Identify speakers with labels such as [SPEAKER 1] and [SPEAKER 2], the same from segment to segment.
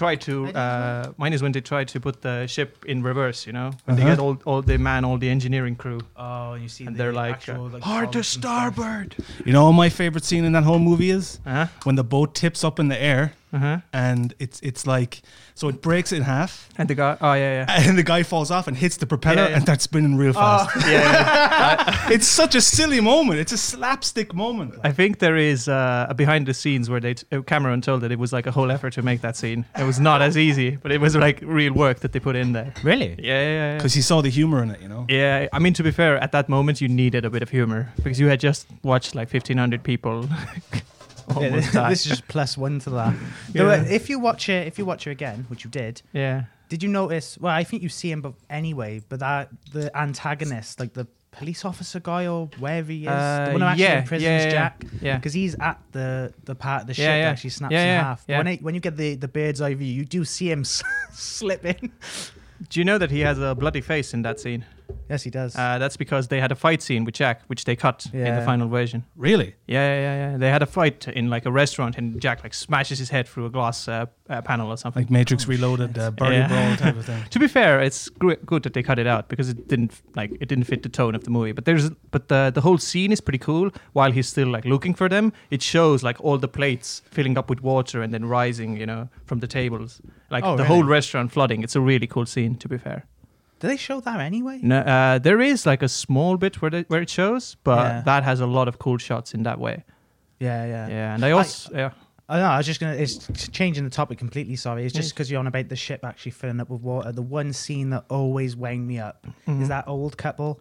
[SPEAKER 1] try to uh, mine is when they try to put the ship in reverse. You know, when they get all all the man, all the engineering crew.
[SPEAKER 2] Oh, and you see
[SPEAKER 1] And
[SPEAKER 2] the
[SPEAKER 1] they're like,
[SPEAKER 2] actual,
[SPEAKER 1] uh,
[SPEAKER 2] like
[SPEAKER 3] Hard to
[SPEAKER 2] solids and stuff.
[SPEAKER 3] starboard. You know, my favorite scene in that whole movie is
[SPEAKER 1] Uh-huh.
[SPEAKER 3] when the boat tips up in the air,
[SPEAKER 1] Uh-huh.
[SPEAKER 3] and it's it's like so it breaks in half,
[SPEAKER 1] And the guy, oh yeah, yeah.
[SPEAKER 3] and the guy falls off and hits the propeller
[SPEAKER 1] Yeah, yeah.
[SPEAKER 3] and starts spinning real fast.
[SPEAKER 1] yeah, yeah.
[SPEAKER 3] it's such a silly moment. It's a slapstick moment.
[SPEAKER 1] I think there is uh, a behind the scenes where they t- uh, Cameron told that it was like a whole effort to make that scene. It was not as easy, but it was like real work that they put in there.
[SPEAKER 4] Really?
[SPEAKER 1] Yeah, yeah, yeah.
[SPEAKER 3] Because he saw the humor in it, you know.
[SPEAKER 1] Yeah, I mean to be fair, at that moment you needed a bit of humor because you had just watched like fifteen hundred people almost
[SPEAKER 4] Yeah,
[SPEAKER 1] die.
[SPEAKER 4] this is just plus one to
[SPEAKER 1] Yeah.
[SPEAKER 4] that. There were- if you watch it, if you watch it again, which you did,
[SPEAKER 1] yeah,
[SPEAKER 4] did you notice? Well, I think you see him, but anyway, but that the antagonist, like the police officer guy or wherever he is,
[SPEAKER 1] Uh,
[SPEAKER 4] the one who actually
[SPEAKER 1] yeah,
[SPEAKER 4] imprisons
[SPEAKER 1] yeah, yeah,
[SPEAKER 4] Jack,
[SPEAKER 1] yeah.
[SPEAKER 4] because he's at the the part of the ship
[SPEAKER 1] Yeah,
[SPEAKER 4] that
[SPEAKER 1] yeah.
[SPEAKER 4] actually snaps
[SPEAKER 1] Yeah,
[SPEAKER 4] in
[SPEAKER 1] yeah,
[SPEAKER 4] half.
[SPEAKER 1] yeah.
[SPEAKER 4] When it, when you get the the bird's eye view, you do see him s- slip in.
[SPEAKER 1] Do you know that he has a bloody face in that scene?
[SPEAKER 4] Yes, he does.
[SPEAKER 1] Uh, that's because they had a fight scene with Jack, which they cut in the
[SPEAKER 4] Yeah.
[SPEAKER 1] final version.
[SPEAKER 3] Really?
[SPEAKER 1] Yeah, yeah, yeah, yeah. They had a fight in like a restaurant, and Jack like smashes his head through a glass uh, uh, panel or something.
[SPEAKER 3] Like Matrix Reloaded, uh, Barry
[SPEAKER 1] Yeah.
[SPEAKER 3] Brawl type of thing.
[SPEAKER 1] to be fair, it's gr- good that they cut it out because it didn't like it didn't fit the tone of the movie. But there's but the the whole scene is pretty cool. While he's still like looking for them, it shows like all the plates filling up with water and then rising, you know, from the tables. Like
[SPEAKER 4] Oh,
[SPEAKER 1] the
[SPEAKER 4] really?
[SPEAKER 1] whole restaurant flooding. It's a really cool scene. To be fair,
[SPEAKER 4] do they show that anyway?
[SPEAKER 1] no, uh, there is like a small bit where the, where it shows, but
[SPEAKER 4] Yeah.
[SPEAKER 1] that has a lot of cool shots in that way.
[SPEAKER 4] Yeah, yeah,
[SPEAKER 1] Yeah, and I also yeah.
[SPEAKER 4] I know. I was just gonna. It's changing the topic completely. Sorry. It's
[SPEAKER 3] Mm.
[SPEAKER 4] just
[SPEAKER 1] Yes.
[SPEAKER 4] because you're on about the ship actually filling up with water. The one scene that always wound me up is that old couple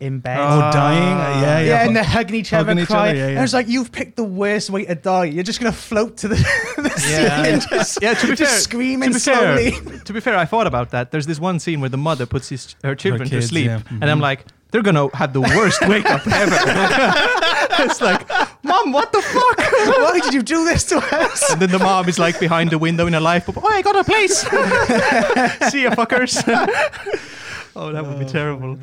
[SPEAKER 4] in bed.
[SPEAKER 3] Mm-hmm. Oh, dying? Uh, yeah, yeah.
[SPEAKER 4] yeah, and they're hugging each other,
[SPEAKER 3] Hugging each other,
[SPEAKER 4] crying.
[SPEAKER 3] yeah,
[SPEAKER 4] And
[SPEAKER 3] yeah.
[SPEAKER 4] it's like you've picked the worst way to die. You're just gonna float to the, the
[SPEAKER 1] Yeah.
[SPEAKER 4] sea and just,
[SPEAKER 1] Yeah, to be
[SPEAKER 4] just
[SPEAKER 1] fair,
[SPEAKER 4] screaming
[SPEAKER 1] to be
[SPEAKER 4] slowly.
[SPEAKER 1] Fair, to be fair, I thought about that. There's this one scene where the mother puts his, her children
[SPEAKER 3] kids,
[SPEAKER 1] to sleep,
[SPEAKER 3] yeah.
[SPEAKER 1] and I'm like, they're gonna have the worst wake up ever. it's like, mom, what the fuck?
[SPEAKER 4] Why did you do this to us?
[SPEAKER 1] And then the mom is like behind the window in a lifeboat. Oh, I got a place. See ya, fuckers. oh, that would be terrible.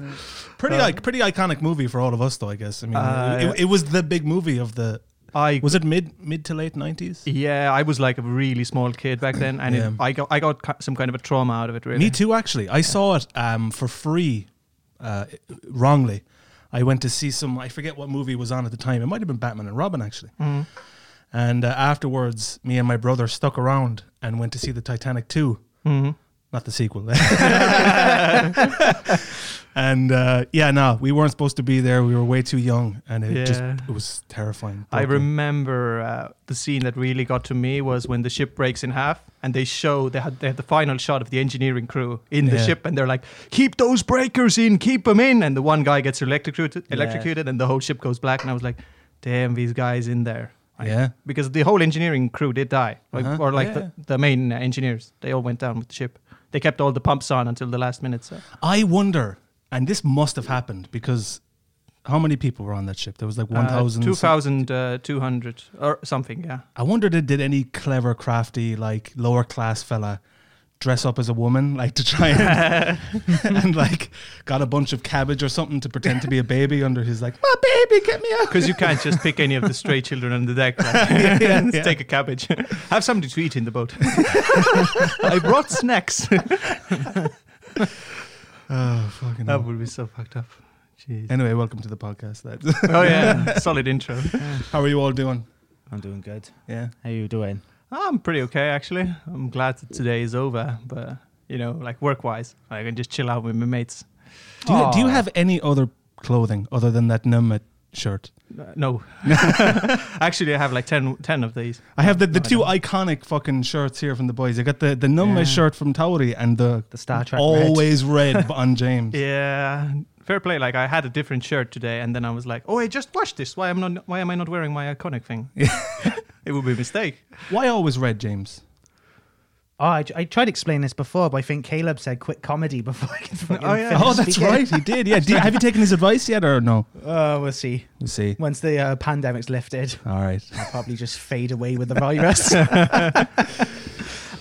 [SPEAKER 3] Pretty like pretty iconic movie for all of us, though. I guess. I mean,
[SPEAKER 1] Uh,
[SPEAKER 3] it, it was the big movie of the.
[SPEAKER 1] I
[SPEAKER 3] Was it mid mid to late nineties?
[SPEAKER 1] yeah, I was like a really small kid back then, and
[SPEAKER 3] Yeah.
[SPEAKER 1] it, I got I got ki- some kind of a trauma out of it. Really,
[SPEAKER 3] Me too, actually. I saw it um, for free, uh, wrongly. I went to see some. I forget what movie was on at the time. It might have been Batman and Robin, actually.
[SPEAKER 1] Mm-hmm.
[SPEAKER 3] And uh, afterwards, me and my brother stuck around and went to see the Titanic 2
[SPEAKER 1] Mm-hmm.
[SPEAKER 3] not the sequel. and uh, yeah, no, we weren't supposed to be there. We were way too young, and it just
[SPEAKER 1] Yeah.
[SPEAKER 3] it was terrifying.
[SPEAKER 1] I
[SPEAKER 3] Broken.
[SPEAKER 1] remember uh, the scene that really got to me was when the ship breaks in half and they show they had they had the final shot of the engineering crew in the
[SPEAKER 3] Yeah.
[SPEAKER 1] ship and they're like, "Keep those breakers in, keep them in," and the one guy gets electrocuted,
[SPEAKER 4] Yeah.
[SPEAKER 1] electrocuted, and the whole ship goes black. And I was like, "Damn, these guys in there." Like,
[SPEAKER 3] Yeah.
[SPEAKER 1] because the whole engineering crew did die, like,
[SPEAKER 3] Uh-huh.
[SPEAKER 1] or like
[SPEAKER 3] Yeah.
[SPEAKER 1] the, the main uh, engineers, they all went down with the ship. They kept all the pumps on until the last minute. So
[SPEAKER 3] I wonder, and this must have happened because how many people were on that ship? There was like one thousand.
[SPEAKER 1] Uh, two thousand uh, two hundred or something. Yeah.
[SPEAKER 3] I wonder did, did any clever, crafty, like lower class fella dress up as a woman, like to try and, and like got a bunch of cabbage or something to pretend to be a baby under his like, my baby, get me out.
[SPEAKER 1] Because you can't just pick any of the stray children on the deck. Like,
[SPEAKER 3] yeah.
[SPEAKER 1] Take a cabbage. Have something to eat in the boat. I brought snacks.
[SPEAKER 3] Oh, fucking hell.
[SPEAKER 1] that would be so fucked up. Jeez.
[SPEAKER 3] Anyway, welcome to the podcast. lads.
[SPEAKER 1] Oh yeah, solid intro.
[SPEAKER 3] How are you all doing?
[SPEAKER 4] I'm doing good.
[SPEAKER 3] Yeah.
[SPEAKER 4] How you doing?
[SPEAKER 1] I'm pretty okay actually. I'm glad that today is over, but you know, like work-wise, I can just chill out with my mates.
[SPEAKER 3] Do you, do you
[SPEAKER 4] Aw.
[SPEAKER 3] have any other clothing other than that Numit shirt?
[SPEAKER 1] Uh, No, actually, I have like 10, 10 of these.
[SPEAKER 3] I have the, the
[SPEAKER 1] No, I
[SPEAKER 3] two
[SPEAKER 1] don't.
[SPEAKER 3] iconic fucking shirts here from the boys. I got the, the Numit
[SPEAKER 1] Yeah.
[SPEAKER 3] shirt from Tauri and the,
[SPEAKER 4] The Star Trek red.
[SPEAKER 3] always red, on James.
[SPEAKER 1] Yeah, fair play. Like I had a different shirt today, and then I was like, "Oh, I just washed this. Why am not? Why am I not wearing my iconic thing? it would be a mistake."
[SPEAKER 3] Why always red, James?
[SPEAKER 4] Oh, I, I tried to explain this before, but I think Caleb said quit comedy before I could fucking
[SPEAKER 1] Oh, yeah.
[SPEAKER 4] finish
[SPEAKER 3] Oh, that's
[SPEAKER 4] speaking.
[SPEAKER 3] right. He did. Yeah. Do you- have you taken his advice yet or no?
[SPEAKER 4] Uh, we'll see.
[SPEAKER 3] We'll see.
[SPEAKER 4] Once the uh, pandemic's lifted,
[SPEAKER 3] All right.
[SPEAKER 4] I'll probably just fade away with the virus.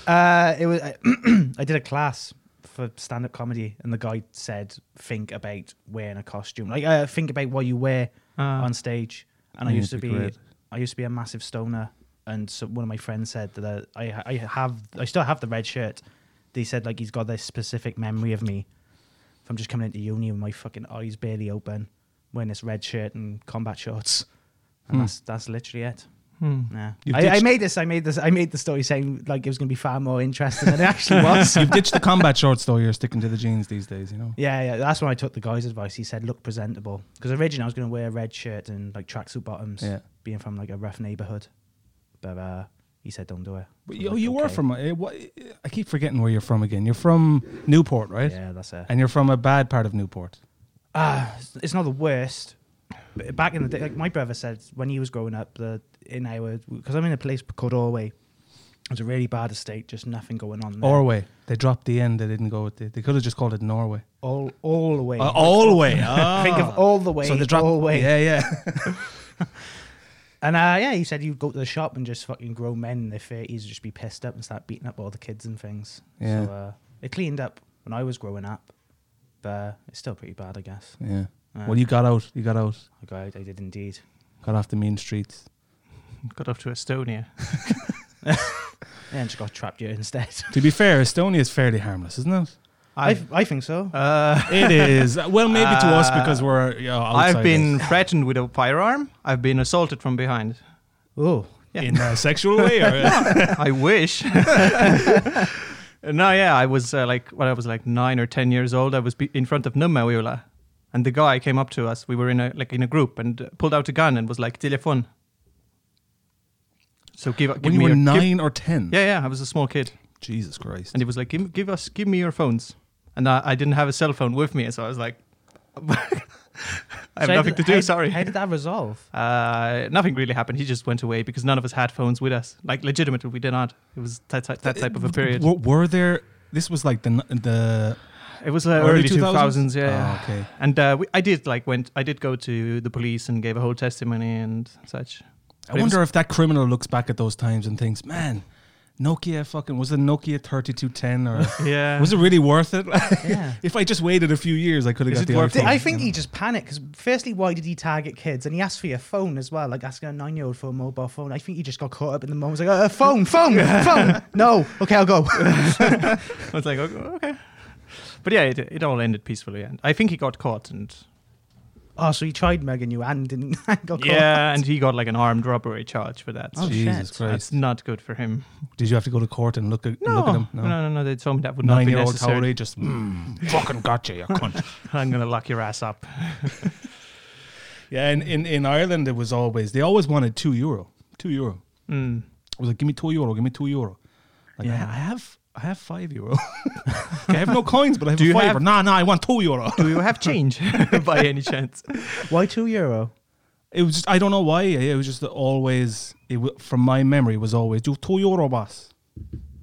[SPEAKER 4] uh, it was. I, I did a class for stand-up comedy, and the guy said, "Think about wearing a costume. Like, uh, think about what you wear
[SPEAKER 1] Uh,
[SPEAKER 4] on stage." And I
[SPEAKER 3] Yeah,
[SPEAKER 4] used to
[SPEAKER 3] it'd Ah. Mm, be
[SPEAKER 4] be,
[SPEAKER 3] great.
[SPEAKER 4] I used to be a massive stoner, and so one of my friends said that uh, I I have I still have the red shirt. They said like he's got this specific memory of me from just coming into uni with my fucking eyes barely open, wearing this red shirt and combat shorts, and
[SPEAKER 3] Hmm.
[SPEAKER 4] that's that's literally it.
[SPEAKER 1] Hmm.
[SPEAKER 4] Yeah,
[SPEAKER 3] You've
[SPEAKER 4] I, I
[SPEAKER 3] ditched-
[SPEAKER 4] made this. I made this. I made the story saying like it was gonna be far more interesting than it actually was.
[SPEAKER 3] You've ditched the combat shorts though. You're sticking to the jeans these days. You know.
[SPEAKER 4] Yeah, yeah. That's when I took the guy's advice. He said, "Look presentable," because originally I was going to wear a red shirt and like tracksuit bottoms,
[SPEAKER 3] Yeah.
[SPEAKER 4] being from like a rough neighborhood. But uh, he said, "Don't do it."
[SPEAKER 3] But
[SPEAKER 4] I'm
[SPEAKER 3] you,
[SPEAKER 4] like,
[SPEAKER 3] you were
[SPEAKER 4] "Okay."
[SPEAKER 3] from. Uh, what, I keep forgetting where you're from again. You're from Newport, right?
[SPEAKER 4] Yeah, that's it.
[SPEAKER 3] And you're from a bad part of Newport.
[SPEAKER 4] Ah, it's- it's not the worst. But Back in the day, like my brother said, when he was growing up, the in our because I'm in a place called Orway. It's a really bad estate, just nothing going on. There.
[SPEAKER 3] Norway. They dropped the end. They didn't go with the. They could have just called it Norway.
[SPEAKER 4] all, all the way.
[SPEAKER 3] Uh, Alway. Ah.
[SPEAKER 4] Think of all the way.
[SPEAKER 3] drop-
[SPEAKER 4] all way.
[SPEAKER 3] Yeah, yeah.
[SPEAKER 4] And uh, yeah, he said you'd go to the shop and just fucking grown men in their thirties would just be pissed up and start beating up all the kids and things.
[SPEAKER 3] Yeah.
[SPEAKER 4] So uh, it cleaned up when I was growing up, but uh, it's still pretty bad, I guess.
[SPEAKER 3] yeah.
[SPEAKER 4] Uh,
[SPEAKER 3] Well, you got out. You got out.
[SPEAKER 4] I got out, I did indeed.
[SPEAKER 3] Got off the mean streets.
[SPEAKER 1] Got off to Estonia.
[SPEAKER 4] Yeah, and just got trapped here instead.
[SPEAKER 3] To be fair, Estonia is fairly harmless, isn't it?
[SPEAKER 4] I,
[SPEAKER 1] I've,
[SPEAKER 4] I think so.
[SPEAKER 1] uh,
[SPEAKER 3] It is. Well, maybe to us
[SPEAKER 1] Uh,
[SPEAKER 3] because we're. You know,
[SPEAKER 1] I've
[SPEAKER 3] outsiders.
[SPEAKER 1] been threatened with a firearm. I've been assaulted from behind.
[SPEAKER 4] Oh,
[SPEAKER 1] Yeah.
[SPEAKER 3] in a sexual way. Or, uh,
[SPEAKER 1] I wish. no, yeah, I was uh, like when I was like nine or ten years old, I was be- in front of Nummeula, and the guy came up to us. We were in a like in a group and uh, pulled out a gun and was like "Telefon." So give give
[SPEAKER 3] when
[SPEAKER 1] me
[SPEAKER 3] you were
[SPEAKER 1] your, give-
[SPEAKER 3] nine or ten.
[SPEAKER 1] yeah, yeah, I was a small kid,
[SPEAKER 3] Jesus Christ.
[SPEAKER 1] and he was like, "Give, give us, give me your phones," and I, I didn't have a cell phone with me, so I was like, "I have
[SPEAKER 4] So how
[SPEAKER 1] nothing
[SPEAKER 4] did-
[SPEAKER 1] to do."
[SPEAKER 4] how-
[SPEAKER 1] sorry.
[SPEAKER 4] How did that resolve?
[SPEAKER 1] uh, nothing really happened. He just went away because none of us had phones with us. Like, legitimately, we did not. It was that, that, that type of a period.
[SPEAKER 3] Were, were there? This was like the n- the
[SPEAKER 1] It was uh,
[SPEAKER 3] Early
[SPEAKER 1] early two
[SPEAKER 3] 2000s?
[SPEAKER 1] thousands, yeah. yeah.
[SPEAKER 3] Oh, okay.
[SPEAKER 1] And uh, we, I did like went. I did go to the police and gave a whole testimony and such.
[SPEAKER 3] I
[SPEAKER 1] But it was-
[SPEAKER 3] wonder if that criminal looks back at those times and thinks, man, Nokia fucking was the Nokia thirty two ten or
[SPEAKER 1] Yeah.
[SPEAKER 3] was it really worth it?
[SPEAKER 4] Yeah.
[SPEAKER 3] if I just waited a few years, I could have
[SPEAKER 1] Is
[SPEAKER 3] got
[SPEAKER 1] it
[SPEAKER 3] the other
[SPEAKER 1] worth
[SPEAKER 3] phone,
[SPEAKER 1] it?
[SPEAKER 4] I
[SPEAKER 3] you
[SPEAKER 4] think
[SPEAKER 3] know?
[SPEAKER 4] he just panicked because, firstly, why did he target kids? And he asked for your phone as well, like asking a nine year old for a mobile phone. I think he just got caught up in the moment. He's like, uh, phone, phone, phone. No, okay, I'll go.
[SPEAKER 1] I was like, okay. okay. But yeah, it, it all ended peacefully, and I think he got caught, and
[SPEAKER 4] Oh, so he tried mugging you and didn't and got caught.
[SPEAKER 1] yeah, and he got like an armed robbery charge for that.
[SPEAKER 4] Oh,
[SPEAKER 1] so
[SPEAKER 3] Jesus
[SPEAKER 4] shit.
[SPEAKER 1] that's
[SPEAKER 3] Christ!
[SPEAKER 1] not good for him.
[SPEAKER 3] Did you have to go to court and look at
[SPEAKER 1] No,
[SPEAKER 3] look at him?
[SPEAKER 1] no, no, no. They told me that would not
[SPEAKER 3] Nine
[SPEAKER 1] be
[SPEAKER 3] year old
[SPEAKER 1] necessary.
[SPEAKER 3] Tory just mm, fucking got you, you cunt.
[SPEAKER 1] I'm gonna lock your ass up.
[SPEAKER 3] Yeah, and in, in Ireland, it was always they always wanted two euro, two euro.
[SPEAKER 1] Mm.
[SPEAKER 3] I was like, give me two euro, give me two euro. Like, I,
[SPEAKER 4] Yeah.
[SPEAKER 3] I have, I have five euro. I have no coins, but I have
[SPEAKER 1] Do
[SPEAKER 3] a
[SPEAKER 1] you
[SPEAKER 3] fiver.
[SPEAKER 1] have-
[SPEAKER 3] Nah, nah, I want two euro.
[SPEAKER 1] Do you have change by any chance?
[SPEAKER 4] Why two euro?
[SPEAKER 3] It was just, I don't know why. eh, It was just that always, it wa- from my memory, it was always do two euro, boss.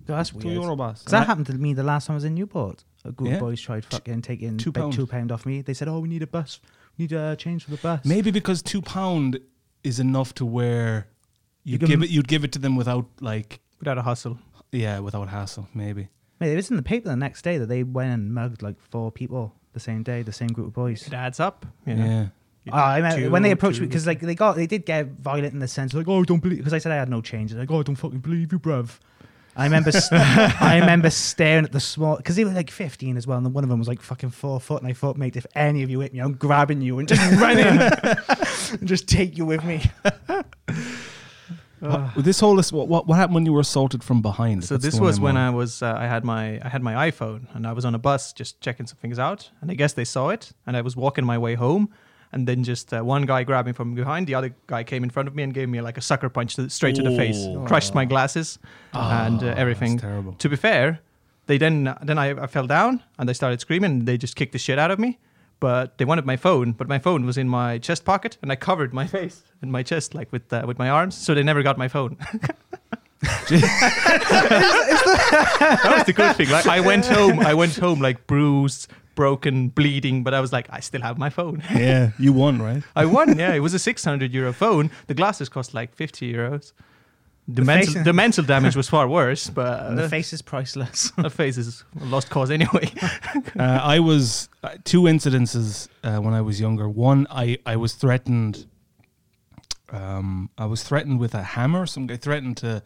[SPEAKER 4] God, that's
[SPEAKER 3] Two
[SPEAKER 4] weird.
[SPEAKER 3] euro, boss.
[SPEAKER 4] Because that happened to me the last time I was in Newport. A group
[SPEAKER 3] Yeah.
[SPEAKER 4] of boys tried fucking taking
[SPEAKER 3] Two
[SPEAKER 4] two
[SPEAKER 3] pound.
[SPEAKER 4] pound. two pound off me. They said, "Oh, we need a bus. We need a change for the bus."
[SPEAKER 3] Maybe because two pound is enough to where you
[SPEAKER 4] give
[SPEAKER 3] give
[SPEAKER 4] them-
[SPEAKER 3] it, you'd give it to them without like,
[SPEAKER 1] Without a hustle.
[SPEAKER 3] yeah, without hassle. Maybe
[SPEAKER 4] Mate, it was in the paper the next day that they went and mugged like four people the same day, the same group of boys.
[SPEAKER 1] It adds up. You know?
[SPEAKER 3] yeah.
[SPEAKER 1] You-
[SPEAKER 4] Oh, I mean,
[SPEAKER 1] two-
[SPEAKER 4] when they approached me,
[SPEAKER 1] two-
[SPEAKER 4] because like they got, they did get violent in the sense like, "Oh, I don't believe," because I said I had no change. They're Like, "Oh, I don't fucking believe you, bruv." I remember, st- I remember staring at the small because they were like 15 as well, and then one of them was like fucking four foot, and I thought, mate, if any of you hit me, I'm grabbing you and just run in, and just take you with me.
[SPEAKER 1] Ah.
[SPEAKER 3] This whole this, what, what what happened when you were assaulted from behind?
[SPEAKER 1] So this was when I was uh, I had my I had my iPhone and I was on a bus just checking some things out and I guess they saw it and I was walking my way home and then just uh, one guy grabbed me from behind the other guy came in front of me and gave me like a sucker punch to, straight to the face
[SPEAKER 3] Oh.
[SPEAKER 1] crushed my glasses and uh, everything
[SPEAKER 3] Ah, terrible.
[SPEAKER 1] to be fair they then then I, I fell down and they started screaming and they just kicked the shit out of me but they wanted my phone but my phone was in my chest pocket and I covered my face and my chest like with uh, with my arms so they never got my phone that was the good thing. Like I went home, I went home like bruised, broken, bleeding, but I was like, I still have my phone.
[SPEAKER 3] yeah, you won, right?
[SPEAKER 1] I won. Yeah, it was a 600 euro phone. The glasses cost like 50 euros. The,
[SPEAKER 4] The
[SPEAKER 1] mental,
[SPEAKER 4] face-
[SPEAKER 1] the mental damage was far worse, but
[SPEAKER 4] And
[SPEAKER 1] the
[SPEAKER 4] the
[SPEAKER 1] face,
[SPEAKER 4] face is priceless.
[SPEAKER 1] the face is a lost cause anyway.
[SPEAKER 3] uh, I was uh, two incidences uh, when I was younger. One, I I was threatened. Um, I was threatened with a hammer. Some guy threatened to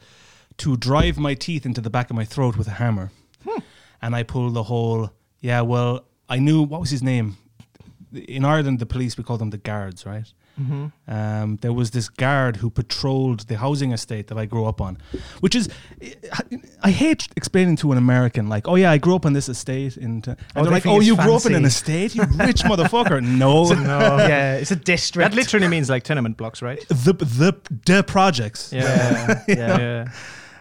[SPEAKER 3] to drive my teeth into the back of my throat with a hammer,
[SPEAKER 4] Hmm.
[SPEAKER 3] and I pulled the whole. Yeah, well, I knew what was his name. In Ireland, the police we call them the guards, right?
[SPEAKER 4] Mm-hmm.
[SPEAKER 1] Mhm.
[SPEAKER 3] Um, there was this guard who patrolled the housing estate that I grew up on, which is, I hate explaining to an American like, oh yeah, I grew up on this estate, and, uh, and
[SPEAKER 4] Oh,
[SPEAKER 3] they're
[SPEAKER 4] they
[SPEAKER 3] like,
[SPEAKER 4] think
[SPEAKER 3] oh,
[SPEAKER 4] it's
[SPEAKER 3] you grew up in an
[SPEAKER 4] fancy.
[SPEAKER 3] estate, you rich motherfucker. Oh, No,
[SPEAKER 4] No. yeah, it's a district.
[SPEAKER 1] That literally means like tenement blocks, right?
[SPEAKER 3] the the the projects.
[SPEAKER 1] Yeah, yeah, yeah.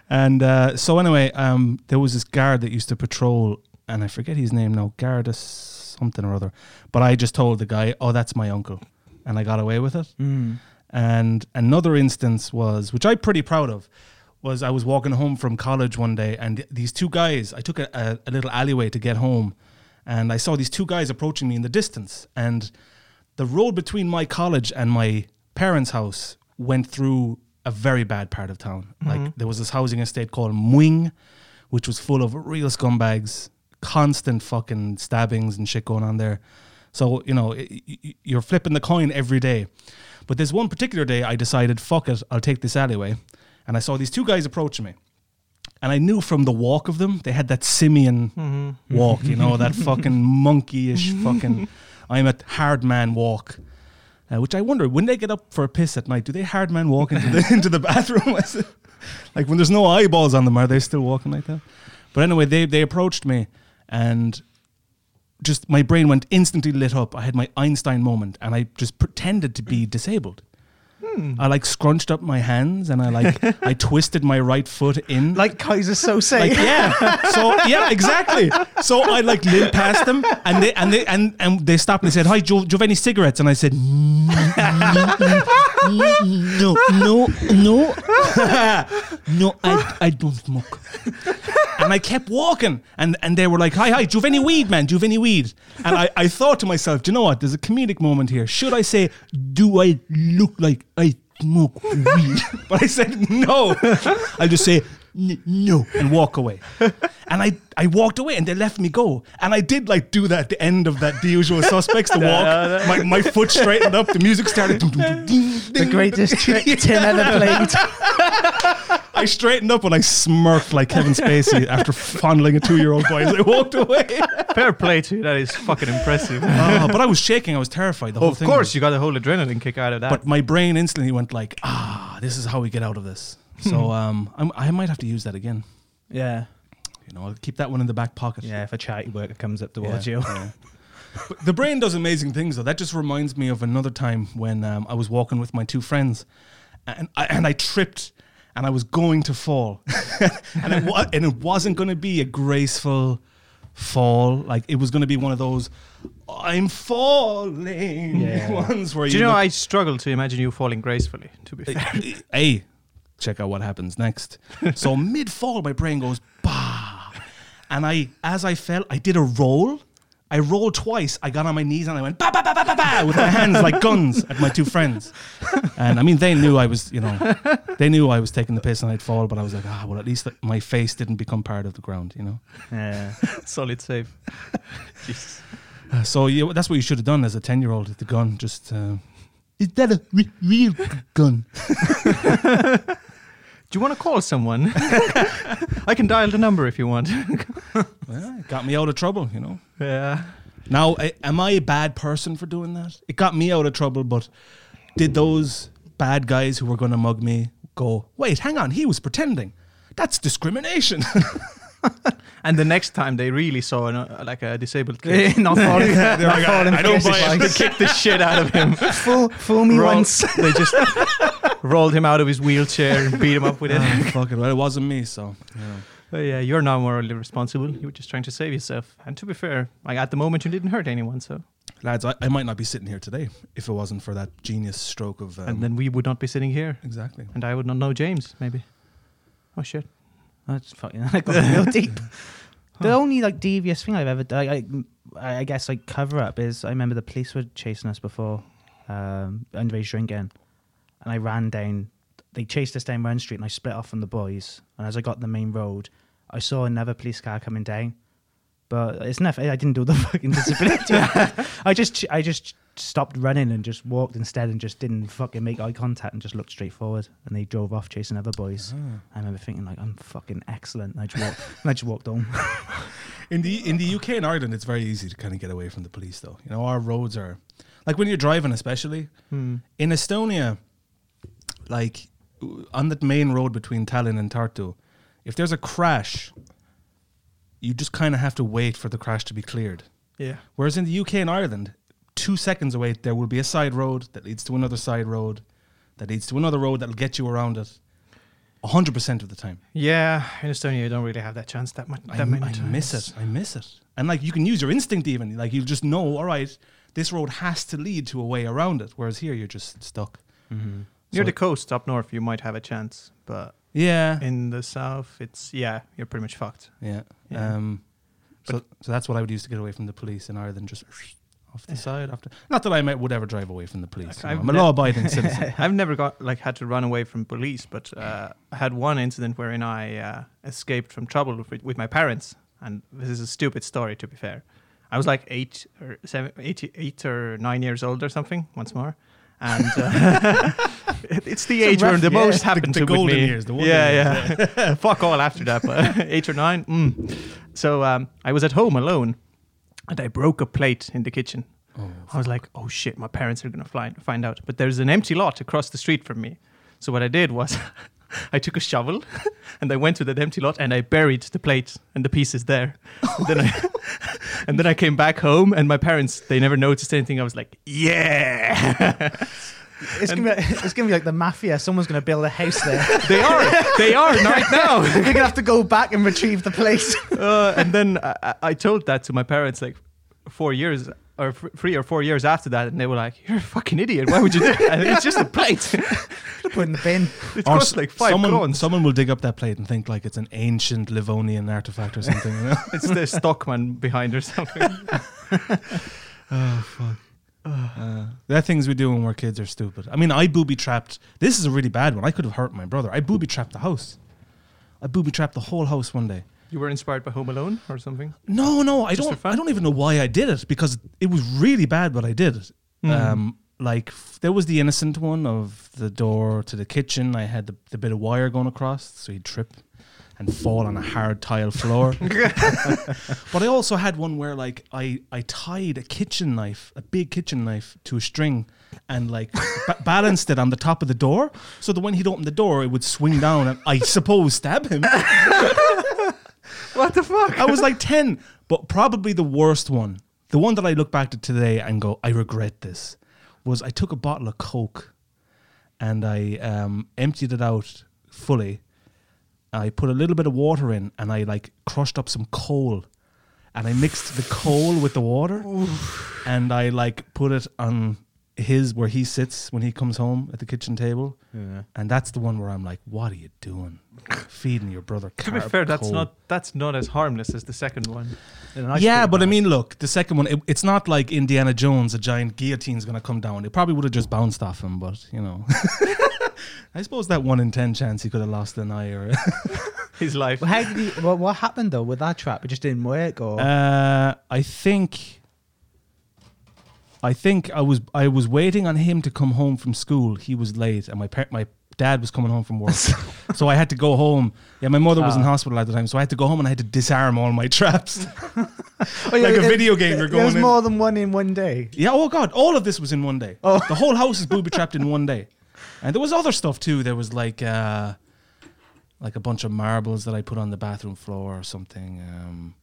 [SPEAKER 3] And uh, so anyway, um, there was this guard that used to patrol, and I forget his name now, Garda something or other. But I just told the guy, "Oh, that's my uncle," and I got away with it.
[SPEAKER 4] Mm.
[SPEAKER 3] And another instance was, which I'm pretty proud of, was I was walking home from college one day, and th- these two guys, I took a, a, a little alleyway to get home, and I saw these two guys approaching me in the distance. And the road between my college and my parents' house went through a very bad part of town. Like there was this housing estate called Mwing, which was full of real scumbags, constant fucking stabbings and shit going on there. So, you know, i- i- you're flipping the coin every day. But this one particular day, I decided, fuck it, I'll take this alleyway. And I saw these two guys approaching me. And I knew from the walk of them, they had that simian walk, you know, that fucking monkeyish fucking, I'm a hard man walk. Uh, which I wonder, when they get up for a piss at night, do they hard man walk into the, into the bathroom? I said, like when there's no eyeballs on them, are they still walking like that? But anyway, they, they approached me and just my brain went instantly lit up. I had my Einstein moment and I just pretended to be disabled. I like scrunched up my hands and I like I twisted my right foot in.
[SPEAKER 4] Like Kaiser Sose.
[SPEAKER 3] Like, yeah. So yeah, exactly. So I like limped past them and they and they and, and they stopped and they said, Hi, Joe, do you have any cigarettes? And I said, "Mm, No, mm, no, no. no, I I don't smoke. And I kept walking and, and they were like, Hi, hi, do you have any weed, man? Do you have any weed? And I, I thought to myself, Do you know what? There's a comedic moment here. Should I say, Do I look like I smoke weed? But I said no. I'll just say "N- no and walk away. And I, I walked away and they left me go. And I did like do that at the end of that the usual suspects, the walk. My, my foot straightened up, the music started. dum, dum, dum, ding,
[SPEAKER 4] the
[SPEAKER 3] ding.
[SPEAKER 4] greatest trick Tim ever played.
[SPEAKER 3] I straightened up when I smirked like Kevin Spacey after fondling a two year old boy as I walked away.
[SPEAKER 1] Fair play to you. That is fucking impressive.
[SPEAKER 3] Ah, but I was shaking. I was terrified. The whole
[SPEAKER 1] of
[SPEAKER 3] thing.
[SPEAKER 1] course, you got a whole adrenaline kick out of that.
[SPEAKER 3] But my brain instantly went like, ah, this is how we get out of this. So um, I'm, I might have to use that again.
[SPEAKER 4] yeah.
[SPEAKER 3] You know, I'll keep that one in the back pocket.
[SPEAKER 4] Yeah, if a charity worker comes up
[SPEAKER 3] Yeah,
[SPEAKER 4] towards you.
[SPEAKER 3] yeah. But the brain does amazing things, though. That just reminds me of another time when um, I was walking with my two friends, and I, and I tripped, and I was going to fall, and it wa- and it wasn't going to be a graceful fall. Like it was going to be one of those "I'm falling"
[SPEAKER 4] Yeah.
[SPEAKER 3] ones where
[SPEAKER 1] Do
[SPEAKER 3] you,
[SPEAKER 1] you know,
[SPEAKER 3] look-
[SPEAKER 1] I struggle to imagine you falling gracefully, to be fair.
[SPEAKER 3] hey, check out what happens next. so mid fall, my brain goes bah, and I, as I fell, I did a roll. I rolled twice. I got on my knees and I went ba ba ba ba ba ba with my hands like guns at my two friends. And I mean, they knew I was, you know, they knew I was taking the piss and I'd fall. But I was like, ah, well, at least like, my face didn't become part of the ground, you know.
[SPEAKER 4] Yeah.
[SPEAKER 1] Solid save. Jesus.
[SPEAKER 3] Uh, So yeah, that's what you should have done as a ten-year-old. with The gun, just uh, is that a re- real gun?
[SPEAKER 1] Do you want to call someone? I can dial the number if you want.
[SPEAKER 3] Well, it got me out of trouble, you know.
[SPEAKER 1] yeah.
[SPEAKER 3] Now, I, am I a bad person for doing that? It got me out of trouble, but did those bad guys who were going to mug me go, wait, hang on, he was pretending? That's discrimination.
[SPEAKER 1] And the next time they really saw an, uh, like a disabled kid,
[SPEAKER 4] not falling. not falling
[SPEAKER 3] I don't
[SPEAKER 4] for
[SPEAKER 3] buy
[SPEAKER 1] they
[SPEAKER 4] exercise.
[SPEAKER 1] kicked the shit out of him.
[SPEAKER 4] Fool, fool me
[SPEAKER 1] Roll-
[SPEAKER 4] once.
[SPEAKER 1] They just rolled him out of his wheelchair and beat him up with it.
[SPEAKER 3] Ah, fuck it, well, it wasn't me, so. you know.
[SPEAKER 1] But yeah, you're not morally responsible. You were just trying to save yourself. And to be fair, like at the moment, you didn't hurt anyone. So,
[SPEAKER 3] Lads, I, I might not be sitting here today if it wasn't for that genius stroke of. Um,
[SPEAKER 1] and then we would not be sitting here,
[SPEAKER 3] exactly.
[SPEAKER 1] and I would not know James. Maybe. Oh shit.
[SPEAKER 4] That's fucking. I got real deep. The only like devious thing I've ever done, I, I, I guess, like cover up is I remember the police were chasing us before um, underage drinking, and I ran down. They chased us down Run Street, and I split off from the boys. And as I got the main road, I saw another police car coming down. But it's nothing. I didn't do the fucking disability. I just, I just stopped running and just walked instead and just didn't fucking make eye contact and just looked straight forward. And they drove off chasing other boys.
[SPEAKER 1] Ah.
[SPEAKER 4] I remember thinking like, I'm fucking excellent. And I just walked, and I just walked home.
[SPEAKER 3] In the in the UK and Ireland, it's very easy to kind of get away from the police, though. You know, our roads are like when you're driving, especially in Estonia, like w- on that main road between Tallinn and Tartu, if there's a crash, you just kind of have to wait for the crash to be cleared.
[SPEAKER 1] Yeah.
[SPEAKER 3] Whereas in the UK and Ireland, two seconds away, there will be a side road that leads to another side road that leads to another road that'll get you around it 100% of the time.
[SPEAKER 1] Yeah, in Estonia, you don't really have that chance that much. That
[SPEAKER 3] I,
[SPEAKER 1] many
[SPEAKER 3] I miss
[SPEAKER 1] times.
[SPEAKER 3] it. I miss it. And like you can use your instinct even. Like you'll just know, all right, this road has to lead to a way around it. Whereas here, you're just stuck.
[SPEAKER 4] Mm-hmm.
[SPEAKER 1] Near
[SPEAKER 3] So-
[SPEAKER 1] the coast up north, you might have a chance, but
[SPEAKER 3] Yeah.
[SPEAKER 1] in the south, it's yeah, you're pretty much fucked.
[SPEAKER 3] Yeah.
[SPEAKER 1] Yeah.
[SPEAKER 3] Um, so, so that's what I would use to get away from the police in Ireland, just off the side. After, not that I might, would ever drive away from the police.
[SPEAKER 1] Like,
[SPEAKER 3] you know,
[SPEAKER 1] I've
[SPEAKER 3] I'm a
[SPEAKER 1] ne-
[SPEAKER 3] law-abiding citizen.
[SPEAKER 1] I've never got like had to run away from police, but uh, I had one incident wherein I uh, escaped from trouble with, with my parents, and this is a stupid story to be fair. I was like eight or seven, eight, eight or nine years old or something. Once more, and uh, it- it's the
[SPEAKER 4] It's a
[SPEAKER 1] age when
[SPEAKER 4] rough
[SPEAKER 1] the
[SPEAKER 4] year.
[SPEAKER 1] most happened
[SPEAKER 3] the
[SPEAKER 1] to with
[SPEAKER 3] golden
[SPEAKER 1] me.
[SPEAKER 3] years, the wonder
[SPEAKER 1] yeah, yeah. Fuck all after that, but eight or nine. Mm. So um, I was at home alone, and I broke a plate in the kitchen. I was like, oh shit, my parents are gonna find find out. But there's an empty lot across the street from me. So what I did was, I took a shovel, and I went to that empty lot and I buried the plate and the pieces there. And then I, and then I came back home, and my parents they never noticed anything. I was like, yeah,
[SPEAKER 4] It's gonna, be, it's gonna be like the mafia. Someone's gonna build a house there.
[SPEAKER 1] they are, they are right now.
[SPEAKER 4] We're gonna have to go back and retrieve the place.
[SPEAKER 1] uh, and then I, I- I told that to my parents like four years or f- three or four years after that, and they were like, "You're a fucking idiot. Why would you do that? And It's just a plate. it
[SPEAKER 4] Put in the bin.
[SPEAKER 3] Or
[SPEAKER 1] costs
[SPEAKER 3] s-
[SPEAKER 1] like five
[SPEAKER 3] someone,
[SPEAKER 1] crowns.
[SPEAKER 3] Someone will dig up that plate and think like it's an ancient Livonian artifact or something. you know?
[SPEAKER 1] It's the stockman behind or something.
[SPEAKER 3] Uh, the things we do when we're kids are stupid. I mean, I booby trapped. This is a really bad one. I could have hurt my brother. I booby trapped the house. I booby trapped the whole house one day.
[SPEAKER 1] You were inspired by Home Alone or something?
[SPEAKER 3] No, no, I
[SPEAKER 1] Just for
[SPEAKER 3] don't.
[SPEAKER 1] fun?
[SPEAKER 3] I don't even know why I did it because it was really bad what I did.
[SPEAKER 1] Hmm.
[SPEAKER 3] Um, like f- there was the innocent one of the door to the kitchen. I had the, the bit of wire going across, so he'd trip and fall on a hard tile floor. but I also had one where like I I tied a kitchen knife, a big kitchen knife, to a string and like ba- balanced it on the top of the door, so that when he'd open the door, it would swing down and I suppose stab him.
[SPEAKER 1] What the fuck?
[SPEAKER 3] I was like 10, but probably the worst one, the one that I look back to today and go, I regret this, was I took a bottle of Coke and I um, emptied it out fully. I put a little bit of water in and I like crushed up some coal and I mixed the coal with the water and I like put it on his where he sits when he comes home at the kitchen table. And that's the one where I'm like, what are you doing? Feeding your brother.
[SPEAKER 1] To be
[SPEAKER 3] carb
[SPEAKER 1] fair, that's
[SPEAKER 3] coal."
[SPEAKER 1] not that's not as harmless as the second one.
[SPEAKER 3] yeah, but I mean, look, the second one, it, it's not like Indiana Jones, a giant guillotine's going to come down. It probably would have just bounced off him, but, you know. I suppose that one in 10 chance he could have lost an eye or.
[SPEAKER 1] His life.
[SPEAKER 4] Well, how did he, well, what happened though with that trap? It just didn't work, or
[SPEAKER 3] Uh, I think. I think I was I was waiting on him to come home from school. He was late, and my par- my dad was coming home from work, so I had to go home. Yeah, my mother was in
[SPEAKER 4] Ah.
[SPEAKER 3] hospital at the time, so I had to go home and I had to disarm all my traps.
[SPEAKER 4] Oh, yeah,
[SPEAKER 3] like a
[SPEAKER 4] there-
[SPEAKER 3] video game you're
[SPEAKER 4] There was
[SPEAKER 3] going in.
[SPEAKER 4] more than one in one day.
[SPEAKER 3] Yeah. Oh God, all of this was in one day.
[SPEAKER 4] Oh.
[SPEAKER 3] the whole house is booby trapped in one day, and there was other stuff too. There was like, uh, like a bunch of marbles that I put on the bathroom floor or something. Um,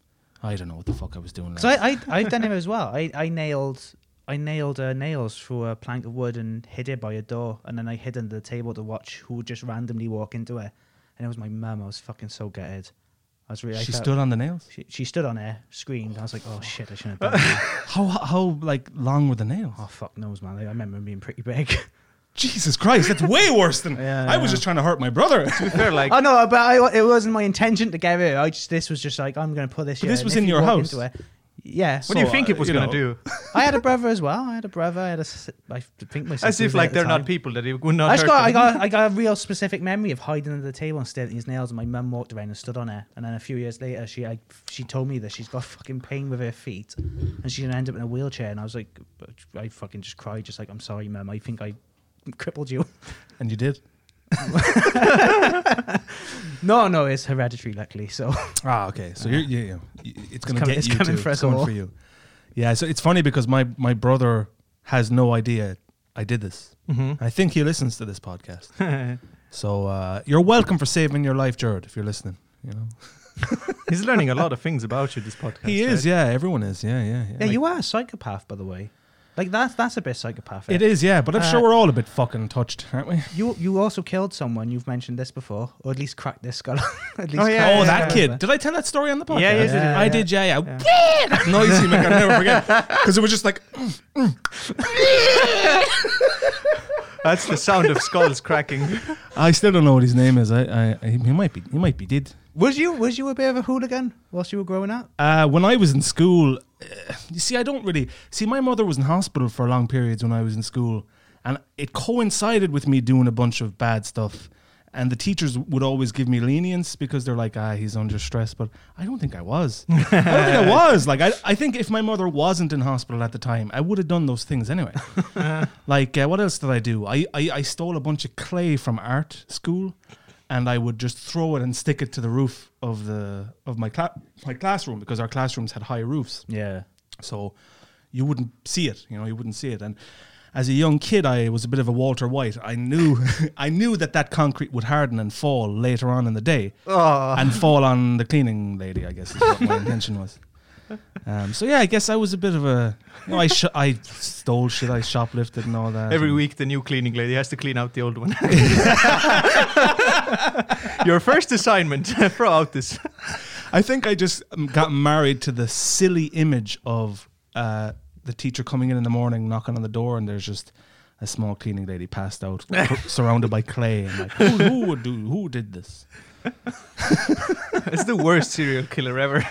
[SPEAKER 3] I don't know what the fuck I was doing.
[SPEAKER 4] So I, I I've done him as well. I, I nailed I nailed uh, nails through a plank of wood and hid it by a door, and then I hid under the table to watch who would just randomly walk into it. And it was my mum. I was fucking so gutted. I was really. I
[SPEAKER 3] she
[SPEAKER 4] felt-
[SPEAKER 3] stood on the nails.
[SPEAKER 4] She, she stood on air, screamed. I was like, oh shit, I shouldn't have done that.
[SPEAKER 3] How how like long were the nails?
[SPEAKER 4] Oh fuck knows, man. I remember him being pretty big.
[SPEAKER 3] Jesus Christ, that's way worse than
[SPEAKER 4] Yeah,
[SPEAKER 3] I was
[SPEAKER 4] yeah.
[SPEAKER 3] just trying to hurt my brother.
[SPEAKER 1] to be fair, like
[SPEAKER 4] oh no, but I, it wasn't my intention to get it. I just this was just like I'm going to put this.
[SPEAKER 3] But
[SPEAKER 4] here,
[SPEAKER 3] this
[SPEAKER 4] and
[SPEAKER 3] was
[SPEAKER 4] if
[SPEAKER 3] in
[SPEAKER 4] you
[SPEAKER 3] your
[SPEAKER 4] walk
[SPEAKER 3] house.
[SPEAKER 4] Into it, yeah.
[SPEAKER 1] What do you
[SPEAKER 3] So,
[SPEAKER 1] think
[SPEAKER 3] uh,
[SPEAKER 1] it was
[SPEAKER 3] you
[SPEAKER 1] going
[SPEAKER 3] know,
[SPEAKER 1] to do?
[SPEAKER 4] I had a brother as well. I had a brother. I had a. s- I think my sister
[SPEAKER 1] As
[SPEAKER 4] was
[SPEAKER 1] if
[SPEAKER 4] there
[SPEAKER 1] like
[SPEAKER 4] at the
[SPEAKER 1] they're
[SPEAKER 4] time.
[SPEAKER 1] not people that it would not.
[SPEAKER 4] I just
[SPEAKER 1] hurt
[SPEAKER 4] got,
[SPEAKER 1] them.
[SPEAKER 4] I got, I got a real specific memory of hiding under the table and staring at these nails, and my mum walked around and stood on her. And then a few years later, she, I, she told me that she's got fucking pain with her feet, and she's gonna end up in a wheelchair. And I was like, I fucking just cried, just like, I'm sorry, mum. I think I crippled you.
[SPEAKER 3] And you did.
[SPEAKER 4] no, no, it's hereditary, luckily. So
[SPEAKER 3] Ah, okay. So you're, you, you, it's going to
[SPEAKER 4] coming-
[SPEAKER 3] get
[SPEAKER 4] it's
[SPEAKER 3] you.
[SPEAKER 4] coming
[SPEAKER 3] too.
[SPEAKER 4] for
[SPEAKER 3] It's
[SPEAKER 4] us
[SPEAKER 3] going
[SPEAKER 4] all.
[SPEAKER 3] for you. Yeah. So it's funny because my my brother has no idea I did this.
[SPEAKER 1] Mm-hmm.
[SPEAKER 3] I think he listens to this podcast. so uh, you're welcome for saving your life, Jared, if you're listening. You know
[SPEAKER 1] He's learning a lot of things about you. This podcast.
[SPEAKER 3] he is.
[SPEAKER 1] right?
[SPEAKER 3] Yeah, everyone is. Yeah, yeah, yeah.
[SPEAKER 4] yeah,
[SPEAKER 3] Like,
[SPEAKER 4] you are a psychopath, by the way. Like that's that's a bit psychopathic.
[SPEAKER 3] It is. Yeah, but I'm
[SPEAKER 4] Uh,
[SPEAKER 3] sure we're all a bit fucking touched, aren't we?
[SPEAKER 4] You you also killed someone. You've mentioned this before, or at least cracked this skull. at least
[SPEAKER 1] Oh, yeah,
[SPEAKER 4] cracked
[SPEAKER 3] oh,
[SPEAKER 1] yeah,
[SPEAKER 4] this
[SPEAKER 3] that
[SPEAKER 4] skull
[SPEAKER 3] kid.
[SPEAKER 4] open.
[SPEAKER 3] Did I tell that story on the podcast?
[SPEAKER 1] Yeah, yes, you
[SPEAKER 4] did.
[SPEAKER 3] I did. Yeah, yeah. That noise you make, I'll never forget. Because it was just like,
[SPEAKER 1] That's the sound of skulls cracking.
[SPEAKER 3] I still don't know what his name is. I, I, he might be, he might be dead.
[SPEAKER 4] Was you was you a bit of a hooligan whilst you were growing up?
[SPEAKER 3] Uh, when I was in school, uh, you see, I don't really see. My mother was in hospital for long periods when I was in school, and it coincided with me doing a bunch of bad stuff. And the teachers would always give me lenience because they're like, ah, he's under stress. But I don't think I was. I don't think I was. Like, I, I think if my mother wasn't in hospital at the time, I would have done those things anyway. like, uh, what else did I do? I, I, I stole a bunch of clay from art school and I would just throw it and stick it to the roof of the of my cla- my classroom because our classrooms had high roofs,
[SPEAKER 4] Yeah.
[SPEAKER 3] so you wouldn't see it. You know, you wouldn't see it. And as a young kid, I was a bit of a Walter White. I knew I knew that that concrete would harden and fall later on in the day, and fall on the cleaning lady. I guess is what my intention was. Um, so yeah, I guess I was a bit of a. You know, I sh- I stole shit. I shoplifted and all that.
[SPEAKER 1] Every
[SPEAKER 3] and-
[SPEAKER 1] week, the new cleaning lady has to clean out the old one. Your first assignment throughout this.
[SPEAKER 3] I think I just um, got married to the silly image of uh, the teacher coming in in the morning, knocking on the door, and there's just a small cleaning lady passed out, cur- surrounded by clay. And like, who, who would do? Who did this?
[SPEAKER 1] It's the worst serial killer ever.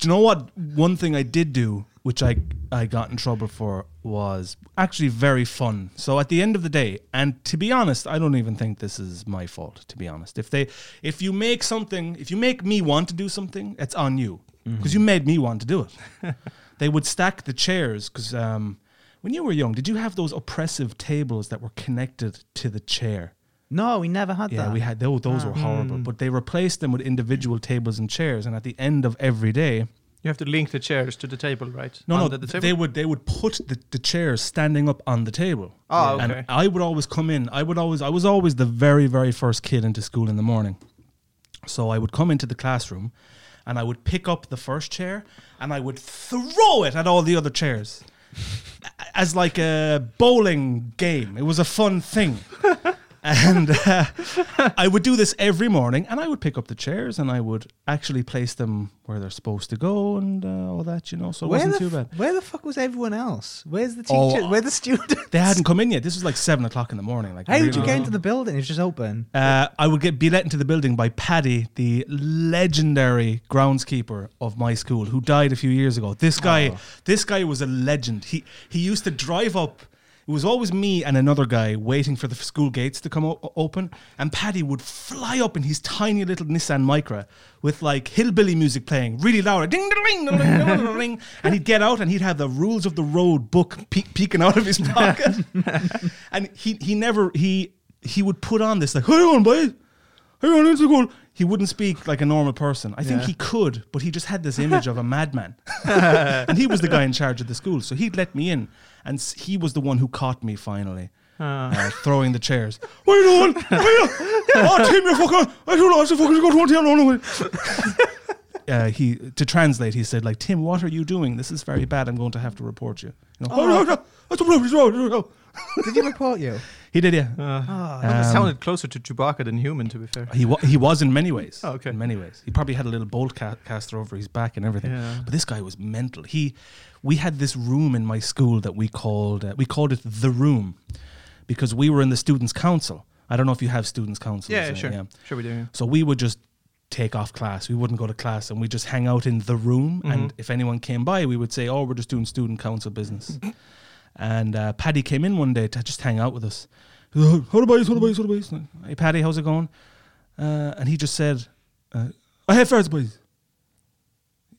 [SPEAKER 3] Do you know what? One thing I did do, which I I got in trouble for, was actually very fun. So at the end of the day, and to be honest, I don't even think this is my fault. To be honest, if they if you make something, if you make me want to do something, it's on you because you made me want to do it. they would stack the chairs because um, when you were young, did you have those oppressive tables that were connected to the chair?
[SPEAKER 4] No, we never had
[SPEAKER 3] Yeah,
[SPEAKER 4] that.
[SPEAKER 3] we had those. Those were horrible, but they replaced them with individual tables and chairs. And at the end of every day,
[SPEAKER 1] You have to link the chairs to the table, right?
[SPEAKER 3] no, no,
[SPEAKER 1] Under the
[SPEAKER 3] they
[SPEAKER 1] table.
[SPEAKER 3] would they would put the, the chairs standing up on the table.
[SPEAKER 1] Oh, okay.
[SPEAKER 3] And I would always come in. I would always I was always the very very first kid into school in the morning. So I would come into the classroom and I would pick up the first chair and I would throw it at all the other chairs a- as like a bowling game. It was a fun thing. and uh, I would do this every morning and I would pick up the chairs and I would actually place them where they're supposed to go and uh, all that, you know. So it
[SPEAKER 4] where
[SPEAKER 3] wasn't
[SPEAKER 4] the
[SPEAKER 3] too bad.
[SPEAKER 4] f- Where the fuck was everyone else? Where's the
[SPEAKER 3] Oh,
[SPEAKER 4] teacher? Where the student?
[SPEAKER 3] They hadn't come in yet. This was like seven o'clock in the morning. Like,
[SPEAKER 4] How did you
[SPEAKER 3] really-
[SPEAKER 4] get into the building? It was just open.
[SPEAKER 3] Uh, I would get be let into the building by Paddy, the legendary groundskeeper of my school, who died a few years ago. This guy, this guy was a legend. He he used to drive up. It was always me and another guy waiting for the school gates to come o- open, and Paddy would fly up in his tiny little Nissan Micra with like hillbilly music playing really loud, ding ding ding ding ding, ding, and he'd get out and he'd have the rules of the road book pe- peeking out of his pocket, and he he never he he would put on this like, "How you on, boys? How you on into goal?" He wouldn't speak like a normal person. I think he could, but he just had this image of a madman, and he was the guy in charge of the school, so he'd let me in, and s- he was the one who caught me finally. uh, throwing the chairs. What are you doing? What are you doing? Oh, Tim, you fucker! I don't know. I just fucking got one down on uh, he to translate, he said like, "Tim, what are you doing? This is very bad. I'm going to have to report you." You know, "Oh, no, no, that's a problem, it's wrong, it's wrong."
[SPEAKER 4] Did you report you?
[SPEAKER 3] He did, yeah.
[SPEAKER 1] Oh, it sounded closer to Chewbacca than human, to be fair.
[SPEAKER 3] He wa- he was in many ways.
[SPEAKER 1] Oh, okay.
[SPEAKER 3] In many ways, he probably had a little bolt ca- caster over his back and everything.
[SPEAKER 1] Yeah.
[SPEAKER 3] But this guy was mental. He, we had this room in my school that we called uh, we called it the room, because we were in the students' uh, council. I don't know if you have students' council.
[SPEAKER 1] Yeah, sure. Sure, we do. yeah.
[SPEAKER 3] So we would just take off class. We wouldn't go to class and we just hang out in the room. And if anyone came by, we would say, "Oh, we're just doing student council business." and uh, Paddy came in one day to just hang out with us. He was like, How about you? How about you? How about you? Hey, Paddy, how's it going? Uh, and he just said, uh, "I have ferrets, boys."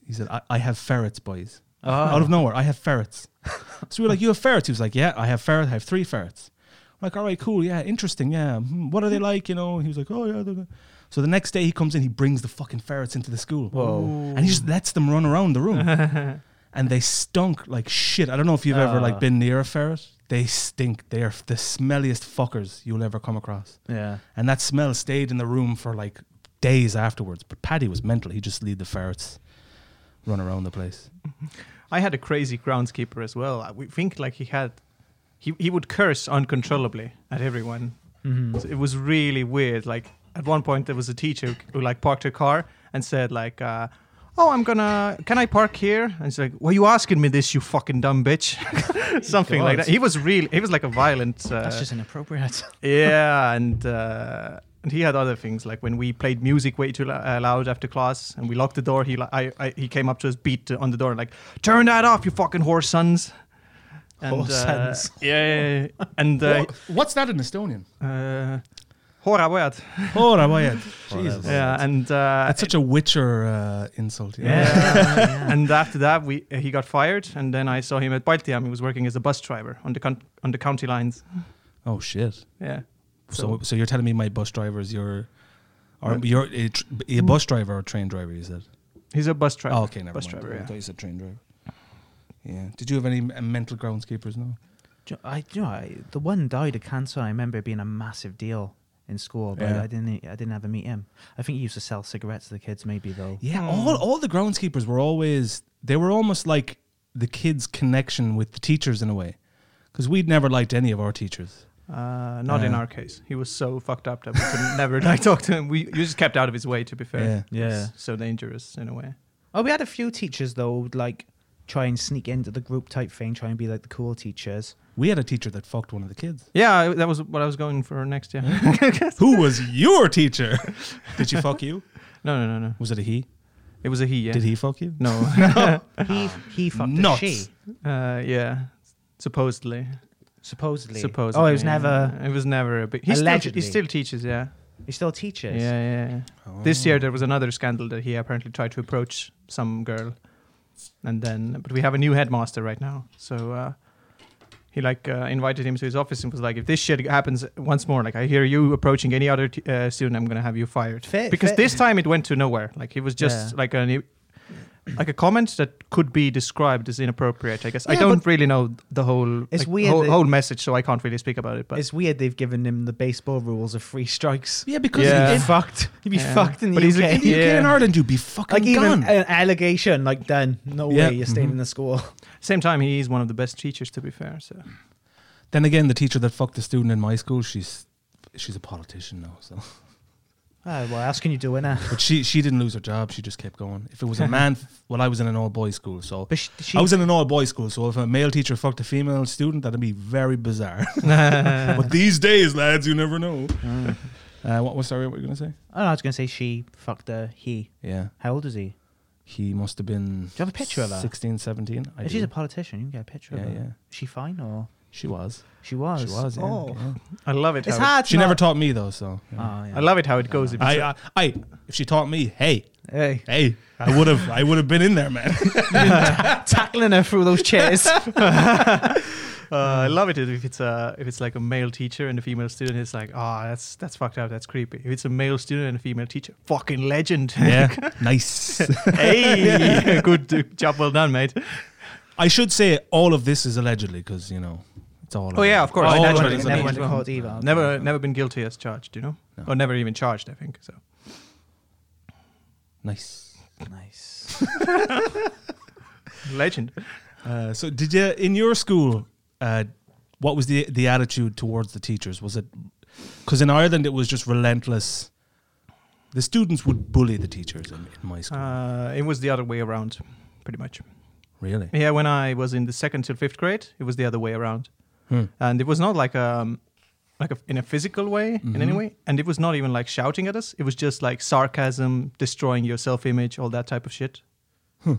[SPEAKER 3] He said, "I, I have ferrets, boys."
[SPEAKER 2] Ah.
[SPEAKER 3] Out of nowhere, I have ferrets. so we were like, "You have ferrets?" He was like, "Yeah, I have ferrets. I have three ferrets." I'm like, "All right, cool. Yeah, interesting. Yeah, Hmm, what are they like?" You know. He was like, "Oh yeah." they're- they're-" So the next day he comes in, he brings the fucking ferrets into the school,
[SPEAKER 2] Whoa.
[SPEAKER 3] and he just lets them run around the room, and they stunk like shit. I don't know if you've ever
[SPEAKER 2] Ah.
[SPEAKER 3] like been near a ferret. They stink. They are the smelliest fuckers you'll ever come across.
[SPEAKER 2] Yeah.
[SPEAKER 3] And that smell stayed in the room for like days afterwards. But Paddy was mental. He just lead the ferrets run around the place.
[SPEAKER 1] I had a crazy groundskeeper as well. I- We think like he had, he, he would curse uncontrollably at everyone.
[SPEAKER 4] Mm-hmm.
[SPEAKER 3] Uh,
[SPEAKER 1] So it was really weird. Like at one point there was a teacher who, who like parked her car and said like, uh, "Oh, I'm gonna, can I park here?" And she's like, "Why you asking me this, you fucking dumb bitch?" Something like
[SPEAKER 4] God.
[SPEAKER 1] that. He was real. He was like a violent. Uh,
[SPEAKER 4] That's just inappropriate.
[SPEAKER 1] yeah, and uh, and he had other things like when we played music way too lou- uh, loud after class, and we locked the door. He li- I, I, he came up to us, beat on the door, like turn that off, you fucking horse sons. And,
[SPEAKER 4] Horse
[SPEAKER 1] uh,
[SPEAKER 4] sons.
[SPEAKER 1] yeah, yeah, yeah. and uh,
[SPEAKER 3] What's that in Estonian?
[SPEAKER 1] uh, hora word.
[SPEAKER 3] oh, Rabayad. Jesus.
[SPEAKER 1] Yeah, and uh,
[SPEAKER 3] That's such a Witcher uh, insult. you know?
[SPEAKER 1] yeah. and after that, we he got fired, and then I saw him at Baltiam. He was working as a bus driver on the con- on the county lines.
[SPEAKER 3] Oh, shit.
[SPEAKER 1] Yeah.
[SPEAKER 3] So, so you're telling me my bus driver is your. Or you're a, tr- a bus driver or train driver, you said?
[SPEAKER 1] He's a bus driver.
[SPEAKER 3] Oh, okay, never
[SPEAKER 1] Hmm? bus
[SPEAKER 3] mind.
[SPEAKER 1] driver.
[SPEAKER 3] I
[SPEAKER 1] Yeah.
[SPEAKER 3] thought you said train driver. Yeah. Did you have any uh, mental groundskeepers? No.
[SPEAKER 4] Do you- I, do you know, I, the one died of cancer. I remember it being a massive deal in school, but
[SPEAKER 3] Yeah.
[SPEAKER 4] I didn't. I didn't ever meet him. I think he used to sell cigarettes to the kids, maybe though.
[SPEAKER 3] Yeah,
[SPEAKER 1] Hmm.
[SPEAKER 3] all all the groundskeepers were always they were almost like the kids' connection with the teachers in a way, because we'd never liked any of our teachers.
[SPEAKER 1] Uh, not in
[SPEAKER 3] Yeah.
[SPEAKER 1] our case. He was so fucked up that we could never like talk to him. We you just kept out of his way. To be fair,
[SPEAKER 3] Yeah.
[SPEAKER 4] Yeah.
[SPEAKER 1] It's so dangerous in a way.
[SPEAKER 4] Oh, we had a few teachers though, would, like try and sneak into the group type thing, try and be like the cool teachers.
[SPEAKER 3] We had a teacher that fucked one of the kids.
[SPEAKER 1] Yeah, I- that was what I was going for next. Yeah,
[SPEAKER 3] Who was your teacher? Did she fuck you?
[SPEAKER 1] no, no, no, no.
[SPEAKER 3] Was it a he?
[SPEAKER 1] It was a he. Yeah.
[SPEAKER 3] Did he fuck you?
[SPEAKER 1] No.
[SPEAKER 4] He he fucked a
[SPEAKER 3] nuts.
[SPEAKER 4] she,
[SPEAKER 1] uh, yeah. Supposedly.
[SPEAKER 4] supposedly.
[SPEAKER 1] Supposedly.
[SPEAKER 4] Oh, it was
[SPEAKER 1] yeah.
[SPEAKER 4] never.
[SPEAKER 1] It was never a big. He still, he
[SPEAKER 4] Allegedly.
[SPEAKER 1] still teaches. Yeah.
[SPEAKER 4] He still
[SPEAKER 1] Yeah,
[SPEAKER 4] teaches.
[SPEAKER 1] yeah. yeah. This
[SPEAKER 4] Oh.
[SPEAKER 1] year there was another scandal that he apparently tried to approach some girl, and then but we have a new headmaster right now, so uh, he like uh, invited him to his office and was like, if this shit happens once more, like I hear you approaching any other t- uh, student, I'm gonna have you fired.
[SPEAKER 4] Fair-
[SPEAKER 1] because
[SPEAKER 4] fair-
[SPEAKER 1] this time it went to nowhere. Like it was just
[SPEAKER 4] Yeah.
[SPEAKER 1] like a new. Like a comment that could be described as inappropriate, I guess. I
[SPEAKER 4] Yeah,
[SPEAKER 1] don't
[SPEAKER 4] but-
[SPEAKER 1] really know the whole
[SPEAKER 4] It's
[SPEAKER 1] like,
[SPEAKER 4] weird
[SPEAKER 1] whole,
[SPEAKER 4] that-
[SPEAKER 1] whole message, so I can't really speak about it. But
[SPEAKER 4] It's weird they've given him the baseball rules of free strikes.
[SPEAKER 3] Yeah, because
[SPEAKER 1] Yeah.
[SPEAKER 4] He'd
[SPEAKER 3] In,
[SPEAKER 4] be fucked. He'd be
[SPEAKER 1] Yeah.
[SPEAKER 4] fucked in the
[SPEAKER 1] But he's-
[SPEAKER 4] UK.
[SPEAKER 3] in the UK and
[SPEAKER 1] Yeah.
[SPEAKER 3] Ireland, you'd be fucking
[SPEAKER 4] like even
[SPEAKER 3] gone.
[SPEAKER 4] an allegation, like done. No
[SPEAKER 3] Yeah.
[SPEAKER 4] way, you're staying
[SPEAKER 1] Mm-hmm.
[SPEAKER 4] in the school.
[SPEAKER 1] same time, he is one of the best teachers, to be fair. So
[SPEAKER 3] then again, the teacher that fucked the student in my school, she's she's a politician now. So,
[SPEAKER 4] Oh, what else can you do in there?
[SPEAKER 3] but she she didn't lose her job. She just kept going. If it was a man, well, I was in an all boys school, so
[SPEAKER 4] But she, she
[SPEAKER 3] I was in an all boys school, so if a male teacher fucked a female student, that'd be very bizarre. but these days, lads, you never know.
[SPEAKER 4] mm.
[SPEAKER 3] Uh, what was sorry? What were you gonna say?
[SPEAKER 4] oh, I was gonna say she fucked a he.
[SPEAKER 3] Yeah,
[SPEAKER 4] How old is he?
[SPEAKER 3] he must have been. Do
[SPEAKER 4] you have a picture of her?
[SPEAKER 3] 16, 17. I
[SPEAKER 4] if she's
[SPEAKER 3] do.
[SPEAKER 4] a politician, you can get a picture
[SPEAKER 3] Yeah,
[SPEAKER 4] of her.
[SPEAKER 3] yeah.
[SPEAKER 4] Is she fine or
[SPEAKER 3] she was.
[SPEAKER 4] she was?
[SPEAKER 3] She was. Yeah,
[SPEAKER 4] Oh,
[SPEAKER 3] yeah.
[SPEAKER 1] I love it.
[SPEAKER 4] it's
[SPEAKER 1] how it-
[SPEAKER 4] hard.
[SPEAKER 3] She
[SPEAKER 4] to
[SPEAKER 3] never
[SPEAKER 4] not-
[SPEAKER 3] taught me though, so. yeah.
[SPEAKER 4] Oh, yeah.
[SPEAKER 1] I love it how it goes. If it's
[SPEAKER 3] I, I, I, if she taught me, hey,
[SPEAKER 4] Hey,
[SPEAKER 3] hey, I would have, I would have been in there, man.
[SPEAKER 4] tackling her through those chairs.
[SPEAKER 1] Uh, I love it if it's a if it's like a male teacher and a female student. It's like, ah, that's that's fucked up. That's creepy. If it's a male student and a female teacher, fucking legend.
[SPEAKER 3] yeah, nice.
[SPEAKER 1] hey, good uh, job, well done, mate.
[SPEAKER 3] I should say all of this is allegedly because you know it's all.
[SPEAKER 1] Oh yeah, of course.
[SPEAKER 3] All
[SPEAKER 1] I
[SPEAKER 3] of
[SPEAKER 1] naturally
[SPEAKER 3] it is
[SPEAKER 1] never
[SPEAKER 3] alleged.
[SPEAKER 1] went to
[SPEAKER 4] court either.
[SPEAKER 1] Never never been guilty as charged. You know,
[SPEAKER 3] No.
[SPEAKER 1] or never even charged. I think so.
[SPEAKER 3] Nice.
[SPEAKER 4] nice.
[SPEAKER 1] Legend.
[SPEAKER 3] Uh, so did you in your school uh, what was the the attitude towards the teachers was it because in ireland it was just relentless the students would bully the teachers in, in my school
[SPEAKER 1] Uh, it was the other way around, pretty much.
[SPEAKER 3] really
[SPEAKER 1] Yeah, when I was in the second till fifth grade, it was the other way around.
[SPEAKER 3] Hmm.
[SPEAKER 1] and it was not like um like a, in a physical way
[SPEAKER 3] Mm-hmm.
[SPEAKER 1] in any way and it was not even like shouting at us it was just like sarcasm destroying your self-image all that type of shit
[SPEAKER 3] Hmm.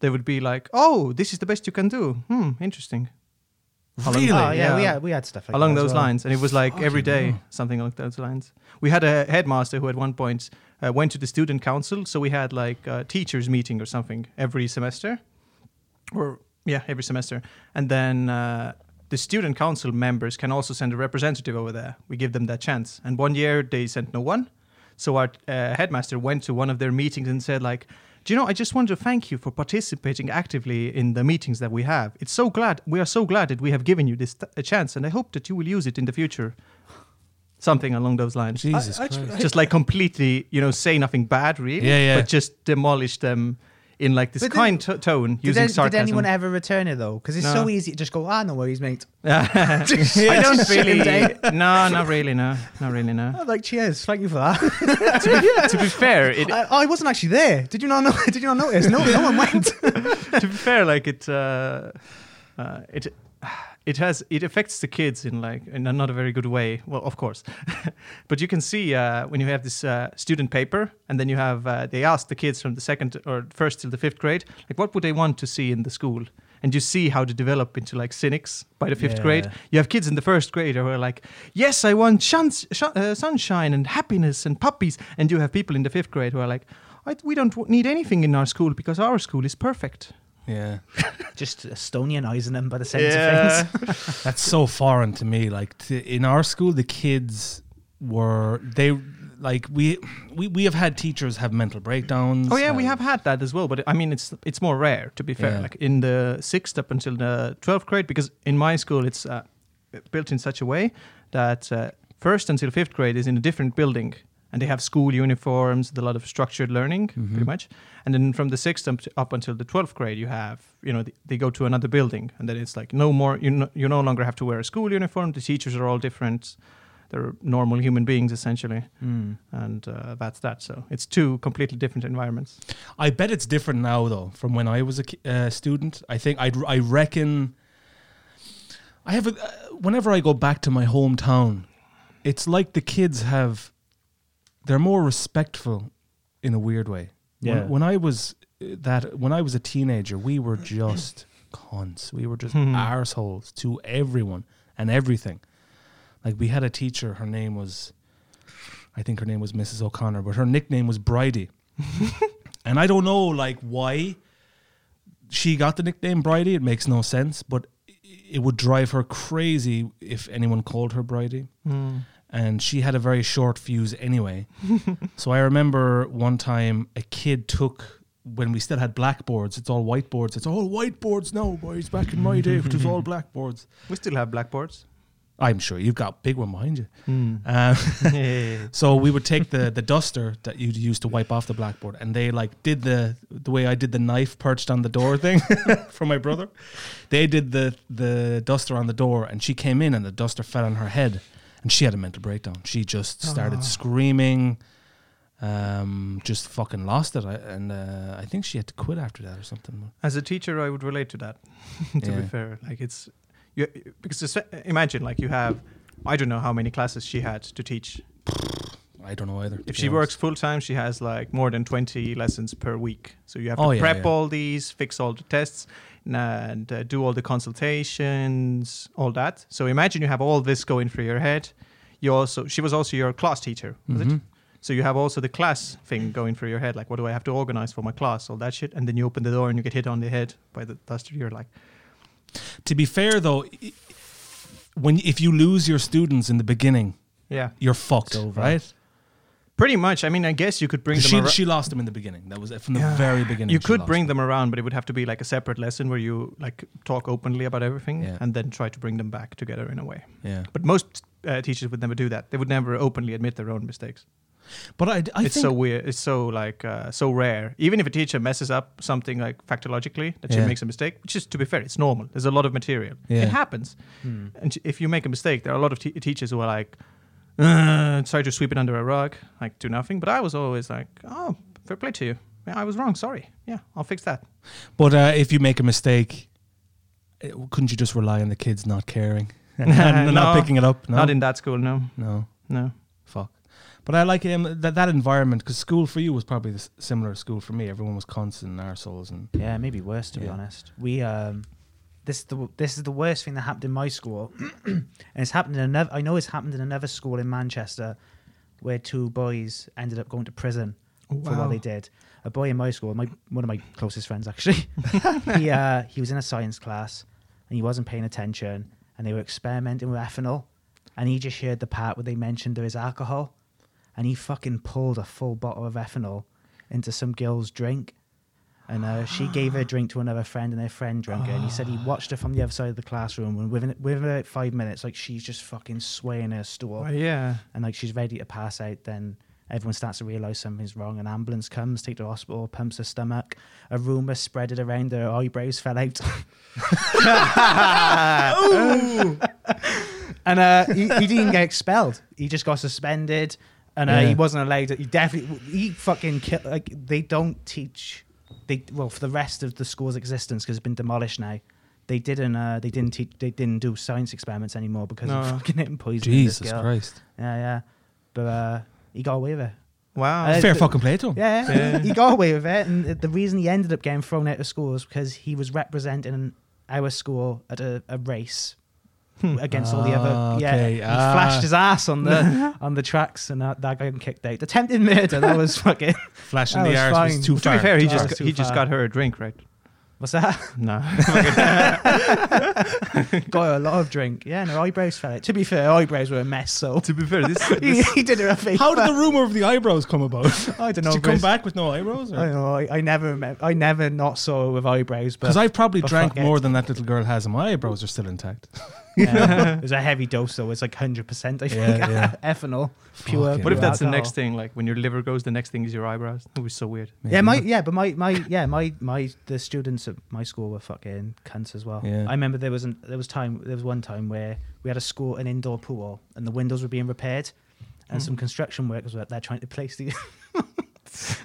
[SPEAKER 1] they would be like oh this is the best you can do hmm interesting
[SPEAKER 3] Really?
[SPEAKER 4] Oh, yeah, we
[SPEAKER 1] Yeah.
[SPEAKER 4] had we had stuff like
[SPEAKER 1] along
[SPEAKER 4] that as
[SPEAKER 1] those
[SPEAKER 4] well.
[SPEAKER 1] lines and it was like every
[SPEAKER 3] Fucking
[SPEAKER 1] day
[SPEAKER 3] hell.
[SPEAKER 1] something along those lines we had a headmaster who at one point uh, went to the student council so we had like a teachers meeting or something every semester or yeah every semester and then uh, the student council members can also send a representative over there we give them that chance and one year they sent no one so our uh, headmaster went to one of their meetings and said like do you know i just want to thank you for participating actively in the meetings that we have it's so glad we are so glad that we have given you this t- a chance and i hope that you will use it in the future something along those lines
[SPEAKER 3] Jesus
[SPEAKER 2] I- I-
[SPEAKER 3] Christ.
[SPEAKER 1] just like completely you know say nothing bad really
[SPEAKER 3] Yeah, yeah.
[SPEAKER 1] but just demolish them in like this
[SPEAKER 4] But did-
[SPEAKER 1] kind to tone
[SPEAKER 4] Did,
[SPEAKER 1] using
[SPEAKER 4] any- did
[SPEAKER 1] sarcasm
[SPEAKER 4] anyone ever return it though? Because it's
[SPEAKER 1] No.
[SPEAKER 4] so easy to just go, ah, no worries, mate.
[SPEAKER 1] I don't really.
[SPEAKER 4] Day.
[SPEAKER 1] No, not really. No, not really. No.
[SPEAKER 4] I'm like, cheers, thank you for that.
[SPEAKER 1] to be fair, it,
[SPEAKER 4] I, I wasn't actually there. Did you not know? Did you not notice? No, no one went.
[SPEAKER 1] to be fair, like it, uh, uh, it, it has it affects the kids in like in a not a very good way. Well, of course, but you can see uh, when you have this uh, student paper, and then you have uh, they ask the kids from the second or first till the fifth grade, like what would they want to see in the school. And you see how they develop into like cynics by the fifth
[SPEAKER 3] Yeah.
[SPEAKER 1] grade. You have kids in the first grade who are like, "Yes, I want chance, sh- uh, sunshine and happiness and puppies," and you have people in the fifth grade who are like, I, "We don't w- need anything in our school because our school is perfect."
[SPEAKER 3] yeah.
[SPEAKER 4] Just Estonianizing them by the sense of things.
[SPEAKER 3] That's so foreign to me. Like to, in our school, the kids were they like we we we have had teachers have mental breakdowns.
[SPEAKER 1] Oh yeah, we
[SPEAKER 3] and-
[SPEAKER 1] have had that as well, but I mean it's it's more rare to be fair.
[SPEAKER 3] Yeah.
[SPEAKER 1] Like in the sixth up until the twelfth grade, because in my school it's uh, built in such a way that uh, first until fifth grade is in a different building, and they have school uniforms, a lot of structured learning,
[SPEAKER 3] Mm-hmm.
[SPEAKER 1] pretty much. And then from the sixth up, to- up until the twelfth grade, you have you know th- they go to another building, and then it's like no more you no, you no longer have to wear a school uniform. The teachers are all different. They're normal human beings essentially,
[SPEAKER 4] Hmm,
[SPEAKER 1] and uh, that's that. So it's two completely different environments.
[SPEAKER 3] I bet it's different now though from when I was a ki- uh, student. I think I I reckon I have a, uh, whenever I go back to my hometown, it's like the kids have they're more respectful in a weird way. When-
[SPEAKER 2] Yeah.
[SPEAKER 3] When, I was uh, that when I was a teenager, we were just cons. We were just
[SPEAKER 1] Hmm.
[SPEAKER 3] arseholes to everyone and everything. Like we had a teacher, her name was I think her name was Mrs. O'Connor, but her nickname was Bridie. and I don't know like why she got the nickname Bridie. It makes no sense, but i- it would drive her crazy if anyone called her Bridie. And she had a very short fuse anyway. so I remember one time a kid took when we still had blackboards. It's all whiteboards. It's all whiteboards now, boys. Back in my day, it was all blackboards.
[SPEAKER 1] We still have blackboards.
[SPEAKER 3] I'm sure you've got a big one behind you.
[SPEAKER 1] Mm.
[SPEAKER 3] Um,
[SPEAKER 1] yeah.
[SPEAKER 3] so we would take the the duster that you'd use to wipe off the blackboard, and they like did the the way I did the knife perched on the door thing for my brother. They did the the duster on the door, and she came in, and the duster fell on her head, and she had a mental breakdown. She just started
[SPEAKER 1] Oh.
[SPEAKER 3] screaming, um, just fucking lost it, I, and uh, I think she had to quit after that or something.
[SPEAKER 1] As a teacher, I would relate to that. to
[SPEAKER 3] Yeah.
[SPEAKER 1] be fair, like it's you, because it's- imagine like you have I don't know how many classes she had to teach.
[SPEAKER 3] I don't know either. to
[SPEAKER 1] If
[SPEAKER 3] be
[SPEAKER 1] she
[SPEAKER 3] honest.
[SPEAKER 1] works full time, she has like more than twenty lessons per week. So you have to
[SPEAKER 3] Oh, yeah,
[SPEAKER 1] prep
[SPEAKER 3] yeah.
[SPEAKER 1] all these, fix all the tests, and uh, do all the consultations, all that. So imagine you have all this going through your head. You also she was also your class teacher, was it?
[SPEAKER 3] Mhm.
[SPEAKER 1] So you have also the class thing going through your head, like what do I have to organize for my class, all that shit, and then you open the door and you get hit on the head by the duster. You're like,
[SPEAKER 3] to be fair though, i- when if you lose your students in the beginning,
[SPEAKER 1] yeah,
[SPEAKER 3] you're fucked,
[SPEAKER 2] It's over.
[SPEAKER 3] right?
[SPEAKER 1] pretty much. I mean, I guess you could bring them.
[SPEAKER 3] she,
[SPEAKER 1] arou-
[SPEAKER 3] she lost him in the beginning. That was from the
[SPEAKER 1] Yeah.
[SPEAKER 3] very beginning.
[SPEAKER 1] you
[SPEAKER 3] she
[SPEAKER 1] could
[SPEAKER 3] lost
[SPEAKER 1] bring
[SPEAKER 3] him.
[SPEAKER 1] them around, but it would have to be like a separate lesson where you like talk openly about everything
[SPEAKER 3] Yeah.
[SPEAKER 1] and then try to bring them back together in a way.
[SPEAKER 3] Yeah,
[SPEAKER 1] But most uh, teachers would never do that. They would never openly admit their own mistakes.
[SPEAKER 3] but I, I
[SPEAKER 1] it's
[SPEAKER 3] think
[SPEAKER 1] so weird. It's so like uh, so rare. Even if a teacher messes up something like factologically, that she
[SPEAKER 3] Yeah.
[SPEAKER 1] makes a mistake, which is to be fair, it's normal. There's a lot of material.
[SPEAKER 3] Yeah.
[SPEAKER 1] It happens.
[SPEAKER 4] Hmm.
[SPEAKER 1] And if you make a mistake, there are a lot of te- teachers who are like, uh, try to sweep it under a rug, like do nothing. But I was always like, oh, fair play to you. Yeah, I was wrong. Sorry. Yeah, I'll fix that.
[SPEAKER 3] But uh, if you make a mistake, eh, couldn't you just rely on the kids not caring? and I'm not
[SPEAKER 1] No.
[SPEAKER 3] picking it up. No,
[SPEAKER 1] Not in that school, no,
[SPEAKER 3] no,
[SPEAKER 1] no.
[SPEAKER 3] fuck. But I like um, that that environment because school for you was probably the s- similar school for me. Everyone was constant and arseholes and
[SPEAKER 4] Yeah, maybe worse to be
[SPEAKER 3] Yeah.
[SPEAKER 4] honest. We um, this is the this is the worst thing that happened in my school, and it's happened in another. I know it's happened in another school in Manchester, where two boys ended up going to prison for
[SPEAKER 1] wow.
[SPEAKER 4] what they did. A boy in my school, my one of my closest friends actually, he uh, he was in a science class and he wasn't paying attention, and they were experimenting with ethanol, and he just heard the part where they mentioned there is alcohol, and he fucking pulled a full bottle of ethanol into some girl's drink. And uh, she gave her drink to another friend, and their friend drank it. And he said he watched her from the other side of the classroom, and within within about five minutes, like she's just fucking swaying her stool,
[SPEAKER 1] Well, yeah.
[SPEAKER 4] and like she's ready to pass out. Then everyone starts to realize something's wrong. An ambulance comes, take her to hospital, pumps her stomach. A rumor spread it around her eyebrows fell out. and uh, he, he didn't get expelled. He just got suspended, and uh,
[SPEAKER 3] Yeah.
[SPEAKER 4] he wasn't allowed. He definitely he fucking killed. Like they don't teach. They well for the rest of the school's existence because it's been demolished now. They didn't. Uh, they didn't teach. They didn't do science experiments anymore because
[SPEAKER 1] No.
[SPEAKER 4] of fucking him poisoning this
[SPEAKER 3] Jesus
[SPEAKER 4] girl.
[SPEAKER 3] Christ,
[SPEAKER 4] Yeah, yeah. But uh, he got away with it.
[SPEAKER 1] Wow.
[SPEAKER 4] Uh,
[SPEAKER 3] fair
[SPEAKER 4] th-
[SPEAKER 3] fucking play to him.
[SPEAKER 4] Yeah,
[SPEAKER 1] Yeah.
[SPEAKER 4] he got away with it. And the reason he ended up getting thrown out of school is because he was representing our school at a, a race
[SPEAKER 1] Hmm.
[SPEAKER 4] against all the
[SPEAKER 3] Hmm. Ah,
[SPEAKER 4] other. Yeah,
[SPEAKER 3] okay.
[SPEAKER 4] he
[SPEAKER 3] Ah.
[SPEAKER 4] flashed his ass on the on the tracks, and that, that guy got kicked out. Attempted murder. That was fucking.
[SPEAKER 3] Flashing
[SPEAKER 4] That
[SPEAKER 3] the
[SPEAKER 4] was
[SPEAKER 3] arse was
[SPEAKER 4] fine.
[SPEAKER 3] too
[SPEAKER 1] to
[SPEAKER 3] far.
[SPEAKER 1] be fair, he
[SPEAKER 4] That
[SPEAKER 1] just
[SPEAKER 4] was too
[SPEAKER 1] he just
[SPEAKER 4] far.
[SPEAKER 1] got her a drink, right?
[SPEAKER 4] What's that?
[SPEAKER 1] No.
[SPEAKER 4] Got her a lot of drink. Yeah, and her eyebrows fell out. To be fair, her eyebrows were a mess. So
[SPEAKER 1] to be fair, this,
[SPEAKER 4] he,
[SPEAKER 1] this
[SPEAKER 4] he did her a favor.
[SPEAKER 3] How did the rumor of the eyebrows come about? Did
[SPEAKER 4] I don't know.
[SPEAKER 3] you come
[SPEAKER 4] Chris.
[SPEAKER 3] back with no eyebrows?
[SPEAKER 4] I don't know. I, I never. remem- I never not saw her with eyebrows, but
[SPEAKER 3] Because I probably
[SPEAKER 4] but
[SPEAKER 3] drank
[SPEAKER 4] fuck it.
[SPEAKER 3] more than that little girl has, and my eyebrows are still intact.
[SPEAKER 4] Yeah. it was a heavy dose though. It's like hundred percent. I think
[SPEAKER 3] Yeah, yeah.
[SPEAKER 4] ethanol,
[SPEAKER 3] Fucking
[SPEAKER 4] pure.
[SPEAKER 1] What if
[SPEAKER 3] Yeah.
[SPEAKER 4] pure
[SPEAKER 1] that's the
[SPEAKER 4] alcohol.
[SPEAKER 1] next thing? Like when your liver goes, the next thing is your eyebrows. That would be so weird.
[SPEAKER 4] Yeah, my yeah, but my my yeah my my the students at my school were fucking cunts as well.
[SPEAKER 3] Yeah.
[SPEAKER 4] I remember there was an, there was time there was one time where we had a school an indoor pool and the windows were being repaired, and some construction workers were out there trying to place these.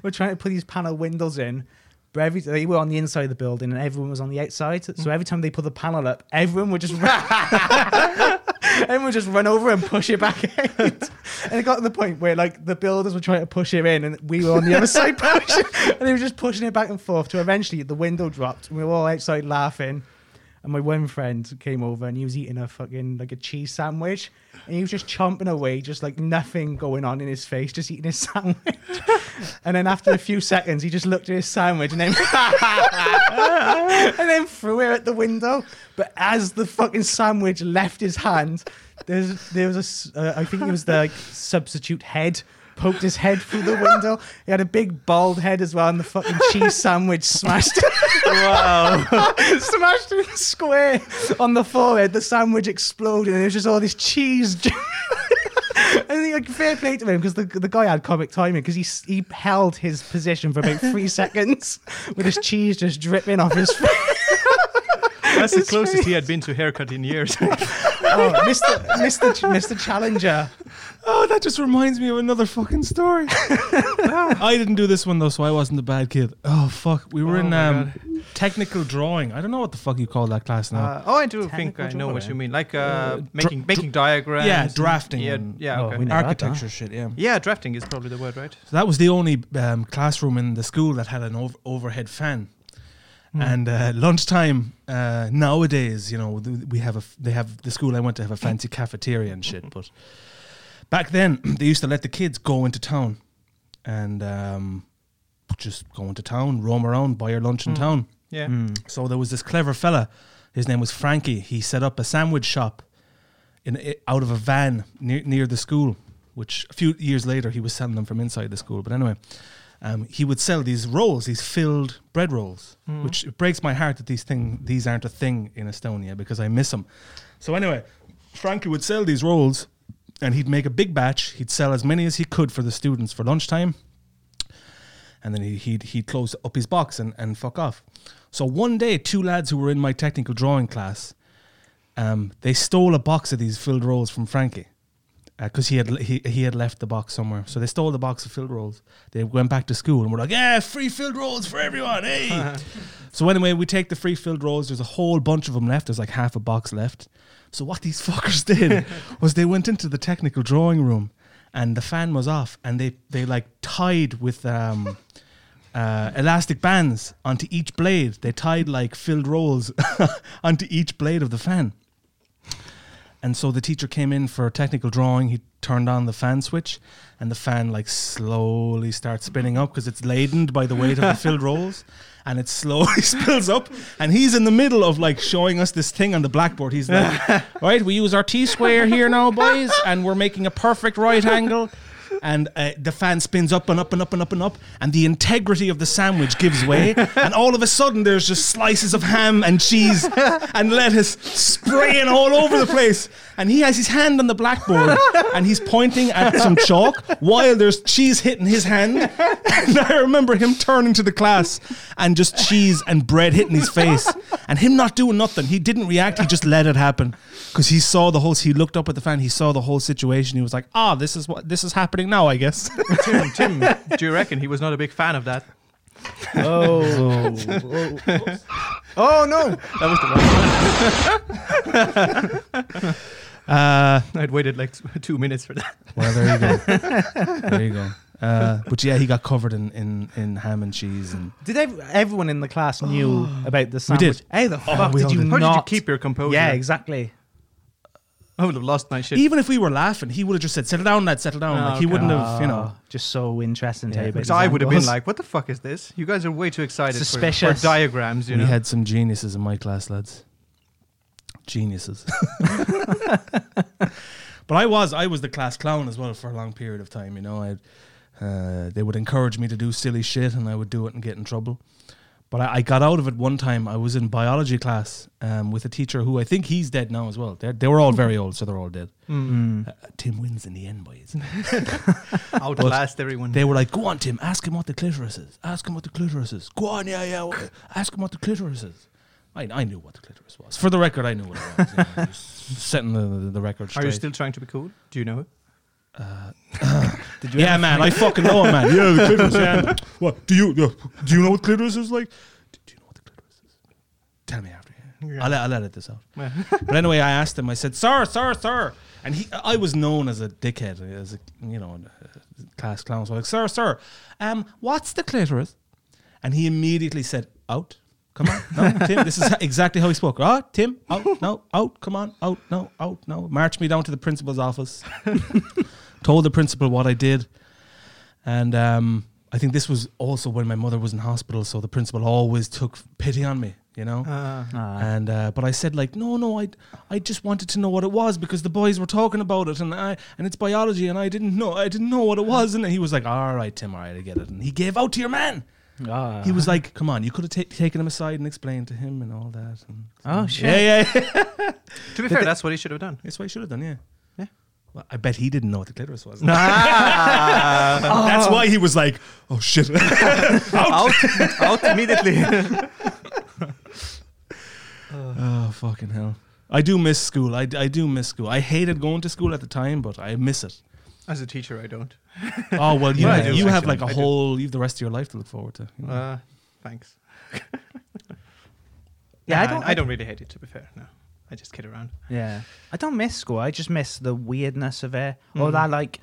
[SPEAKER 4] we're trying to put these panel windows in. But every, they were on the inside of the building and everyone was on the outside. So every time they put the panel up, everyone would just everyone would just run over and push it back out. And it got to the point where like the builders were trying to push it in and we were on the other side pushing and they were just pushing it back and forth to eventually the window dropped and we were all outside laughing. And my one friend came over and he was eating a fucking like a cheese sandwich and he was just chomping away, just like nothing going on in his face, just eating his sandwich. And then after a few seconds, he just looked at his sandwich and then and then threw it at the window. But as the fucking sandwich left his hand, there's there was a s- uh, I think it was the like, substitute head poked his head through the window. He had a big bald head as well, and the fucking cheese sandwich smashed
[SPEAKER 1] Wow.
[SPEAKER 4] smashed him square on the forehead. The sandwich exploded, and it was just all this cheese. ju- And he, like fair play to him because the, the guy had comic timing because he s- he held his position for about three seconds with his cheese just dripping off his face.
[SPEAKER 1] That's the
[SPEAKER 4] His
[SPEAKER 1] closest he had been to haircut in years.
[SPEAKER 4] Oh, Mr. Mr. Ch- Mr. Challenger.
[SPEAKER 3] Oh, that just reminds me of another fucking story. Ah. I didn't do this one though, so I wasn't a bad kid. Oh fuck, we were
[SPEAKER 1] Oh
[SPEAKER 3] in
[SPEAKER 1] my
[SPEAKER 3] um, technical drawing. I don't know what the fuck you call that class now.
[SPEAKER 1] Uh, oh, I do think
[SPEAKER 4] Technical
[SPEAKER 1] I know what you
[SPEAKER 4] drawing.
[SPEAKER 1] mean. Like uh,
[SPEAKER 3] dra-
[SPEAKER 1] making making diagrams.
[SPEAKER 3] yeah,
[SPEAKER 1] and-
[SPEAKER 3] drafting.
[SPEAKER 1] Yeah,
[SPEAKER 3] and
[SPEAKER 1] yeah,
[SPEAKER 4] Oh,
[SPEAKER 1] okay.
[SPEAKER 4] we know. never had that.
[SPEAKER 3] architecture shit. Yeah.
[SPEAKER 1] yeah, drafting is probably the word, right?
[SPEAKER 3] So that was the only um, classroom in the school that had an over- overhead fan. And uh, lunchtime uh, nowadays, you know, th- we have a f- they have the school I went to have a fancy cafeteria and shit. But back then, they used to let the kids go into town and um, just go into town, roam around, buy your lunch in town.
[SPEAKER 1] Yeah.
[SPEAKER 3] So there was this clever fella. His name was Frankie. He set up a sandwich shop in i- out of a van near, near the school, which a few years later he was selling them from inside the school. But anyway, um, he would sell these rolls, these filled bread rolls, which it breaks my heart that these thing these aren't a thing in Estonia because I miss them. So anyway, Frankie would sell these rolls, and he'd make a big batch. He'd sell as many as he could for the students for lunchtime and then he, he'd, he'd close up his box and, and fuck off. So one day, two lads who were in my technical drawing class, um, they stole a box of these filled rolls from Frankie because he had le- he, he had left the box somewhere. So they stole the box of filled rolls. They went back to school and were like, "Yeah, free filled rolls for everyone!" Hey, So anyway, we take the free filled rolls. There's a whole bunch of them left. There's like half a box left. So what these fuckers did was they went into the technical drawing room, and the fan was off, and they they like tied with um, uh, elastic bands onto each blade. They tied like filled rolls onto each blade of the fan. And so the teacher came in for a technical drawing. He turned on the fan switch, and the fan like slowly starts spinning up because it's laden by the weight of the filled rolls, and it slowly spills up. And he's in the middle of like showing us this thing on the blackboard. He's like, "All "Right, we use our T square here now, boys, and we're making a perfect right angle." And uh, the fan spins up and up and up and up and up, and the integrity of the sandwich gives way. and all of a sudden, there's just slices of ham and cheese and lettuce spraying all over the place. And he has his hand on the blackboard and he's pointing at some chalk while there's cheese hitting his hand. And I remember him turning to the class and just cheese and bread hitting his face and him not doing nothing. He didn't react, he just let it happen because he saw the whole, he looked up at the fan, he saw the whole situation. He was like, ah, this is what, this is happening now, I guess.
[SPEAKER 1] Tim, Tim, do you reckon he was not a big fan of that?
[SPEAKER 4] Oh. oh, no.
[SPEAKER 1] That was the last
[SPEAKER 3] Uh,
[SPEAKER 1] one. I'd waited like t- two minutes for that.
[SPEAKER 3] Well, there you go. there you go. Uh, but yeah, he got covered in, in, in ham and cheese, and
[SPEAKER 4] Did ev- everyone in the class knew about the
[SPEAKER 3] We
[SPEAKER 4] sandwich?
[SPEAKER 3] did. Oh,
[SPEAKER 4] How the fuck
[SPEAKER 3] we
[SPEAKER 4] did
[SPEAKER 3] all
[SPEAKER 4] you
[SPEAKER 3] did.
[SPEAKER 1] How
[SPEAKER 4] not?
[SPEAKER 1] did you keep your composure?
[SPEAKER 4] Yeah, exactly.
[SPEAKER 1] I would have lost my shit.
[SPEAKER 3] even if we were laughing, he would have just said, "Settle down, lad, settle down."
[SPEAKER 1] Oh,
[SPEAKER 3] like he wouldn't
[SPEAKER 1] okay.
[SPEAKER 3] have, you know.
[SPEAKER 4] Oh, just so interesting to
[SPEAKER 3] Yeah,
[SPEAKER 4] hear about
[SPEAKER 1] Because
[SPEAKER 4] the
[SPEAKER 1] I would have been
[SPEAKER 4] sandwich.
[SPEAKER 1] like, what the fuck is this? You guys are way too excited for- For,
[SPEAKER 4] Suspicious.
[SPEAKER 1] diagrams, you know?
[SPEAKER 3] We had some geniuses in my class, lads. Geniuses. but I was I was the class clown as well for a long period of time. You know, I uh, they would encourage me to do silly shit, and I would do it and get in trouble. But I, I got out of it one time. I was in biology class um, with a teacher who I think he's dead now as well. They're, they were all very old, so they're all dead. Uh, Tim wins in the end, boys.
[SPEAKER 1] Outlast everyone.
[SPEAKER 3] They were like, "Go on, Tim. Ask him what the clitoris is. Ask him what the clitoris is. Go on, yeah, yeah. wha- Ask him what the clitoris is." I, I knew what the clitoris was. For the record, I knew what it was. you know, just setting the, the, the record
[SPEAKER 1] are
[SPEAKER 3] straight.
[SPEAKER 1] you still trying to be cool? Do you know it?
[SPEAKER 4] Did you
[SPEAKER 3] Yeah, man. I fucking know, it, man. Yeah, the clitoris. Yeah. What do you yeah, do? You know what clitoris is like? Do, do you know what the clitoris is? Tell me after. Yeah.
[SPEAKER 1] Yeah.
[SPEAKER 3] I'll, I'll edit this out.
[SPEAKER 1] Yeah.
[SPEAKER 3] but anyway, I asked him. I said, "Sir, sir, sir," and he, I was known as a dickhead, as a you know, a class clown. So I was like, "Sir, sir, um, what's the clitoris?" And he immediately said, "Out." Come on, no, Tim. This is exactly how he spoke. Ah, Tim, out, no, out. Come on, out, no, out, no. Marched me down to the principal's office. told the principal what I did, and um, I think this was also when my mother was in hospital. So the principal always took pity on me. You know,
[SPEAKER 1] Uh,
[SPEAKER 4] Ah.
[SPEAKER 3] and uh, but I said like, no, no, I, I just wanted to know what it was because the boys were talking about it, and I, and it's biology, and I didn't know, I didn't know what it was, and he was like, all right, Tim, all right, I get it, and he gave out to your man.
[SPEAKER 4] Ah.
[SPEAKER 3] He was like, come on, you could have ta- taken him aside and explained to him and all that. And
[SPEAKER 4] Oh shit!
[SPEAKER 3] yeah, yeah, yeah.
[SPEAKER 1] to be fair, that's what he should have done.
[SPEAKER 3] That's what he should have done, yeah.
[SPEAKER 1] Yeah.
[SPEAKER 3] Well, I bet he didn't know what the clitoris was. That's why he was like, oh shit.
[SPEAKER 1] out, out immediately.
[SPEAKER 3] Oh fucking hell. I do miss school. I, I do miss school. I hated going to school at the time, but I miss it.
[SPEAKER 1] As a teacher, I don't.
[SPEAKER 3] Oh well, you,
[SPEAKER 1] Yeah, I
[SPEAKER 3] you
[SPEAKER 1] do,
[SPEAKER 3] have
[SPEAKER 1] actually.
[SPEAKER 3] like a
[SPEAKER 1] I do.
[SPEAKER 3] whole. You have the rest of your life to look forward to. you know.
[SPEAKER 1] Uh, thanks.
[SPEAKER 4] Yeah, I
[SPEAKER 1] Nah,
[SPEAKER 4] don't-
[SPEAKER 1] I don't really hate it. To be fair, no, I just kid around.
[SPEAKER 4] Yeah, I don't miss school. I just miss the weirdness of it, or that like.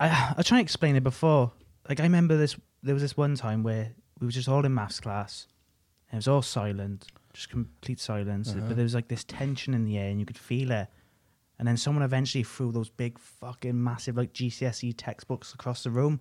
[SPEAKER 4] I I try to explain it before. Like I remember this. There was this one time where we were just all in maths class, and it was all silent, just complete silence.
[SPEAKER 3] Uh-huh.
[SPEAKER 4] But there was like this tension in the air, and you could feel it. And then someone eventually threw those big fucking massive like GCSE E textbooks across the room.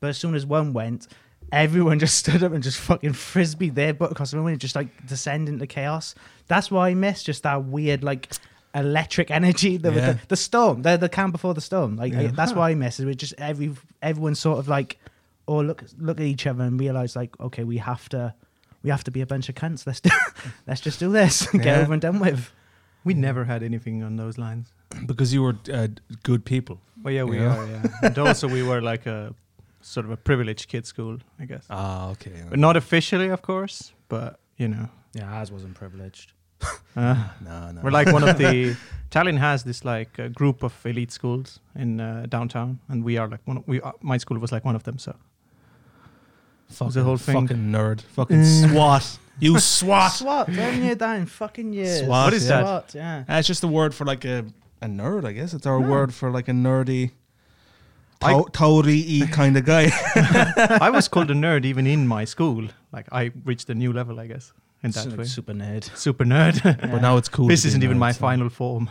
[SPEAKER 4] But as soon as one went, everyone just stood up and just fucking frisbeed their butt across the room and just like descend into chaos. That's why I miss just that weird like electric energy, the
[SPEAKER 3] Yeah.
[SPEAKER 4] the, the storm, the the camp before the storm. Like I-
[SPEAKER 3] Yeah.
[SPEAKER 4] that's why I miss it. We're just every everyone sort of like, or look look at each other and realize like, okay, we have to. We have to be a bunch of cunts. Let's do, let's just do this. Get
[SPEAKER 3] Yeah.
[SPEAKER 4] over and done with.
[SPEAKER 1] We never had anything on those lines.
[SPEAKER 3] Because you were uh, good people.
[SPEAKER 1] Well, yeah, we
[SPEAKER 3] Yeah.
[SPEAKER 1] are. Yeah, and also we were like a sort of a privileged kid school, I guess.
[SPEAKER 3] Ah, okay. yeah.
[SPEAKER 1] But not officially, of course. But you know,
[SPEAKER 4] Yeah, ours wasn't privileged.
[SPEAKER 1] uh,
[SPEAKER 3] no, no.
[SPEAKER 1] we're like one of the. Tallinn has this like uh, group of elite uh, schools in uh, downtown, and we are like one. Of, we are, my school was like one of them. So
[SPEAKER 3] Fucking,
[SPEAKER 1] the whole thing.
[SPEAKER 3] fucking nerd. Fucking SWAT. You Ah, SWAT.
[SPEAKER 4] SWAT. I haven't heard that in fucking years.
[SPEAKER 3] SWAT, What
[SPEAKER 1] is yeah. that?
[SPEAKER 4] SWAT, yeah.
[SPEAKER 3] That's Ah, just a word for like a, a nerd, I guess. It's our word for like a nerdy,
[SPEAKER 1] I-
[SPEAKER 3] to- toady kind of guy.
[SPEAKER 1] I was called a nerd even in my school. Like I reached a new level, I guess, in that
[SPEAKER 4] Super-
[SPEAKER 1] way.
[SPEAKER 4] Super nerd.
[SPEAKER 1] Super nerd.
[SPEAKER 3] But now it's cool.
[SPEAKER 1] this
[SPEAKER 3] to be a
[SPEAKER 1] isn't even
[SPEAKER 3] nerd,
[SPEAKER 1] my
[SPEAKER 3] so.
[SPEAKER 1] final form.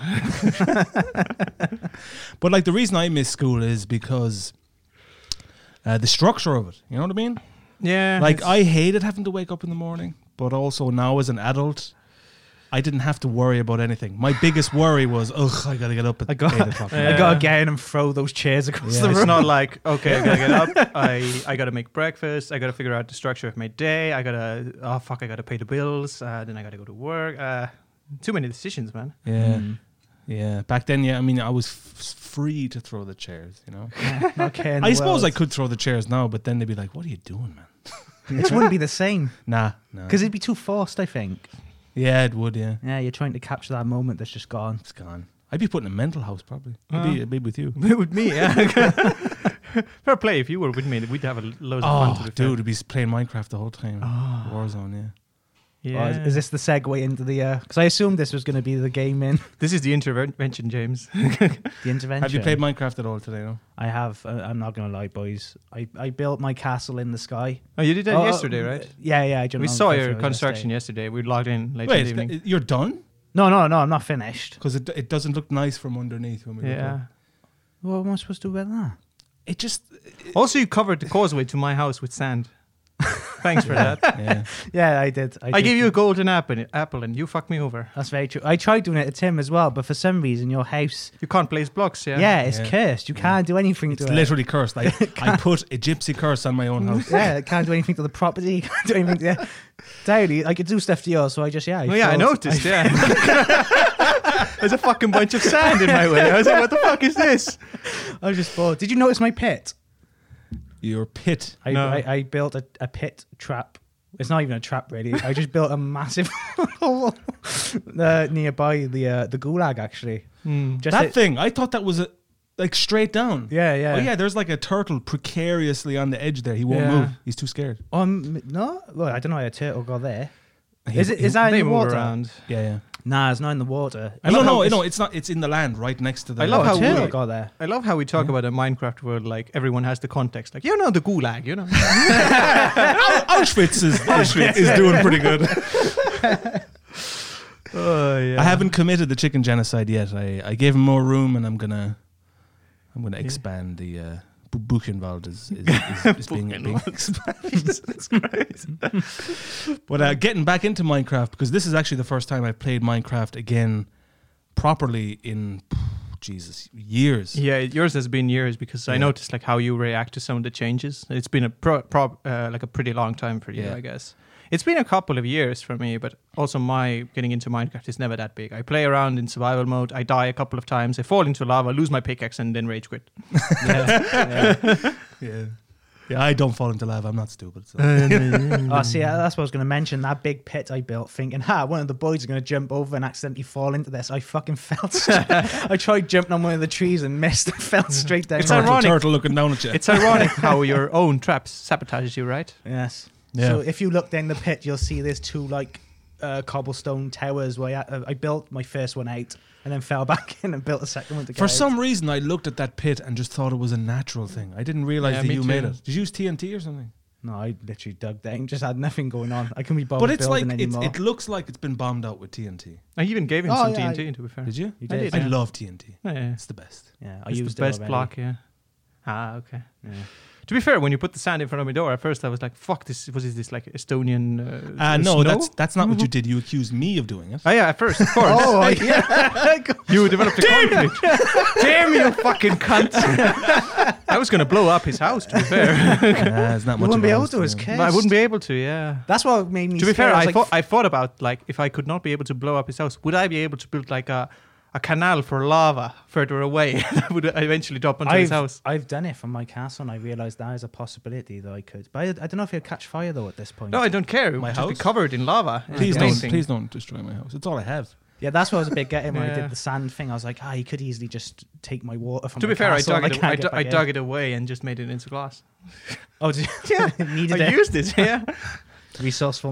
[SPEAKER 3] But like the reason I miss school is because uh, the structure of it. You know what I mean?
[SPEAKER 1] yeah.
[SPEAKER 3] Like
[SPEAKER 1] it's-
[SPEAKER 3] I hated having to wake up in the morning, but also now as an adult, I didn't have to worry about anything. My biggest worry was, ugh, I gotta get up at
[SPEAKER 1] I got-
[SPEAKER 3] eight o'clock.
[SPEAKER 1] Yeah.
[SPEAKER 4] I gotta get in and throw those chairs across
[SPEAKER 3] Yeah,
[SPEAKER 4] the
[SPEAKER 1] it's
[SPEAKER 4] room.
[SPEAKER 1] not like okay, I gotta get up. I I gotta make breakfast. I gotta figure out the structure of my day. I gotta oh fuck, I gotta pay the bills. Uh, then I gotta go to work. Uh, too many decisions, man.
[SPEAKER 3] Yeah,
[SPEAKER 1] Mm.
[SPEAKER 3] yeah. Back then, yeah. I mean, I was f- free to throw the chairs. You know,
[SPEAKER 4] Yeah, Mm. not caring.
[SPEAKER 3] I suppose I could throw the chairs now, but then they'd be like, "What are you doing, man?"
[SPEAKER 4] It wouldn't be the same
[SPEAKER 3] Nah, nah.
[SPEAKER 4] because it'd be too forced. I think.
[SPEAKER 3] yeah, it would. Yeah,
[SPEAKER 4] Yeah, you're trying to capture that moment that's just gone.
[SPEAKER 3] it's gone. I'd be put in a mental house probably. I'd
[SPEAKER 1] Uh.
[SPEAKER 3] be, I'd be with you.
[SPEAKER 1] with me, yeah. Fair play. If you were with me, we'd have a l- loads of fun.
[SPEAKER 3] Oh,
[SPEAKER 1] To be fair. Ah.
[SPEAKER 3] dude, I'd be s- playing Minecraft the whole time. Warzone, yeah.
[SPEAKER 1] Yeah.
[SPEAKER 4] Or is, is this the segue into the? Because I assumed this was going to be the game in
[SPEAKER 1] this is the intervention, James.
[SPEAKER 4] the intervention.
[SPEAKER 3] Have you played Minecraft at all today? No.
[SPEAKER 4] I have. Uh, I'm not going to lie, boys. I, I built my castle in the sky.
[SPEAKER 1] oh, you did that
[SPEAKER 4] Oh,
[SPEAKER 1] yesterday,
[SPEAKER 4] uh,
[SPEAKER 1] right?
[SPEAKER 4] Yeah, yeah. I jumped
[SPEAKER 1] We
[SPEAKER 4] on the
[SPEAKER 1] saw
[SPEAKER 4] cliff
[SPEAKER 1] your
[SPEAKER 4] over
[SPEAKER 1] construction
[SPEAKER 4] yesterday.
[SPEAKER 1] yesterday. We logged in late in
[SPEAKER 3] Wait,
[SPEAKER 1] the
[SPEAKER 3] it's-
[SPEAKER 1] evening.
[SPEAKER 3] it- you're done
[SPEAKER 4] No, no, no. I'm not finished.
[SPEAKER 3] because it, it doesn't look nice from underneath when we look
[SPEAKER 1] yeah.
[SPEAKER 3] up.
[SPEAKER 4] What am I supposed to do about that?
[SPEAKER 3] It just
[SPEAKER 1] Also, you covered the causeway to my house with sand. Thanks for that.
[SPEAKER 3] yeah.
[SPEAKER 4] Yeah, I did. I,
[SPEAKER 1] I
[SPEAKER 4] did.
[SPEAKER 1] gave you a golden apple, apple, and you fucked me over.
[SPEAKER 4] That's very true. I tried doing it to Tim as well, but for some reason, your house,
[SPEAKER 1] You can't place blocks, yeah.
[SPEAKER 4] yeah, it's
[SPEAKER 3] Yeah.
[SPEAKER 4] cursed. You can't do anything
[SPEAKER 3] It's
[SPEAKER 4] to
[SPEAKER 3] literally cursed. I I put a gypsy curse on my own house.
[SPEAKER 4] it. Yeah, it can't do anything to the property. You can't do anything. To, yeah. Daily, I could do stuff to yours, so I just yeah. I
[SPEAKER 1] Oh, yeah, I
[SPEAKER 4] filled-
[SPEAKER 1] noticed, yeah. There's a fucking bunch of sand in my way. I was like, what the fuck is this?
[SPEAKER 4] I was just bored. Did you notice my pit?
[SPEAKER 3] Your pit.
[SPEAKER 4] I
[SPEAKER 1] No.
[SPEAKER 4] I, I built a, a pit trap. It's not even a trap, really. I just built a massive hole uh, nearby the uh, the gulag, actually.
[SPEAKER 1] Mm.
[SPEAKER 4] Just
[SPEAKER 3] that
[SPEAKER 4] it-
[SPEAKER 3] thing. I thought that was a like straight down.
[SPEAKER 4] Yeah, yeah.
[SPEAKER 3] Oh yeah. There's like a turtle precariously on the edge there. He won't
[SPEAKER 1] Yeah.
[SPEAKER 3] move. He's too scared.
[SPEAKER 4] Um, no, well, I don't know how a turtle got there.
[SPEAKER 3] He-
[SPEAKER 4] Is it?
[SPEAKER 3] he-
[SPEAKER 4] Is that in
[SPEAKER 1] They
[SPEAKER 4] the
[SPEAKER 1] move
[SPEAKER 4] water?
[SPEAKER 1] around.
[SPEAKER 3] Yeah, yeah.
[SPEAKER 4] Nah, it's not in the water.
[SPEAKER 3] I no,
[SPEAKER 4] love how
[SPEAKER 3] no,
[SPEAKER 4] this-
[SPEAKER 3] no. It's not. It's in the land right next to the.
[SPEAKER 1] I love
[SPEAKER 4] how
[SPEAKER 1] how
[SPEAKER 4] turtle
[SPEAKER 1] we-
[SPEAKER 4] got there.
[SPEAKER 1] I love how we talk about a Minecraft world like everyone has the context. Like, you know, the gulag, you know.
[SPEAKER 3] Auschwitz is Auschwitz is doing pretty good.
[SPEAKER 1] Oh, yeah.
[SPEAKER 3] I haven't committed the chicken genocide yet. I, I gave him more room, and I'm gonna I'm gonna expand the. Uh, Bu- Buchenwald is, is, is, is being, being But uh, getting back into Minecraft because this is actually the first time I've played Minecraft again properly in Jesus years.
[SPEAKER 1] Yeah, yours has been years because I
[SPEAKER 3] Yeah.
[SPEAKER 1] noticed like how you react to some of the changes. It's been a pro, pro uh, like a pretty long time for you,
[SPEAKER 3] Yeah.
[SPEAKER 1] I guess. It's been a couple of years for me, but also my getting into Minecraft is never that big. I play around in survival mode. I die a couple of times. I fall into lava, lose my pickaxe, and then rage quit.
[SPEAKER 3] yeah, yeah. I don't fall into lava. I'm not stupid.
[SPEAKER 1] Uh,
[SPEAKER 3] So. Mm.
[SPEAKER 4] Oh, see, uh, that's what I was going to mention. That big pit I built, thinking, ha, one of the boys are going to jump over and accidentally fall into this. I fucking fell. straight- I tried jumping on one of the trees and missed and fell straight down.
[SPEAKER 1] It's
[SPEAKER 3] turtle,
[SPEAKER 1] ironic.
[SPEAKER 3] turtle looking down at you.
[SPEAKER 1] it's ironic how your own traps sabotages you, right?
[SPEAKER 4] yes.
[SPEAKER 3] Yeah.
[SPEAKER 4] So if you look down the pit, you'll see there's two like uh, cobblestone towers where I, uh, I built my first one out and then fell back in and built a second one to get
[SPEAKER 3] For
[SPEAKER 4] out.
[SPEAKER 3] some reason, I looked at that pit and just thought it was a natural thing. I didn't realize
[SPEAKER 1] Yeah,
[SPEAKER 3] that
[SPEAKER 1] me
[SPEAKER 3] you made
[SPEAKER 1] too.
[SPEAKER 3] it. Did you use TNT or something?
[SPEAKER 4] No, I literally dug down. Just had nothing going on. I couldn't be bothered
[SPEAKER 3] but it's like
[SPEAKER 4] building
[SPEAKER 3] it's,
[SPEAKER 4] anymore.
[SPEAKER 3] it looks like it's been bombed out with TNT.
[SPEAKER 1] I even gave him
[SPEAKER 4] Oh,
[SPEAKER 1] some
[SPEAKER 4] yeah,
[SPEAKER 1] TNT, to be fair.
[SPEAKER 3] Did you?
[SPEAKER 4] You
[SPEAKER 1] I
[SPEAKER 4] did.
[SPEAKER 1] did,
[SPEAKER 3] I
[SPEAKER 4] yeah.
[SPEAKER 3] love TNT.
[SPEAKER 1] Yeah, yeah.
[SPEAKER 3] It's the best.
[SPEAKER 4] yeah, I
[SPEAKER 1] It's
[SPEAKER 4] used
[SPEAKER 1] the best
[SPEAKER 4] it already.
[SPEAKER 1] block, yeah. Ah, okay.
[SPEAKER 4] Yeah.
[SPEAKER 1] To be fair, when you put the sand in front of my door, at first I was like, "Fuck this! What is this like Estonian?" Uh,
[SPEAKER 3] Uh, no,
[SPEAKER 1] snow?
[SPEAKER 3] that's that's not what you did. You accused me of doing it.
[SPEAKER 1] Oh yeah, at first, of course.
[SPEAKER 4] Oh yeah.
[SPEAKER 1] You developed a conflict. Damn you, fucking cunt! I was gonna blow up his house. To be fair,
[SPEAKER 3] Nah, Uh, it's not
[SPEAKER 4] You wouldn't be able
[SPEAKER 3] else,
[SPEAKER 4] to. It's
[SPEAKER 3] yeah.
[SPEAKER 1] But
[SPEAKER 4] cursed.
[SPEAKER 1] I wouldn't be able to. Yeah.
[SPEAKER 4] That's what made me.
[SPEAKER 1] To be fair,
[SPEAKER 4] scared.
[SPEAKER 1] I
[SPEAKER 4] was like,
[SPEAKER 1] thought I thought about like if I could not be able to blow up his house, would I be able to build like a a canal for lava further away that would eventually drop onto his
[SPEAKER 4] I've,
[SPEAKER 1] house?
[SPEAKER 4] I've done it from my castle, and I realized that is a possibility that I could. But I, I don't know if it'll catch fire though at this point.
[SPEAKER 1] No, I don't care. It
[SPEAKER 3] My
[SPEAKER 1] would just be
[SPEAKER 3] house?
[SPEAKER 1] covered in lava. It's
[SPEAKER 3] Please
[SPEAKER 1] the main
[SPEAKER 3] don't,
[SPEAKER 1] thing.
[SPEAKER 3] please don't destroy my house. It's all I have.
[SPEAKER 4] Yeah, that's what I was a bit getting when I
[SPEAKER 1] Yeah.
[SPEAKER 4] did the sand thing. I was like, ah, he could easily just take my water from
[SPEAKER 1] to
[SPEAKER 4] my
[SPEAKER 1] be fair, I
[SPEAKER 4] castle
[SPEAKER 1] dug
[SPEAKER 4] and
[SPEAKER 1] it.
[SPEAKER 4] can't
[SPEAKER 1] I,
[SPEAKER 4] get
[SPEAKER 1] d- I
[SPEAKER 4] back
[SPEAKER 1] dug
[SPEAKER 4] in.
[SPEAKER 1] it away and just made it into glass.
[SPEAKER 4] Oh, did
[SPEAKER 1] Yeah,
[SPEAKER 4] you needed
[SPEAKER 1] I
[SPEAKER 4] it.
[SPEAKER 1] used it. Yeah,
[SPEAKER 4] Resourceful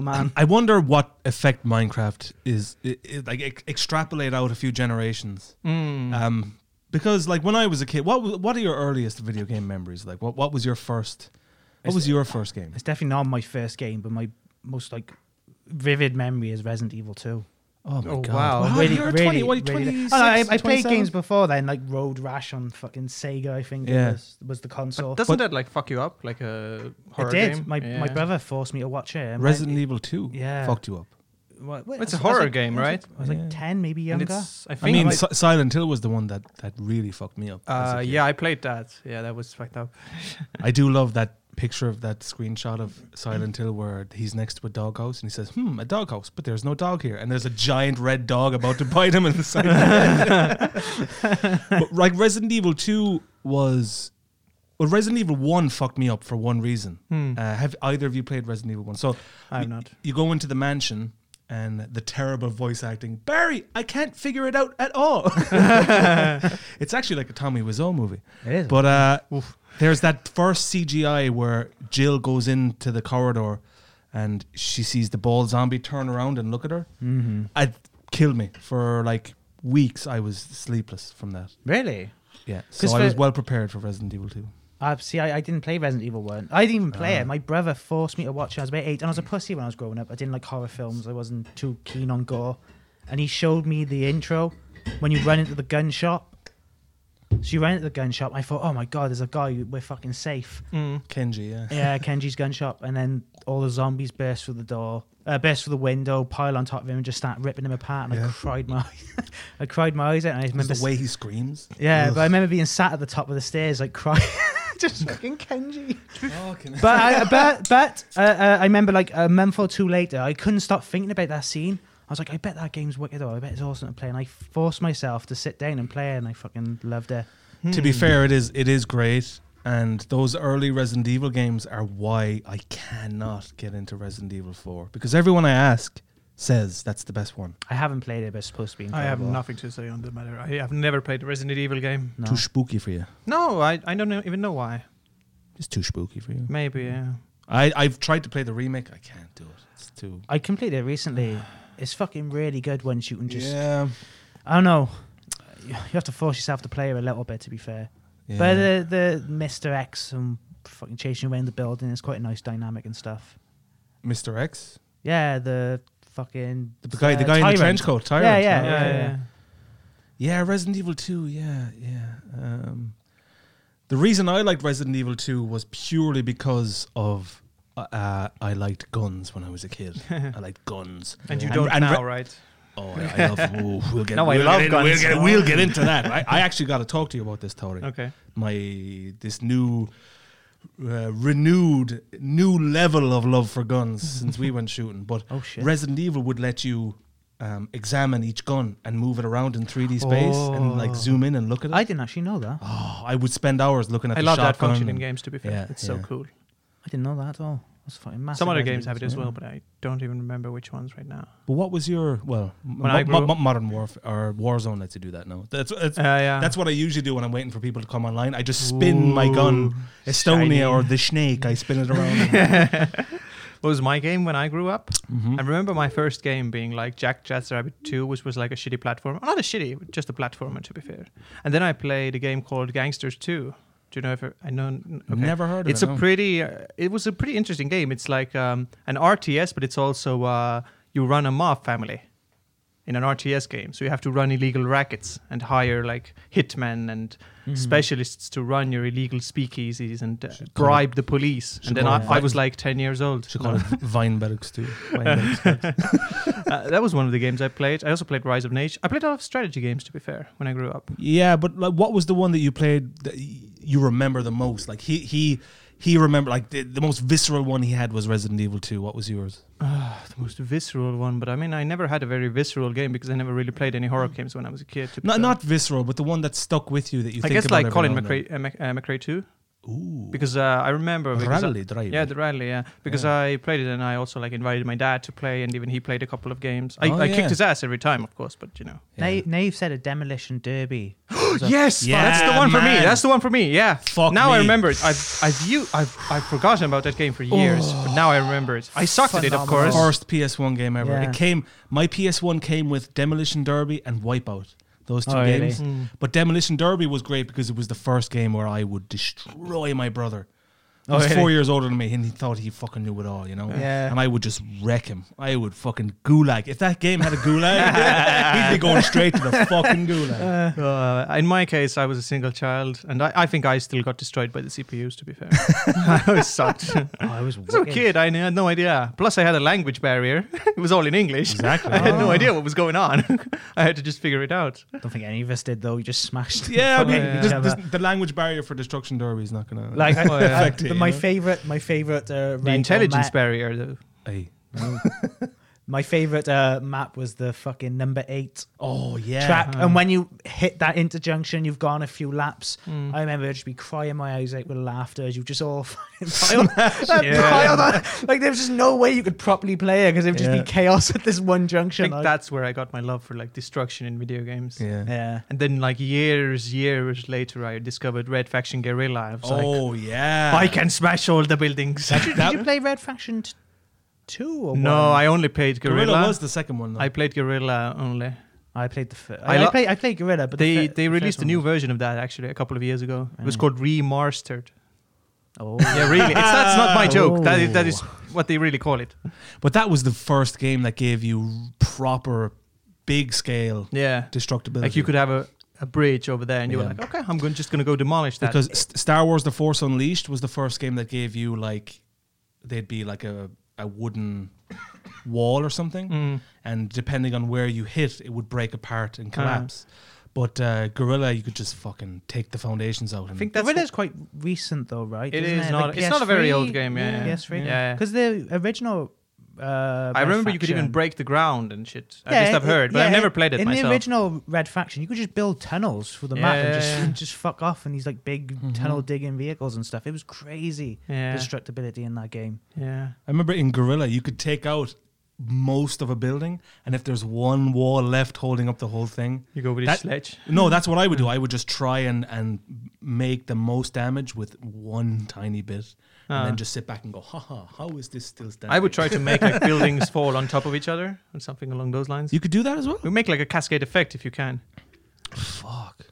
[SPEAKER 4] man.
[SPEAKER 3] I wonder what effect Minecraft is, i i- like ex- extrapolate out a few generations.
[SPEAKER 4] Hmm.
[SPEAKER 1] Mm.
[SPEAKER 3] Um, because like when I was a kid, what wa- what are your earliest video game memories? Like what what was your first? What
[SPEAKER 4] It's-
[SPEAKER 3] was your first game?
[SPEAKER 4] It's definitely not my first game, but my most like vivid memory is Resident Evil 2.
[SPEAKER 3] Oh
[SPEAKER 1] my Oh, God. wow.
[SPEAKER 3] Wow,
[SPEAKER 4] Really,
[SPEAKER 3] you're
[SPEAKER 4] really,
[SPEAKER 3] 20, what,
[SPEAKER 4] really-
[SPEAKER 3] 26,
[SPEAKER 4] Oh, no, I, I played
[SPEAKER 3] 27?
[SPEAKER 4] games before then, like Road Rash on fucking Sega. I think
[SPEAKER 3] Yeah.
[SPEAKER 4] it was, was the console.
[SPEAKER 1] Doesn't that like fuck you up like a horror
[SPEAKER 4] it did.
[SPEAKER 1] game?
[SPEAKER 4] My
[SPEAKER 1] Yeah.
[SPEAKER 4] my brother forced me to watch it. and
[SPEAKER 3] Resident Evil Two.
[SPEAKER 4] Yeah.
[SPEAKER 3] fucked you up.
[SPEAKER 4] my- what- what-
[SPEAKER 1] It's a
[SPEAKER 4] I was
[SPEAKER 1] horror
[SPEAKER 4] like-
[SPEAKER 1] game,
[SPEAKER 4] I was
[SPEAKER 1] right?
[SPEAKER 4] like- I was like
[SPEAKER 3] Yeah.
[SPEAKER 4] ten, maybe
[SPEAKER 1] And
[SPEAKER 4] younger.
[SPEAKER 1] it's, I
[SPEAKER 3] I
[SPEAKER 1] think.
[SPEAKER 3] mean,
[SPEAKER 1] like-
[SPEAKER 3] Si- Silent Hill was the one that that really fucked me up. as a
[SPEAKER 1] uh,
[SPEAKER 3] kid.
[SPEAKER 1] yeah, I played that. Yeah, that was fucked up.
[SPEAKER 3] I do love that picture of that screenshot of Silent Hill where he's next to a doghouse and he says, "Hmm, a doghouse, but there's no dog here." And there's a giant red dog about to bite him in the side. but like Resident Evil Two was, well, Resident Evil One fucked me up for one reason.
[SPEAKER 1] Hmm.
[SPEAKER 3] Uh, have either of you played Resident Evil One? So
[SPEAKER 4] I'm
[SPEAKER 3] you-
[SPEAKER 4] not.
[SPEAKER 3] You go into the mansion. And the terrible voice acting, Barry, I can't figure it out at all. it's actually like a Tommy Wiseau movie.
[SPEAKER 4] It is.
[SPEAKER 3] But uh, there's that first CGI where Jill goes into the corridor and she sees the bald zombie turn around and look at her. Mm-hmm. It killed me for like weeks. I was sleepless from that.
[SPEAKER 4] really?
[SPEAKER 3] Yeah,
[SPEAKER 4] 'Cause
[SPEAKER 3] so I
[SPEAKER 4] for-
[SPEAKER 3] was well prepared for Resident Evil 2.
[SPEAKER 4] Uh, see, I, I didn't play Resident Evil 1. I didn't even play it. My brother forced me to watch it. I was about eight, and I was a
[SPEAKER 3] Mm.
[SPEAKER 4] pussy when I was growing up. I didn't like horror films. I wasn't too keen on gore. And he showed me the intro when you run into the gun shop. So you run into the gun shop. I thought, oh my god, there's a guy. We're fucking safe.
[SPEAKER 1] hmm,
[SPEAKER 3] Kenji, yeah.
[SPEAKER 4] Yeah, Kenji's gun shop. And then all the zombies burst through the door, uh, burst through the window, pile on top of him, and just start ripping him apart. And I cried my, I cried my eyes out. And I remember
[SPEAKER 3] the way he screams.
[SPEAKER 4] yeah, but I remember being sat at the top of the stairs, like crying, just fucking Kenji.
[SPEAKER 3] Fucking-
[SPEAKER 4] But I, but but uh, uh, I remember like a month or two later, I couldn't stop thinking about that scene. I was like, I bet that game's wicked, or I bet it's awesome to play. And I forced myself to sit down and play, it, and I fucking loved it.
[SPEAKER 3] To be fair, it is it is great. And those early Resident Evil games are why I cannot get into Resident Evil 4 because everyone I ask says that's the best one.
[SPEAKER 4] I haven't played it, but it's supposed to be.
[SPEAKER 1] I
[SPEAKER 4] Incredible.
[SPEAKER 1] have nothing to say on the matter. I have never played a Resident Evil game.
[SPEAKER 4] No.
[SPEAKER 3] Too spooky for you.
[SPEAKER 1] No, I, I don't know- even know why.
[SPEAKER 3] It's too spooky for you.
[SPEAKER 1] Maybe yeah.
[SPEAKER 3] I, I've tried to play the remake. I can't do it. It's too.
[SPEAKER 4] I completed it recently. It's fucking really good once you can just.
[SPEAKER 3] yeah.
[SPEAKER 4] I don't know. You have to force yourself to play it a little bit, to be fair. But uh, the the Mister X and fucking chasing you around the building is quite a nice dynamic and stuff.
[SPEAKER 3] Mr. X,
[SPEAKER 4] Yeah, the fucking
[SPEAKER 3] the guy, the
[SPEAKER 4] uh,
[SPEAKER 3] guy in the
[SPEAKER 4] tyrant.
[SPEAKER 3] trench coat, Tyrant.
[SPEAKER 4] Yeah, yeah,
[SPEAKER 3] Oh,
[SPEAKER 4] yeah, yeah.
[SPEAKER 3] Yeah, Resident Evil Two. Yeah, yeah. Um, the reason I liked Resident Evil Two was purely because of uh, I liked guns when I was a kid. I liked guns,
[SPEAKER 1] And you
[SPEAKER 3] And-
[SPEAKER 1] don't
[SPEAKER 3] and
[SPEAKER 1] now,
[SPEAKER 3] re-
[SPEAKER 1] right?
[SPEAKER 3] Oh, I I love. Ooh, we'll get.
[SPEAKER 1] No, I
[SPEAKER 3] we'll
[SPEAKER 1] love
[SPEAKER 3] get in-
[SPEAKER 1] guns.
[SPEAKER 3] We'll get, we'll get into that. I, I actually got to talk to you about this, Tori.
[SPEAKER 1] Okay.
[SPEAKER 3] my this new uh, renewed new level of love for guns since we went shooting. But
[SPEAKER 4] Oh, shit.
[SPEAKER 3] Resident Evil would let you um, examine each gun and move it around in 3D space and like
[SPEAKER 1] Oh.
[SPEAKER 3] zoom in and look at it.
[SPEAKER 4] I didn't actually know that.
[SPEAKER 3] oh, I would spend hours looking at.
[SPEAKER 1] I
[SPEAKER 3] the
[SPEAKER 1] love that
[SPEAKER 3] shotgun
[SPEAKER 1] function in
[SPEAKER 3] and-
[SPEAKER 1] games. To be fair,
[SPEAKER 3] Yeah,
[SPEAKER 1] it's so
[SPEAKER 3] yeah.
[SPEAKER 1] cool.
[SPEAKER 4] I didn't know that at all. That's fucking massive.
[SPEAKER 1] Some other
[SPEAKER 4] Resident
[SPEAKER 1] games have it
[SPEAKER 4] Evil.
[SPEAKER 1] as well, but I don't even remember which ones right now.
[SPEAKER 3] But what was your well?
[SPEAKER 1] When I
[SPEAKER 3] mo-
[SPEAKER 1] grew
[SPEAKER 3] mo-
[SPEAKER 1] up-
[SPEAKER 3] modern warfare or Warzone lets you do that now. That's that's,
[SPEAKER 1] Uh, yeah.
[SPEAKER 3] that's what I usually do when I'm waiting for people to come online. I just spin my gun, Estonia
[SPEAKER 1] shiny.
[SPEAKER 3] or the snake. I spin it around.
[SPEAKER 1] What was my game when I grew up?
[SPEAKER 3] Mhm.
[SPEAKER 1] I remember my first game being like Jack Jack's Rabbit 2, which was like a shitty platform. Not a shitty, just a platformer, to be fair. And then I played a game called Gangsters 2. Do you know if I, I know? okay.
[SPEAKER 3] Never heard of
[SPEAKER 1] it's
[SPEAKER 3] it.
[SPEAKER 1] a
[SPEAKER 3] no.
[SPEAKER 1] pretty. Uh, it was a pretty interesting game. It's like um, an RTS, but it's also uh, you run a mob family in an RTS game. So you have to run illegal rackets and hire like hitmen and specialists to run your illegal speakeasies and uh,
[SPEAKER 3] Should call it-
[SPEAKER 1] bribe the police.
[SPEAKER 3] should
[SPEAKER 1] And then
[SPEAKER 3] call
[SPEAKER 1] I,
[SPEAKER 3] it
[SPEAKER 1] I
[SPEAKER 3] Vi-
[SPEAKER 1] was like ten years old.
[SPEAKER 3] Should
[SPEAKER 1] No.
[SPEAKER 3] call it Weinbergs too. Weinbergs.
[SPEAKER 1] Uh, that was one of the games I played. I also played Rise of Nation. I played a lot of strategy games, to be fair, when I grew up.
[SPEAKER 3] yeah, but like, what was the one that you played that y- you remember the most? Like he he he remember like the, the most visceral one he had was Resident Evil Two. What was yours?
[SPEAKER 1] Ah, the most visceral one, but I mean, I never had a very visceral game because I never really played any horror games when I was a kid. to be
[SPEAKER 3] Not
[SPEAKER 1] fair.
[SPEAKER 3] not visceral, but the one that stuck with you that you.
[SPEAKER 1] I
[SPEAKER 3] think
[SPEAKER 1] guess
[SPEAKER 3] about
[SPEAKER 1] like
[SPEAKER 3] every
[SPEAKER 1] Colin
[SPEAKER 3] now and
[SPEAKER 1] McRae, uh, Mc, uh, McRae 2.
[SPEAKER 3] Ooh.
[SPEAKER 1] because uh, I remember because I-
[SPEAKER 3] Rally Drive.
[SPEAKER 1] yeah, the rally, yeah. Because I played it, and I also like invited my dad to play, and even he played a couple of games. I,
[SPEAKER 3] Oh,
[SPEAKER 1] I
[SPEAKER 3] yeah.
[SPEAKER 1] kicked his ass every time, of course, but you know.
[SPEAKER 4] Now,
[SPEAKER 3] Yeah.
[SPEAKER 4] you- now you've Mm-hmm. said a demolition derby.
[SPEAKER 1] yes,
[SPEAKER 3] Yeah,
[SPEAKER 1] that's the one for me.
[SPEAKER 3] man.
[SPEAKER 1] That's the one for me. Yeah.
[SPEAKER 3] Fuck
[SPEAKER 1] now I
[SPEAKER 3] me.
[SPEAKER 1] remember it. I've I've you I've I've forgotten about that game for years, but now I remember it. I sucked at it, of
[SPEAKER 4] Phenomenal.
[SPEAKER 1] course.
[SPEAKER 3] First PS1 game ever.
[SPEAKER 4] Yeah.
[SPEAKER 3] It came. My PS1 came with Demolition Derby and Wipeout. Those two
[SPEAKER 4] Oh, really?
[SPEAKER 3] games. But Demolition Derby was great because it was the first game where I would destroy my brother. He
[SPEAKER 4] Oh,
[SPEAKER 3] was
[SPEAKER 4] really?
[SPEAKER 3] four years older than me, and he thought he fucking knew it all, you know.
[SPEAKER 4] Yeah.
[SPEAKER 3] And I would just wreck him. I would fucking gulag. If that game had a gulag, he'd be going straight to the fucking gulag.
[SPEAKER 1] Uh, in my case, I was a single child, and I, I think I still got destroyed by the CPUs. To be fair, I was sucked.
[SPEAKER 4] Oh, I was
[SPEAKER 1] As a kid, I had no idea. Plus, I had a language barrier. it was all in English.
[SPEAKER 3] Exactly.
[SPEAKER 1] I had no idea what was going on. I had to just figure it out.
[SPEAKER 4] I don't think any of us did though. You just smashed.
[SPEAKER 3] Yeah, I mean,
[SPEAKER 1] Yeah.
[SPEAKER 3] this- this- the language barrier for Destruction Derby is not gonna
[SPEAKER 4] Like
[SPEAKER 1] Oh, yeah.
[SPEAKER 3] affect it.
[SPEAKER 4] the,
[SPEAKER 3] you
[SPEAKER 4] my
[SPEAKER 3] know?
[SPEAKER 4] favorite, my favorite. Uh,
[SPEAKER 1] The intelligence barrier, though.
[SPEAKER 3] Aye.
[SPEAKER 4] Mm. My favorite uh, map was the fucking number eight
[SPEAKER 3] Oh yeah.
[SPEAKER 4] track.
[SPEAKER 1] Uh-huh.
[SPEAKER 4] And when you hit that interjunction, you've gone a few laps.
[SPEAKER 1] Hmm. Mm.
[SPEAKER 4] I remember I'd just be crying my eyes out with laughter as you just all fucking piled, that
[SPEAKER 1] Yeah.
[SPEAKER 4] piled Uh, on. Like there was just no way you could properly play it because it would just
[SPEAKER 3] Yeah.
[SPEAKER 4] be chaos at this one
[SPEAKER 1] I
[SPEAKER 4] junction.
[SPEAKER 1] think
[SPEAKER 4] like-
[SPEAKER 1] that's where I got my love for like destruction in video games.
[SPEAKER 3] Yeah.
[SPEAKER 4] yeah.
[SPEAKER 1] And then, like years, years later, I discovered Red Faction Guerrilla. I was like,
[SPEAKER 3] Oh yeah.
[SPEAKER 1] I can smash all the buildings.
[SPEAKER 3] That-
[SPEAKER 4] Did you play Red Faction t- two or
[SPEAKER 1] no,
[SPEAKER 4] one?
[SPEAKER 1] I only played Guerrilla.
[SPEAKER 3] Gorilla, was the second one. Though.
[SPEAKER 1] I played Guerrilla only.
[SPEAKER 4] I played the. Fir-
[SPEAKER 1] I
[SPEAKER 4] I,
[SPEAKER 1] lo-
[SPEAKER 4] played. I played Gorilla, but
[SPEAKER 1] But
[SPEAKER 4] the
[SPEAKER 1] they
[SPEAKER 4] fir-
[SPEAKER 1] they
[SPEAKER 4] the
[SPEAKER 1] released
[SPEAKER 4] first
[SPEAKER 1] a new
[SPEAKER 4] one Mm.
[SPEAKER 1] version of that actually a couple of years ago. It was
[SPEAKER 4] Really?
[SPEAKER 1] called Remastered.
[SPEAKER 4] was- Oh,
[SPEAKER 1] Yeah, really. It's, that's not my joke. That is, that is
[SPEAKER 3] Oh.
[SPEAKER 1] what they really call it.
[SPEAKER 3] but that was the first game that gave you proper big scale
[SPEAKER 1] Yeah.
[SPEAKER 3] destructibility.
[SPEAKER 1] Like you could have a, a bridge over there, and you were
[SPEAKER 3] Yeah.
[SPEAKER 1] like, okay, I'm going just going to go demolish that.
[SPEAKER 3] because S- Star Wars: The Force Unleashed was the first game that gave you like they'd be like a a wooden wall or something,
[SPEAKER 1] Mm.
[SPEAKER 3] and depending on where you hit, it would break apart and collapse. But uh, Gorilla, you could just fucking take the foundations out. And
[SPEAKER 1] I think that's
[SPEAKER 4] Gorilla is quite recent though, right?
[SPEAKER 1] It
[SPEAKER 4] Isn't
[SPEAKER 1] is
[SPEAKER 4] it?
[SPEAKER 1] not-
[SPEAKER 4] Like
[SPEAKER 1] it's not a very
[SPEAKER 4] PS3?
[SPEAKER 1] old game, yeah, yeah.
[SPEAKER 4] PS3.
[SPEAKER 1] Yeah.
[SPEAKER 4] Because the original. Uh,
[SPEAKER 1] I
[SPEAKER 4] Red
[SPEAKER 1] remember you could even
[SPEAKER 4] Faction-
[SPEAKER 1] break the ground and shit. At
[SPEAKER 4] Yeah,
[SPEAKER 1] least I've
[SPEAKER 4] it-
[SPEAKER 1] heard, but
[SPEAKER 4] yeah,
[SPEAKER 1] I've never played it
[SPEAKER 4] in
[SPEAKER 1] myself.
[SPEAKER 4] the original Red Faction, you could just build tunnels for the map and
[SPEAKER 1] Yeah. Mm-hmm.
[SPEAKER 4] just just fuck off in these like big tunnel digging vehicles and stuff. It was crazy
[SPEAKER 1] Yeah.
[SPEAKER 4] destructibility in that game.
[SPEAKER 1] yeah.
[SPEAKER 3] I remember in Gorilla, you could take out most of a building, and if there's one wall left holding up the whole thing,
[SPEAKER 1] You go with
[SPEAKER 3] That-
[SPEAKER 1] your sledge.
[SPEAKER 3] No, that's what I would do. I would just try and, and make the most damage with one tiny bit,
[SPEAKER 1] Ah.
[SPEAKER 3] and then just sit back and go, haha, how is this still standing?
[SPEAKER 1] I would try to make like buildings fall on top of each other and something along those lines.
[SPEAKER 3] You could do that as well.
[SPEAKER 1] we make like a cascade effect if you can.
[SPEAKER 3] Fuck.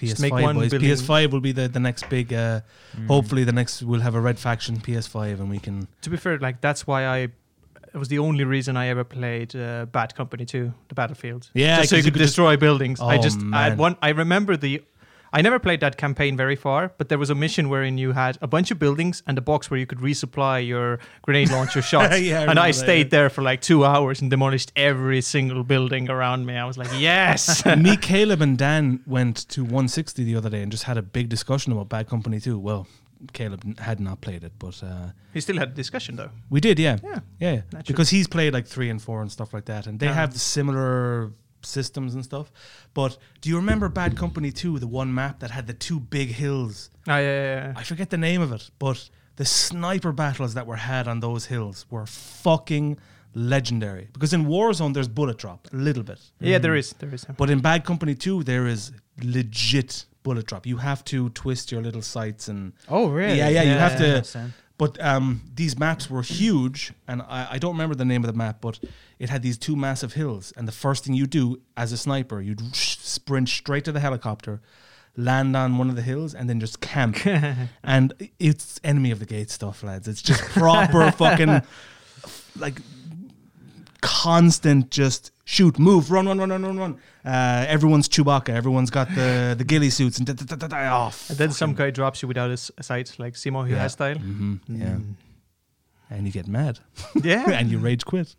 [SPEAKER 1] Just
[SPEAKER 3] PS5
[SPEAKER 1] make one
[SPEAKER 3] boys.
[SPEAKER 1] building- Mm-hmm.
[SPEAKER 3] PS5 will be the, the next big. Uh,
[SPEAKER 1] Mm.
[SPEAKER 3] Hopefully, the next we'll have a red faction PS5, and we can.
[SPEAKER 1] To be fair, like that's why I it was the only reason I ever played uh, Bad Company 2, the Battlefield.
[SPEAKER 3] Yeah,
[SPEAKER 1] just so
[SPEAKER 3] 'cause
[SPEAKER 1] you
[SPEAKER 3] you
[SPEAKER 1] could
[SPEAKER 3] could just-
[SPEAKER 1] destroy buildings. I
[SPEAKER 3] Oh,
[SPEAKER 1] just I
[SPEAKER 3] man.
[SPEAKER 1] had one. I remember the. I never played that campaign very far, but there was a mission wherein you had a bunch of buildings and a box where you could resupply your grenade launcher shots.
[SPEAKER 3] Yeah, I
[SPEAKER 1] and
[SPEAKER 3] remember
[SPEAKER 1] I
[SPEAKER 3] that,
[SPEAKER 1] stayed
[SPEAKER 3] yeah.
[SPEAKER 1] there for like two hours and demolished every single building around me. I was like, yes.
[SPEAKER 3] Me, Caleb, and Dan went to 160 the other day and just had a big discussion about Bad Company 2. Well, Caleb n- had not played it, but uh,
[SPEAKER 1] he still had a discussion though.
[SPEAKER 3] We did, yeah.
[SPEAKER 1] Yeah,
[SPEAKER 3] Yeah. yeah.
[SPEAKER 1] naturally.
[SPEAKER 3] Because he's played like three and four and stuff like that, and they
[SPEAKER 1] Ah.
[SPEAKER 3] have similar systems and stuff. But do you remember Bad Company 2, the one map that had the two big hills?
[SPEAKER 1] Oh, yeah, yeah, yeah.
[SPEAKER 3] I forget the name of it, but the sniper battles that were had on those hills were fucking legendary. Because in Warzone, there's bullet drop, a little bit.
[SPEAKER 1] Yeah,
[SPEAKER 3] Mm.
[SPEAKER 1] there is, there is.
[SPEAKER 3] But in Bad Company 2, there is legit bullet drop. You have to twist your little sights and.
[SPEAKER 4] Oh
[SPEAKER 3] Yeah, yeah, you
[SPEAKER 1] Yeah,
[SPEAKER 3] have
[SPEAKER 1] yeah,
[SPEAKER 3] to. But um, these maps were huge, and I, I don't remember the name of the map, but it had these two massive hills. And the first thing you do as a sniper, you'd sprint straight to the helicopter, land on one of the hills, and then just camp. and it's enemy of the gate stuff, lads. It's just proper fucking like constant just shoot, move, run, run, run, run, run, run. Uh, everyone's Chewbacca. Everyone's got the the ghillie suits and da, da, da, da, da, oh,
[SPEAKER 1] And then some guy drops you without a s- a sight, like Simo
[SPEAKER 3] Yeah.
[SPEAKER 1] Hua style.
[SPEAKER 3] hmm yeah.
[SPEAKER 1] Mm.
[SPEAKER 3] And you get mad.
[SPEAKER 1] Yeah.
[SPEAKER 3] and you rage quit.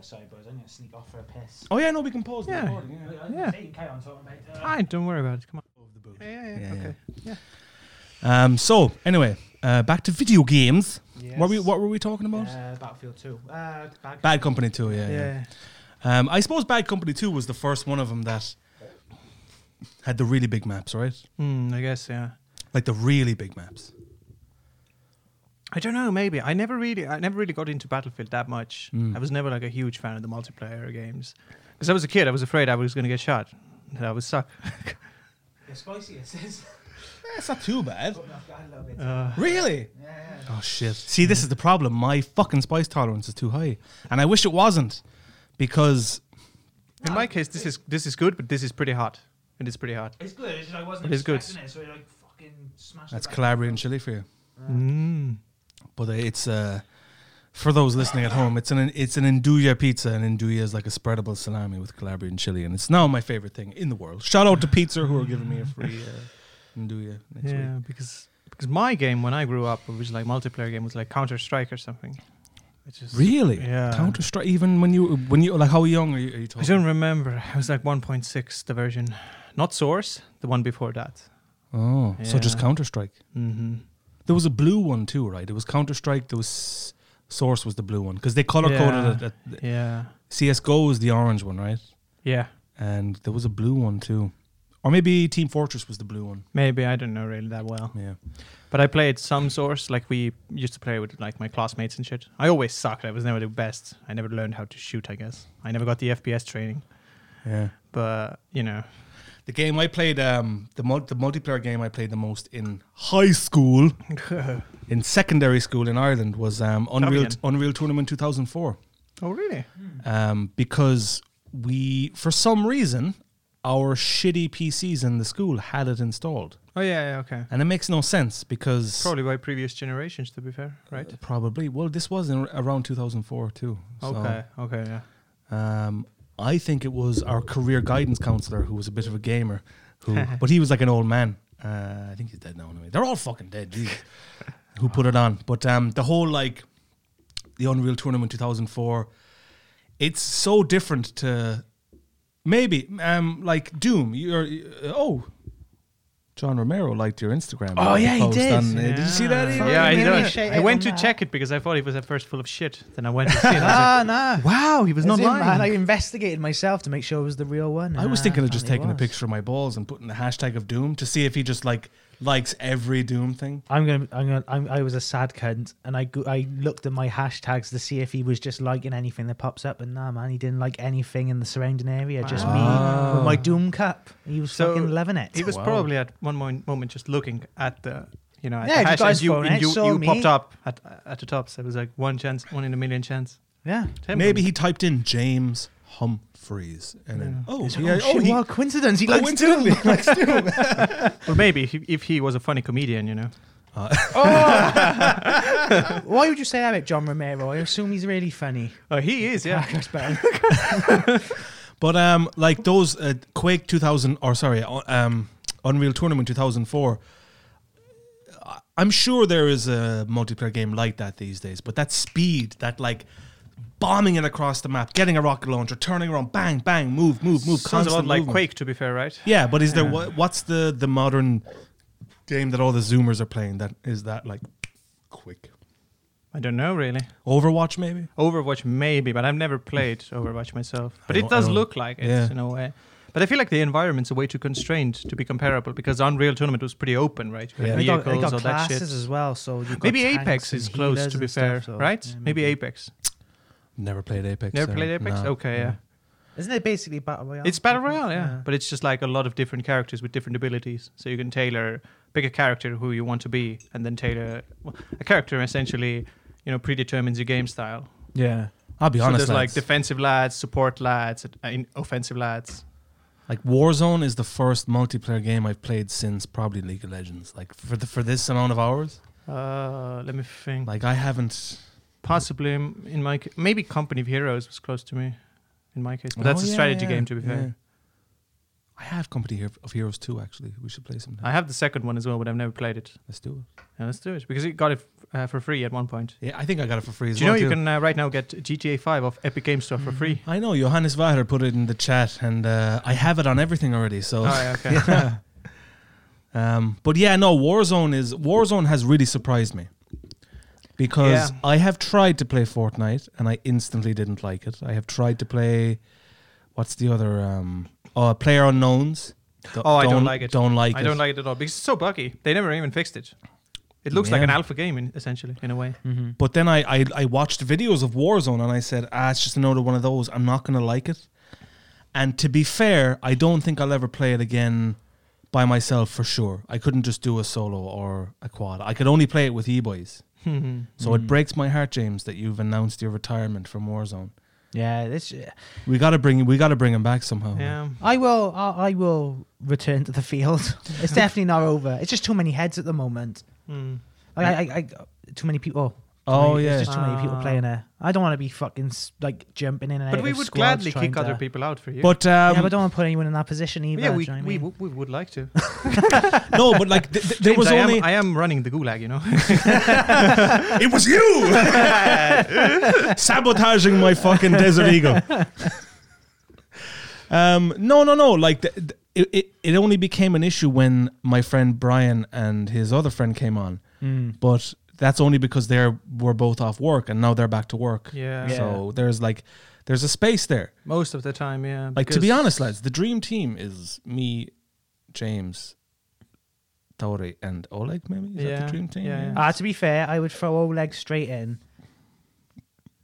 [SPEAKER 4] Sorry, boys, I'm gonna sneak off for a piss.
[SPEAKER 3] Oh yeah, no, we can pause.
[SPEAKER 1] the Yeah. recording, Yeah. Fine, don't worry about it. Come on. Yeah, yeah, yeah.
[SPEAKER 3] Yeah,
[SPEAKER 1] okay.
[SPEAKER 3] Um. So anyway, uh, back to video games. What were we, what were we talking about?
[SPEAKER 4] Uh, Battlefield 2. Uh, bad-
[SPEAKER 3] Bad Company Two. Yeah. yeah.
[SPEAKER 1] Yeah.
[SPEAKER 3] Um. I suppose Bad Company Two was the first one of them that had the really big maps, right?
[SPEAKER 1] Mm, I guess, yeah.
[SPEAKER 3] Like the really big maps.
[SPEAKER 1] I don't know. Maybe I never really, I never really got into Battlefield that much.
[SPEAKER 3] Hmm.
[SPEAKER 1] I was never like a huge fan of the multiplayer games. Because I was a kid, I was afraid I was going to get shot. That would suck.
[SPEAKER 4] It's spicy, it says.
[SPEAKER 3] That's Eh, not too bad.
[SPEAKER 4] I love
[SPEAKER 3] Uh,
[SPEAKER 4] it.
[SPEAKER 1] Uh,
[SPEAKER 3] Really?
[SPEAKER 4] yeah.
[SPEAKER 3] Oh shit. See, this is the problem. My fucking spice tolerance is too high. And I wish it wasn't. Because
[SPEAKER 1] In my case, this is this is good, but this is pretty hot, and it's pretty hot.
[SPEAKER 4] It's good. It's just I wasn't
[SPEAKER 1] It is good.
[SPEAKER 4] expecting it, so I like fucking smashed
[SPEAKER 3] that's
[SPEAKER 4] it back.
[SPEAKER 3] Calabrian chili for you.
[SPEAKER 1] Mm.
[SPEAKER 3] But uh, it's uh for those listening at home, it's an it's an Induja pizza, and Induja is like a spreadable salami with Calabrian chili, and it's now my favorite thing in the world. Shout out to Pizza who are giving me a free uh, Induja next
[SPEAKER 1] Yeah,
[SPEAKER 3] week.
[SPEAKER 1] because because my game when I grew up, it was like multiplayer game, was like Counter Strike or something. Which is
[SPEAKER 3] Really?
[SPEAKER 1] Yeah.
[SPEAKER 3] Counter Strike. Even when you when you like how young are you? Are you
[SPEAKER 1] I
[SPEAKER 3] talking?
[SPEAKER 1] don't remember. It was like 1.6 the version, not Source, the one before that.
[SPEAKER 3] Oh, so just
[SPEAKER 1] Yeah.
[SPEAKER 3] Counter Strike.
[SPEAKER 1] Mm-hmm.
[SPEAKER 3] There was a blue one too, right? It was Counter Strike. There was Source was the blue one because they color
[SPEAKER 1] Yeah.
[SPEAKER 3] coded it. At,
[SPEAKER 1] Yeah,
[SPEAKER 3] CS:GO is the orange one, right?
[SPEAKER 1] yeah.
[SPEAKER 3] And there was a blue one too, or maybe Team Fortress was the blue one.
[SPEAKER 1] Maybe I don't know really that well,
[SPEAKER 3] Yeah.
[SPEAKER 1] but I played some Source. Like we used to play with like my classmates and shit. I always sucked. I was never the best. I never learned how to shoot. I guess I never got the FPS training.
[SPEAKER 3] Yeah.
[SPEAKER 1] But you know,
[SPEAKER 3] The game I played, um, the mul- the multiplayer game I played the most in high school,
[SPEAKER 1] oh
[SPEAKER 3] in secondary school in Ireland, was um, Unreal
[SPEAKER 1] Davian.
[SPEAKER 3] Unreal Tournament 2004.
[SPEAKER 1] really?
[SPEAKER 3] um, because we, for some reason, our shitty PCs in the school had it installed,
[SPEAKER 1] Oh yeah, yeah. Okay.
[SPEAKER 3] and it makes no sense because
[SPEAKER 1] Probably by previous generations, to be fair, right?
[SPEAKER 3] probably well, this was in, around 2004 too. So,
[SPEAKER 1] Okay. Okay. Yeah.
[SPEAKER 3] Um, I think it was our career guidance counselor who was a bit of a gamer, who but he was like an old man. Uh, I think he's dead now. Anyway, they're all fucking dead. Jesus. who put it on? But um, the whole like the Unreal Tournament 2004, it's so different to maybe um like Doom. You're uh, oh. John Romero liked your Instagram.
[SPEAKER 4] Oh, yeah, he
[SPEAKER 3] post
[SPEAKER 4] did.
[SPEAKER 3] on- uh, Did you see that?
[SPEAKER 1] Yeah,
[SPEAKER 4] Fucking
[SPEAKER 1] I
[SPEAKER 4] hell,
[SPEAKER 1] know.
[SPEAKER 4] you shit
[SPEAKER 1] I
[SPEAKER 4] it
[SPEAKER 1] went
[SPEAKER 4] on
[SPEAKER 1] to
[SPEAKER 4] that.
[SPEAKER 1] check it because I thought it was at first full of shit. Then I went to see it. and I
[SPEAKER 4] Ah, nah.
[SPEAKER 1] was like, wow, he was
[SPEAKER 4] It's
[SPEAKER 1] not
[SPEAKER 4] it,
[SPEAKER 1] lying.
[SPEAKER 4] man. I investigated myself to make sure it was the real one.
[SPEAKER 3] I was
[SPEAKER 4] Ah,
[SPEAKER 3] thinking of just
[SPEAKER 4] apparently
[SPEAKER 3] taking
[SPEAKER 4] it
[SPEAKER 3] a
[SPEAKER 4] was.
[SPEAKER 3] picture of my balls and putting the hashtag of Doom to see if he just like likes every Doom thing.
[SPEAKER 4] I'm gonna. I'm gonna. I'm, I was a sad cunt, and I go, I looked at my hashtags to see if he was just liking anything that pops up, and nah, man, he didn't like anything in the surrounding area. Just me
[SPEAKER 3] Ah.
[SPEAKER 4] with my Doom cup. He was
[SPEAKER 1] So,
[SPEAKER 4] fucking loving it.
[SPEAKER 1] he was
[SPEAKER 3] Wow.
[SPEAKER 1] probably at one moment, moment just looking at the, you know, at
[SPEAKER 4] Yeah,
[SPEAKER 1] the
[SPEAKER 4] just
[SPEAKER 1] hash,
[SPEAKER 4] got
[SPEAKER 1] and
[SPEAKER 4] his
[SPEAKER 1] you,
[SPEAKER 4] phone
[SPEAKER 1] and
[SPEAKER 4] out,
[SPEAKER 1] you,
[SPEAKER 4] saw
[SPEAKER 1] you
[SPEAKER 4] me.
[SPEAKER 1] popped up at at the top. So it was like one chance, one in a million chance.
[SPEAKER 4] yeah.
[SPEAKER 1] Ten
[SPEAKER 3] Maybe
[SPEAKER 1] million.
[SPEAKER 3] he typed in James Humphreys and then oh,
[SPEAKER 4] It's like,
[SPEAKER 3] yeah,
[SPEAKER 4] oh, shit,
[SPEAKER 3] he-
[SPEAKER 4] what a coincidence! He likes Doom.
[SPEAKER 3] coincidentally likes Doom.
[SPEAKER 1] or maybe he, if he was a funny comedian, you know.
[SPEAKER 4] Oh.
[SPEAKER 3] Oh.
[SPEAKER 4] Why would you say that about John Romero? I assume he's really funny.
[SPEAKER 1] Oh, he is, yeah.
[SPEAKER 4] That's better.
[SPEAKER 3] but um, like those uh, Quake 2000 or sorry, uh, um, Unreal Tournament 2004. I- I'm sure there is a multiplayer game like that these days, but that speed, that like bombing it across the map, getting a rocket launcher, turning around, bang, bang, move, move, move,
[SPEAKER 1] Sounds a lot
[SPEAKER 3] constant
[SPEAKER 1] like
[SPEAKER 3] movement.
[SPEAKER 1] Quake, to be fair, right?
[SPEAKER 3] Yeah, but is there what, what's the the modern game that all the Zoomers are playing? That is that like quick
[SPEAKER 1] I don't know, really.
[SPEAKER 3] Overwatch maybe?
[SPEAKER 1] Overwatch maybe, but I've never played Overwatch myself. But
[SPEAKER 3] don't-
[SPEAKER 1] it
[SPEAKER 3] I
[SPEAKER 1] does
[SPEAKER 3] don't-
[SPEAKER 1] look like it
[SPEAKER 3] yeah.
[SPEAKER 1] in a way. But I feel like the environment's a way too constrained to be comparable because Unreal Tournament was pretty open, right? You
[SPEAKER 3] Yeah.
[SPEAKER 1] had
[SPEAKER 4] I got, I
[SPEAKER 1] vehicles,
[SPEAKER 4] got
[SPEAKER 1] all that shit.
[SPEAKER 4] classes as well, so you've got
[SPEAKER 1] Maybe
[SPEAKER 4] tanks
[SPEAKER 1] Apex
[SPEAKER 4] and
[SPEAKER 1] is close,
[SPEAKER 4] healers
[SPEAKER 1] to be
[SPEAKER 4] and stuff,
[SPEAKER 1] fair,
[SPEAKER 4] so,
[SPEAKER 1] right?
[SPEAKER 4] yeah,
[SPEAKER 1] maybe. Apex.
[SPEAKER 3] Never played Apex.
[SPEAKER 1] Never
[SPEAKER 3] uh,
[SPEAKER 1] played Apex?
[SPEAKER 3] no.
[SPEAKER 1] Okay, yeah.
[SPEAKER 4] Isn't it basically battle royale?
[SPEAKER 1] It's battle royale, yeah. But it's just like a lot of different characters with different abilities, so you can tailor pick a character who you want to be, and then tailor well, a character essentially. You know, predetermines your game style.
[SPEAKER 4] yeah.
[SPEAKER 3] I'll be
[SPEAKER 1] so
[SPEAKER 3] honest.
[SPEAKER 1] there's like
[SPEAKER 3] lads. Like,
[SPEAKER 1] defensive lads, support lads, and- and offensive lads.
[SPEAKER 3] Warzone is the first multiplayer game I've played since probably League of Legends. Like for the, for this amount of hours,
[SPEAKER 1] Uh, let me think.
[SPEAKER 3] like I haven't.
[SPEAKER 1] Possibly m- in my ca- maybe Company of Heroes was close to me. In my case, but
[SPEAKER 3] Oh,
[SPEAKER 1] that's a
[SPEAKER 3] yeah,
[SPEAKER 1] strategy
[SPEAKER 3] yeah,
[SPEAKER 1] game to be fair.
[SPEAKER 3] yeah. I have Company Hero- of Heroes 2 actually. We should play some.
[SPEAKER 1] I have the second one as well, but I've never played it.
[SPEAKER 3] Let's do
[SPEAKER 1] Yeah, let's do it because it got it uh, for free at one point.
[SPEAKER 3] it. Yeah, I think I got it for free. As
[SPEAKER 1] Do you know
[SPEAKER 3] well,
[SPEAKER 1] you
[SPEAKER 3] too.
[SPEAKER 1] can uh, right now get GTA 5 off Epic Game Store for free?
[SPEAKER 3] I know Johannes Vaher put it in the chat, and uh, I have it on everything already. So
[SPEAKER 1] Oh, yeah, okay.
[SPEAKER 3] yeah. Um, but yeah, no, Warzone is Warzone has really surprised me because
[SPEAKER 1] Yeah.
[SPEAKER 3] I have tried to play Fortnite and I instantly didn't like it. I have tried to play what's the other um, uh, oh, Player Unknowns
[SPEAKER 1] Oh, I don't like it.
[SPEAKER 3] Don't like
[SPEAKER 1] I
[SPEAKER 3] it.
[SPEAKER 1] don't like it at all because it's so buggy. They never even fixed it. It looks like
[SPEAKER 3] Yeah.
[SPEAKER 1] an alpha game, in, essentially, in a way.
[SPEAKER 3] But then I, I I watched videos of Warzone and I said, ah, it's just another one of those. I'm not gonna like it. And to be fair, I don't think I'll ever play it again by myself for sure. I couldn't just do a solo or a quad. I could only play it with e boys. So it breaks my heart, James, that you've announced your retirement from Warzone.
[SPEAKER 4] Yeah, this.
[SPEAKER 3] We gotta bring we gotta bring him back somehow.
[SPEAKER 1] Yeah.
[SPEAKER 4] I will. I, I will return to the field. It's definitely not over. It's just too many heads at the moment.
[SPEAKER 1] Mm.
[SPEAKER 4] I, I, I too many people.
[SPEAKER 3] Oh
[SPEAKER 4] Like,
[SPEAKER 3] yeah.
[SPEAKER 4] there's just too many people
[SPEAKER 1] Ah.
[SPEAKER 4] playing there. I don't want to be fucking s- like jumping in and out
[SPEAKER 1] But we
[SPEAKER 4] of
[SPEAKER 1] would
[SPEAKER 4] squads
[SPEAKER 1] gladly
[SPEAKER 4] trying
[SPEAKER 1] kick
[SPEAKER 4] to-
[SPEAKER 1] other people out for you.
[SPEAKER 3] but
[SPEAKER 4] Yeah,
[SPEAKER 3] um,
[SPEAKER 4] but I don't want to put anyone in that position either.
[SPEAKER 1] yeah, we,
[SPEAKER 4] do you know
[SPEAKER 1] we,
[SPEAKER 4] what I mean?
[SPEAKER 1] w- we would like to.
[SPEAKER 3] no, but like th- th- there
[SPEAKER 1] James,
[SPEAKER 3] was
[SPEAKER 1] I am-
[SPEAKER 3] only
[SPEAKER 1] I am running the gulag, you know.
[SPEAKER 3] it was you sabotaging my fucking desert eagle. um, no, no, no. Like th- th- it, it, it only became an issue when my friend Brian and his other friend came on. But that's only because they were both off work and now they're back to work.
[SPEAKER 1] Yeah.
[SPEAKER 3] So there's like there's a space there.
[SPEAKER 1] Most of the time, yeah.
[SPEAKER 3] Like to
[SPEAKER 1] because-
[SPEAKER 3] be honest, lads, the dream team is me, James, Tauri, and Oleg. Maybe is that
[SPEAKER 1] Yeah,
[SPEAKER 3] the dream team?
[SPEAKER 1] yeah, yeah.
[SPEAKER 4] Ah, to be fair, I would throw Oleg straight in,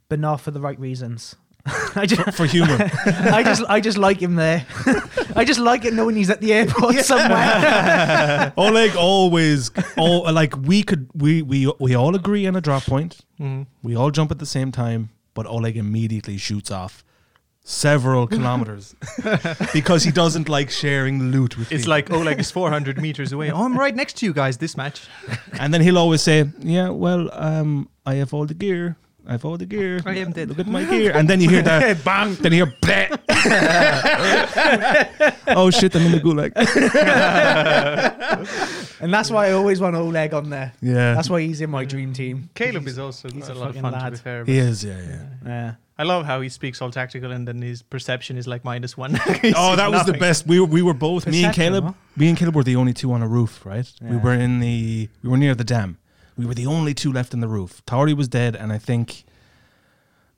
[SPEAKER 4] but not for the right reasons. I just,
[SPEAKER 3] For humor.
[SPEAKER 4] I just, I just like him there. I just like it knowing he's at the airport somewhere.
[SPEAKER 3] Oleg always, all, like we could, we we we all agree on a drop point.
[SPEAKER 1] Mhm.
[SPEAKER 3] We all jump at the same time, but Oleg immediately shoots off several kilometers because he doesn't like sharing loot with.
[SPEAKER 1] It's
[SPEAKER 3] people.
[SPEAKER 1] like Oleg is 400 meters away. Oh, I'm right next to you guys this match.
[SPEAKER 3] and then he'll always say, "Yeah, well, um, I have all the gear." I have all the gear.
[SPEAKER 1] I am dead."
[SPEAKER 3] Look at my gear. And then you hear that bang. Then you hear bleh. oh shit! I'm in the gulag.
[SPEAKER 4] and that's why I always want Oleg on there.
[SPEAKER 3] Yeah,
[SPEAKER 4] That's why he's in my dream team.
[SPEAKER 1] Caleb is also
[SPEAKER 4] he's
[SPEAKER 1] a
[SPEAKER 4] a
[SPEAKER 1] lot of
[SPEAKER 4] fucking
[SPEAKER 1] fun to
[SPEAKER 4] lad.
[SPEAKER 1] be fair.
[SPEAKER 3] he
[SPEAKER 1] but
[SPEAKER 3] is. Yeah, yeah.
[SPEAKER 4] Yeah.
[SPEAKER 1] I love how he speaks all tactical and then his perception is like minus one.
[SPEAKER 3] Oh, that was the best. We were, we were both me and
[SPEAKER 4] Perception,
[SPEAKER 3] Caleb.
[SPEAKER 4] huh?
[SPEAKER 3] Me and Caleb were the only two on a roof, right? We
[SPEAKER 4] Yeah.
[SPEAKER 3] were in the we were near the dam. We were the only two left in the roof. Tauri was dead, and I think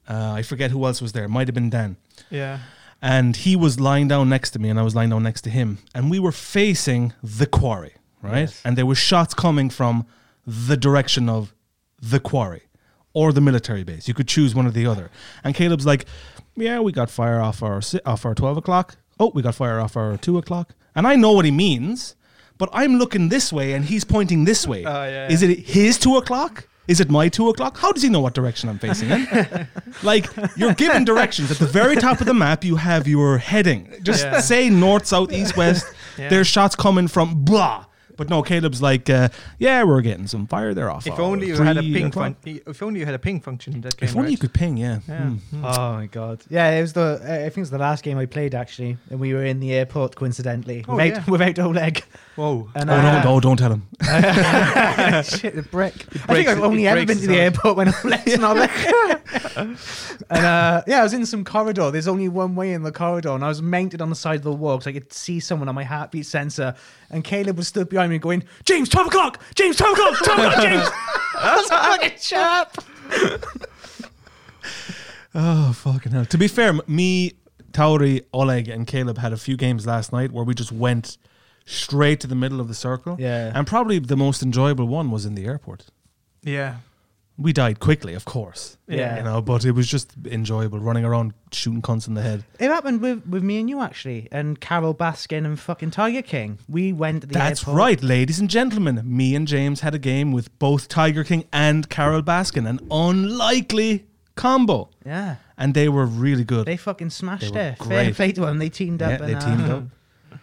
[SPEAKER 3] uh, I forget who else was there. It Might have been Dan.
[SPEAKER 1] Yeah.
[SPEAKER 3] And he was lying down next to me, and I was lying down next to him, and we were facing the quarry, right?
[SPEAKER 4] Yes.
[SPEAKER 3] And there were shots coming from the direction of the quarry or the military base. You could choose one or the other. And Caleb's like, "Yeah, we got fire off our si- off our twelve o'clock. Oh, we got fire off our two o'clock." And I know what he means, but I'm looking this way, and he's pointing this way.
[SPEAKER 1] Oh, yeah,
[SPEAKER 3] Is it his two o'clock? Is it my two o'clock? How does he know what direction I'm facing in? like you're given directions at the very top of the map. You have your heading. Just
[SPEAKER 1] Yeah.
[SPEAKER 3] say north, south, east, west.
[SPEAKER 1] Yeah.
[SPEAKER 3] There's shots coming from blah. But no, Caleb's like, uh, yeah, we're getting some fire. They're off.
[SPEAKER 1] If
[SPEAKER 3] our
[SPEAKER 1] only you had a
[SPEAKER 3] three
[SPEAKER 1] ping
[SPEAKER 3] o'clock.
[SPEAKER 1] fun- If only you had a ping function in that game.
[SPEAKER 3] If only you
[SPEAKER 1] right?
[SPEAKER 3] could ping, yeah.
[SPEAKER 1] Yeah.
[SPEAKER 3] Hmm.
[SPEAKER 4] Oh my god! Yeah, it was the. Uh, I think it was the last game I played actually, and we were in the airport coincidentally
[SPEAKER 1] Oh,
[SPEAKER 4] without
[SPEAKER 1] yeah.
[SPEAKER 4] without Oleg.
[SPEAKER 1] Whoa.
[SPEAKER 4] And
[SPEAKER 3] Oh
[SPEAKER 4] uh,
[SPEAKER 3] no, no, don't tell him.
[SPEAKER 4] shit, the brick. I think
[SPEAKER 1] breaks-
[SPEAKER 4] I've only
[SPEAKER 1] it
[SPEAKER 4] ever
[SPEAKER 1] breaks his
[SPEAKER 4] been to the
[SPEAKER 1] heart.
[SPEAKER 4] airport when Oleg's not there. and uh, yeah, I was in some corridor. There's only one way in the corridor, and I was mounted on the side of the wall because I could see someone on my heartbeat sensor. And Caleb was stood behind me going, "James, twelve o'clock! James, twelve o'clock! Twelve o'clock, James!" I was like, fucking chap.
[SPEAKER 3] Oh fucking hell! To be fair, m- me, Tauri, Oleg, and Caleb had a few games last night where we just went straight to the middle of the circle.
[SPEAKER 4] Yeah.
[SPEAKER 3] and probably the most enjoyable one was in the airport.
[SPEAKER 1] Yeah.
[SPEAKER 3] We died quickly, of course.
[SPEAKER 4] Yeah.
[SPEAKER 3] you know, but it was just enjoyable running around shooting cunts in the head.
[SPEAKER 4] It happened with, with me and you actually, and Carol Baskin and fucking Tiger King. We went to the
[SPEAKER 3] That's
[SPEAKER 4] airport.
[SPEAKER 3] right, ladies and gentlemen. Me and James had a game with both Tiger King and Carol Baskin, an unlikely combo,
[SPEAKER 4] Yeah,
[SPEAKER 3] and they were really good.
[SPEAKER 4] they fucking smashed
[SPEAKER 3] were
[SPEAKER 4] it. Fair
[SPEAKER 3] great.
[SPEAKER 4] play to them. They teamed
[SPEAKER 3] yeah,
[SPEAKER 4] up.
[SPEAKER 3] they
[SPEAKER 4] and,
[SPEAKER 3] teamed
[SPEAKER 4] uh,
[SPEAKER 3] up.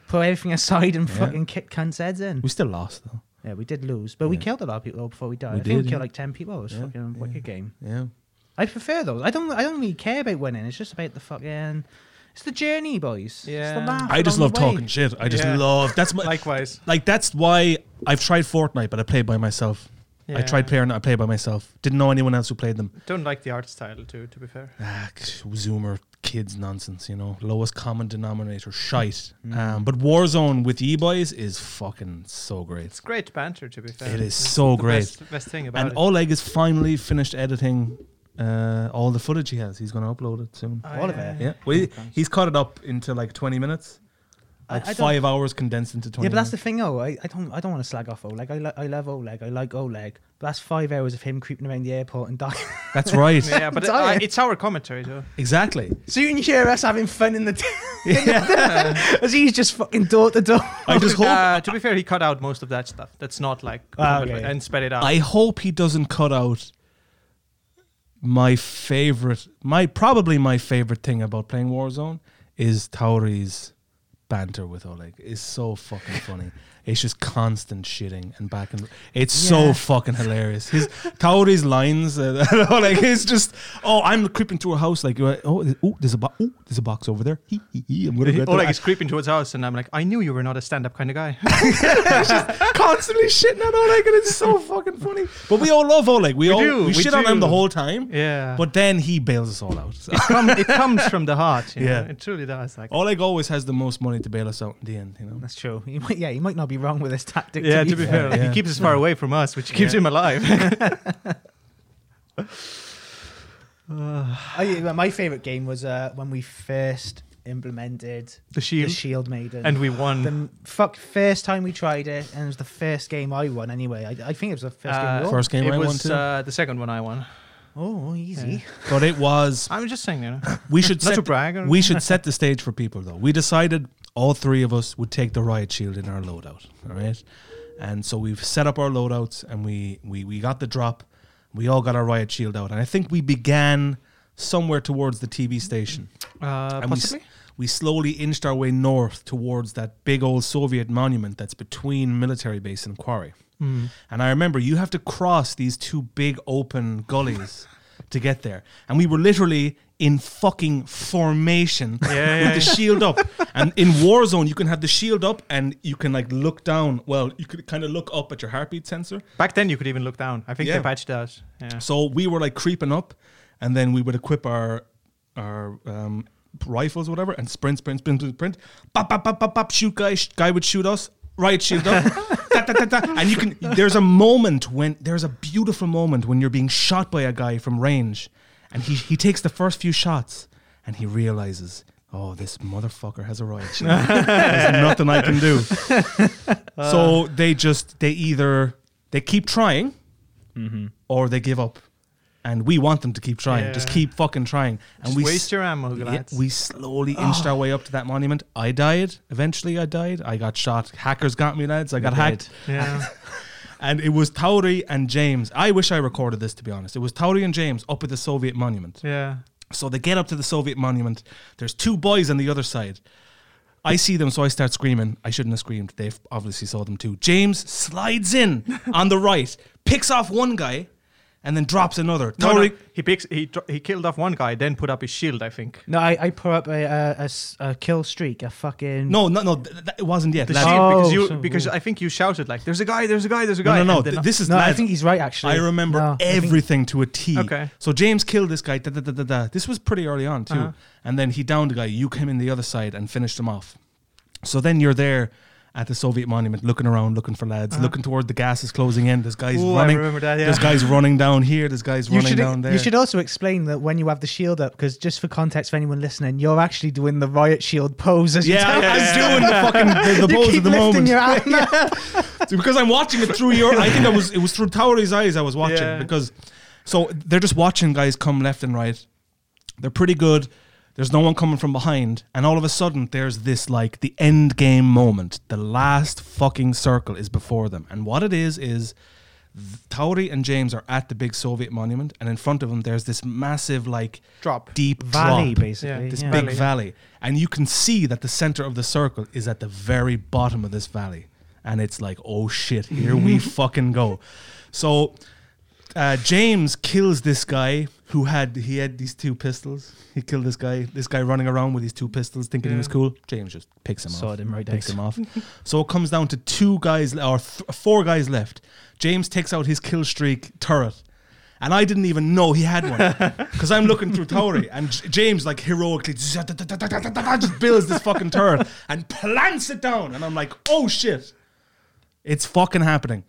[SPEAKER 4] Put everything aside and
[SPEAKER 3] Yeah.
[SPEAKER 4] fucking kicked cunts' heads in.
[SPEAKER 3] We still lost though.
[SPEAKER 4] Yeah, we did lose, but we
[SPEAKER 3] Yeah.
[SPEAKER 4] killed a lot of people before we died.
[SPEAKER 3] We
[SPEAKER 4] I think we
[SPEAKER 3] did,
[SPEAKER 4] killed
[SPEAKER 3] yeah.
[SPEAKER 4] like ten people. It was
[SPEAKER 3] Yeah,
[SPEAKER 4] fucking
[SPEAKER 3] yeah.
[SPEAKER 4] wicked game.
[SPEAKER 3] Yeah.
[SPEAKER 4] I prefer those. I don't. I don't really care about winning. It's just about the fucking. It's the journey, boys. It's
[SPEAKER 1] Yeah.
[SPEAKER 4] the laugh
[SPEAKER 3] I just love
[SPEAKER 4] along the way.
[SPEAKER 3] talking shit. I just
[SPEAKER 1] Yeah.
[SPEAKER 3] love that's my like,
[SPEAKER 1] Likewise.
[SPEAKER 3] that's why I've tried Fortnite, but I played by myself. I
[SPEAKER 1] Yeah.
[SPEAKER 3] tried player and I played by myself. Didn't know anyone else who played them.
[SPEAKER 1] Don't like the art style too. To be fair.
[SPEAKER 3] Ah, Zoomer kids nonsense, you know. Lowest common denominator, shite.
[SPEAKER 4] Mm-hmm.
[SPEAKER 3] Um, but Warzone with e boys is fucking so great.
[SPEAKER 1] It's great banter. To be fair.
[SPEAKER 3] It is
[SPEAKER 1] It's
[SPEAKER 3] so
[SPEAKER 1] the
[SPEAKER 3] great.
[SPEAKER 1] Best, best thing about
[SPEAKER 3] And
[SPEAKER 1] it.
[SPEAKER 3] Oleg is finally finished editing uh, all the footage he has. He's going to upload it soon.
[SPEAKER 1] Oh,
[SPEAKER 4] All of it.
[SPEAKER 3] Yeah, well, he, he's cut it up into like 20 minutes.
[SPEAKER 4] I-
[SPEAKER 3] Like
[SPEAKER 4] I don't-
[SPEAKER 3] five hours condensed into twenty.
[SPEAKER 4] Yeah, but that's the
[SPEAKER 3] minutes.
[SPEAKER 4] thing, though. I, I don't I don't want to slag off Oleg. I, li- I love Oleg. I like Oleg. But that's five hours of him creeping around the airport and dying.
[SPEAKER 3] that's right.
[SPEAKER 1] Yeah, but
[SPEAKER 4] Sorry.
[SPEAKER 1] uh, it's our commentary, though.
[SPEAKER 3] Exactly.
[SPEAKER 4] so you can hear us having fun in the as he's just fucking door to door.
[SPEAKER 3] I just hope
[SPEAKER 1] Uh, to be fair, he cut out most of that stuff. That's not like
[SPEAKER 4] Ah, okay.
[SPEAKER 1] and sped it out.
[SPEAKER 3] I hope he doesn't cut out my favorite, my probably my favorite thing about playing Warzone is Tauri's banter with Oleg. It's so fucking funny. It's just constant shitting and back and it's
[SPEAKER 4] Yeah.
[SPEAKER 3] so fucking hilarious. His Tauri's lines, uh, like it's just oh, I'm creeping through a house like oh, oh there's a bo- oh, there's a box over there. Hee, hee, hee, I'm gonna
[SPEAKER 1] He-
[SPEAKER 3] get that.
[SPEAKER 1] Oleg is creeping towards us, and I'm like, I knew you were not a stand-up kind of guy.
[SPEAKER 3] constantly shitting on Oleg, and it's so fucking funny. But we all love Oleg. We, all
[SPEAKER 1] do,
[SPEAKER 3] we,
[SPEAKER 1] we
[SPEAKER 3] shit on him
[SPEAKER 1] do.
[SPEAKER 3] the whole time.
[SPEAKER 1] yeah,
[SPEAKER 3] But then he bails us all out. So
[SPEAKER 1] it, come, it comes from the heart. You yeah,
[SPEAKER 3] Yeah. Oh,
[SPEAKER 1] know? it truly does. Like,
[SPEAKER 3] Oleg always has the most money to bail us out in the end. You know.
[SPEAKER 4] That's true. You might, yeah, you might not be wrong with this tactic.
[SPEAKER 1] yeah, to be fair,
[SPEAKER 3] yeah.
[SPEAKER 1] he keeps us far away from us, which keeps him alive.
[SPEAKER 4] I, Oh, well, my favorite game was uh, when we first implemented
[SPEAKER 1] the
[SPEAKER 4] the
[SPEAKER 1] shield,
[SPEAKER 4] Shield Maiden.
[SPEAKER 1] and we won.
[SPEAKER 4] the m- fuck first time we tried it, and it was the first game I won. Anyway, I, I think it was the first
[SPEAKER 1] Uh,
[SPEAKER 4] game. You won.
[SPEAKER 3] First game
[SPEAKER 1] it
[SPEAKER 3] I won
[SPEAKER 1] was
[SPEAKER 3] too.
[SPEAKER 1] uh, the second one I won.
[SPEAKER 4] Oh, easy.
[SPEAKER 3] But it was.
[SPEAKER 1] I'm just saying, you know,
[SPEAKER 3] We should
[SPEAKER 1] not
[SPEAKER 3] set
[SPEAKER 1] to
[SPEAKER 3] the,
[SPEAKER 1] brag. Or,
[SPEAKER 3] we should set the stage for people though. We decided all three of us would take the riot shield in our loadout. All right. And so we've set up our loadouts and we we we got the drop. We all got our riot shield out, and I think we began somewhere towards the TV station.
[SPEAKER 1] uh,
[SPEAKER 3] and we, s-
[SPEAKER 1] possibly.
[SPEAKER 3] we slowly inched our way north towards that big old Soviet monument that's between military base and quarry.
[SPEAKER 1] Hmm.
[SPEAKER 3] And I remember you have to cross these two big open gullies to get there. And we were literally in fucking formation
[SPEAKER 1] Yeah,
[SPEAKER 3] with
[SPEAKER 1] yeah,
[SPEAKER 3] the shield up. And in Warzone, you can have the shield up and you can like look down. Well, you could kind of look up at your heartbeat sensor.
[SPEAKER 1] Back then, you could even look down. I think
[SPEAKER 3] Yeah.
[SPEAKER 1] they patched us. Yeah.
[SPEAKER 3] So we were like creeping up, and then we would equip our our um, rifles, whatever, and sprint, sprint, sprint, sprint, sprint. Bop, bop, bop, bop, bop. Shoot, guy. Sh- guy would shoot us. Right, shield up. da, da, da, da. And you can. There's a moment when there's a beautiful moment when you're being shot by a guy from range, and he he takes the first few shots, and he realizes. Oh, this motherfucker has a riot shield. There's nothing I can do.
[SPEAKER 1] Uh,
[SPEAKER 3] so they just they either they keep trying,
[SPEAKER 1] Mm-hmm.
[SPEAKER 3] or they give up. And we want them to keep trying. Just
[SPEAKER 1] Yeah.
[SPEAKER 3] keep fucking trying. And
[SPEAKER 1] Just
[SPEAKER 3] we
[SPEAKER 1] waste
[SPEAKER 3] s-
[SPEAKER 1] your ammo,
[SPEAKER 3] yeah,
[SPEAKER 1] lads.
[SPEAKER 3] we slowly inched our way up to that monument. I died. Eventually, I died. I got shot. Hackers got me, lads. I got hacked.
[SPEAKER 1] yeah.
[SPEAKER 3] And it was Tauri and James. I wish I recorded this, to be honest. It was Tauri and James up at the Soviet monument.
[SPEAKER 1] yeah.
[SPEAKER 3] So they get up to the Soviet monument. There's two boys on the other side. I see them, so I start screaming. I shouldn't have screamed. They obviously saw them too. James slides in on the right, picks off one guy, and then drops another.
[SPEAKER 1] No, no,
[SPEAKER 3] Tauri,
[SPEAKER 1] he picks. He dro- he killed off one guy, then put up his shield. I think.
[SPEAKER 4] No, I, I put up a, a- a s- a kill streak, a fucking
[SPEAKER 3] no, no, no, th- th- it wasn't yet.
[SPEAKER 1] The
[SPEAKER 3] lads.
[SPEAKER 1] shield, because
[SPEAKER 4] shit- Oh,
[SPEAKER 1] you
[SPEAKER 4] so-
[SPEAKER 1] because I think you shouted like, "There's a guy! There's a guy! There's a
[SPEAKER 3] No,
[SPEAKER 1] guy!"
[SPEAKER 3] no, no.
[SPEAKER 1] and then-
[SPEAKER 3] th- this is
[SPEAKER 4] No, I
[SPEAKER 3] lads.
[SPEAKER 4] think he's right. Actually,
[SPEAKER 3] I remember
[SPEAKER 4] No, I think-
[SPEAKER 3] everything to a T.
[SPEAKER 1] Okay.
[SPEAKER 3] So James killed this guy. Da, da, da, da, da. This was pretty early on too,
[SPEAKER 1] Uh-huh.
[SPEAKER 3] and then he downed a guy. You came in the other side and finished him off. So then you're there at the Soviet monument, looking around, looking for lads, looking toward the gases closing in. This guy's
[SPEAKER 1] Ooh, I
[SPEAKER 3] running.
[SPEAKER 1] remember that, yeah.
[SPEAKER 3] This guy's running down here. This guy's
[SPEAKER 4] You
[SPEAKER 3] running
[SPEAKER 4] should,
[SPEAKER 3] down there.
[SPEAKER 4] you should also explain that when you have the shield up, because just for context for anyone listening, you're actually doing the riot shield pose as
[SPEAKER 3] yeah,
[SPEAKER 4] you
[SPEAKER 3] I,
[SPEAKER 4] tell us.
[SPEAKER 3] I'm doing the fucking the, the
[SPEAKER 4] You
[SPEAKER 3] pose at
[SPEAKER 4] keep
[SPEAKER 3] the
[SPEAKER 4] lifting
[SPEAKER 3] moment.
[SPEAKER 4] your arm up.
[SPEAKER 3] So because I'm watching it through your. I think I was. It was through Tauri's eyes I was watching
[SPEAKER 1] Yeah.
[SPEAKER 3] because. So they're just watching guys come left and right. They're pretty good. There's no one coming from behind, and all of a sudden there's this like the end game moment. The last fucking circle is before them, and what it is is. th- Tauri and James are at the big Soviet monument, and in front of them, there's this massive, like,
[SPEAKER 1] Drop.
[SPEAKER 3] deep
[SPEAKER 4] Valley,
[SPEAKER 3] drop
[SPEAKER 4] basically.
[SPEAKER 1] Yeah,
[SPEAKER 4] Yeah,
[SPEAKER 1] this
[SPEAKER 3] this
[SPEAKER 1] Yeah.
[SPEAKER 3] big
[SPEAKER 1] Valley,
[SPEAKER 3] valley,
[SPEAKER 1] yeah.
[SPEAKER 3] and you can see that the center of the circle is at the very bottom of this valley and it's like oh shit here we fucking go so uh, james kills this guy who had he had these two pistols he killed this guy this guy running around with these two pistols thinking he was
[SPEAKER 1] Yeah.
[SPEAKER 3] cool james just picks him off
[SPEAKER 4] Sawed him right
[SPEAKER 3] picks
[SPEAKER 4] out.
[SPEAKER 3] him off so it comes down to two guys le- or th- four guys left james takes out his kill streak turret and I didn't even know he had one because I'm looking through Tory and J- James like heroically just builds this fucking turret and plants it down and I'm like oh shit it's fucking happening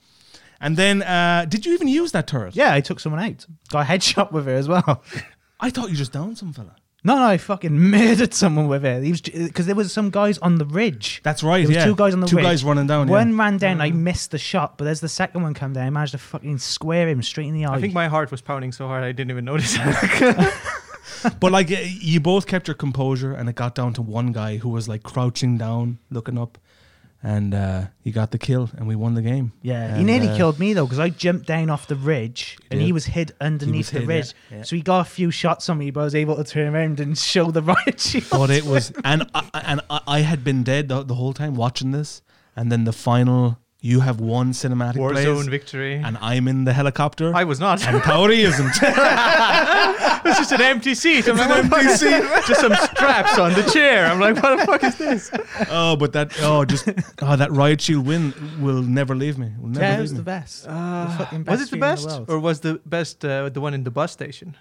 [SPEAKER 3] and then uh, did you even use that turret
[SPEAKER 4] yeah, I took someone out. Got a headshot with her as well.
[SPEAKER 3] I thought you just downed some fella
[SPEAKER 4] No, no, I fucking murdered someone with it. He was because there was some guys on the ridge.
[SPEAKER 3] That's right.
[SPEAKER 4] There was
[SPEAKER 3] yeah.
[SPEAKER 4] two guys on the
[SPEAKER 3] two
[SPEAKER 4] ridge.
[SPEAKER 3] guys running down. yeah.
[SPEAKER 4] One ran down. I missed the shot, but as the second one come down, I managed to fucking square him straight in the eye.
[SPEAKER 1] I think my heart was pounding so hard I didn't even notice.
[SPEAKER 3] But like y- you both kept your composure, and it got down to one guy who was like crouching down, looking up, and uh, he got the kill, and we won the game.
[SPEAKER 4] yeah, he
[SPEAKER 3] And,
[SPEAKER 4] nearly
[SPEAKER 3] uh,
[SPEAKER 4] killed me though because I jumped down off the ridge and he
[SPEAKER 3] did.
[SPEAKER 4] was hid
[SPEAKER 3] was
[SPEAKER 4] underneath the
[SPEAKER 3] hid, yeah,
[SPEAKER 4] ridge.
[SPEAKER 3] yeah.
[SPEAKER 4] So he got a few shots on me, but I was able to turn around and show the riot shield.
[SPEAKER 3] But it was, and I, I- and I, I had been dead the, the whole time watching this, and then the final, you have one cinematic plays,
[SPEAKER 1] Warzone victory.
[SPEAKER 3] and I'm in the helicopter,
[SPEAKER 1] I was not.
[SPEAKER 3] and
[SPEAKER 1] it
[SPEAKER 3] Tauri isn't.
[SPEAKER 1] was just an empty seat. I'm like,
[SPEAKER 3] an
[SPEAKER 1] what the
[SPEAKER 3] empty
[SPEAKER 1] fuck? just some straps on the chair. I'm like, what the fuck is this?
[SPEAKER 3] oh, but that, oh, just, oh, that riot shield win will never leave me. Will never
[SPEAKER 4] yeah, it
[SPEAKER 3] leave
[SPEAKER 4] was
[SPEAKER 3] me.
[SPEAKER 4] the best.
[SPEAKER 1] Uh,
[SPEAKER 4] fucking
[SPEAKER 1] was
[SPEAKER 4] best
[SPEAKER 1] it the
[SPEAKER 4] feeling in the
[SPEAKER 1] best,
[SPEAKER 4] world.
[SPEAKER 1] or was the best uh, the one in the bus station?